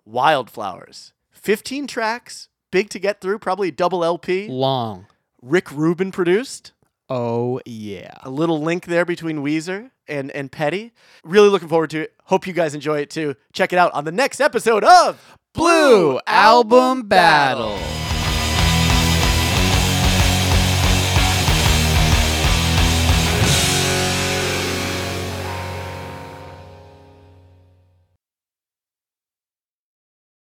[SPEAKER 3] Wildflowers. 15 tracks, big to get through, probably double LP.
[SPEAKER 4] Long.
[SPEAKER 3] Rick Rubin produced.
[SPEAKER 4] Oh, yeah.
[SPEAKER 3] A little link there between Weezer and, and Petty. Really looking forward to it. Hope you guys enjoy it too. Check it out on the next episode of
[SPEAKER 4] Blue Album Battle.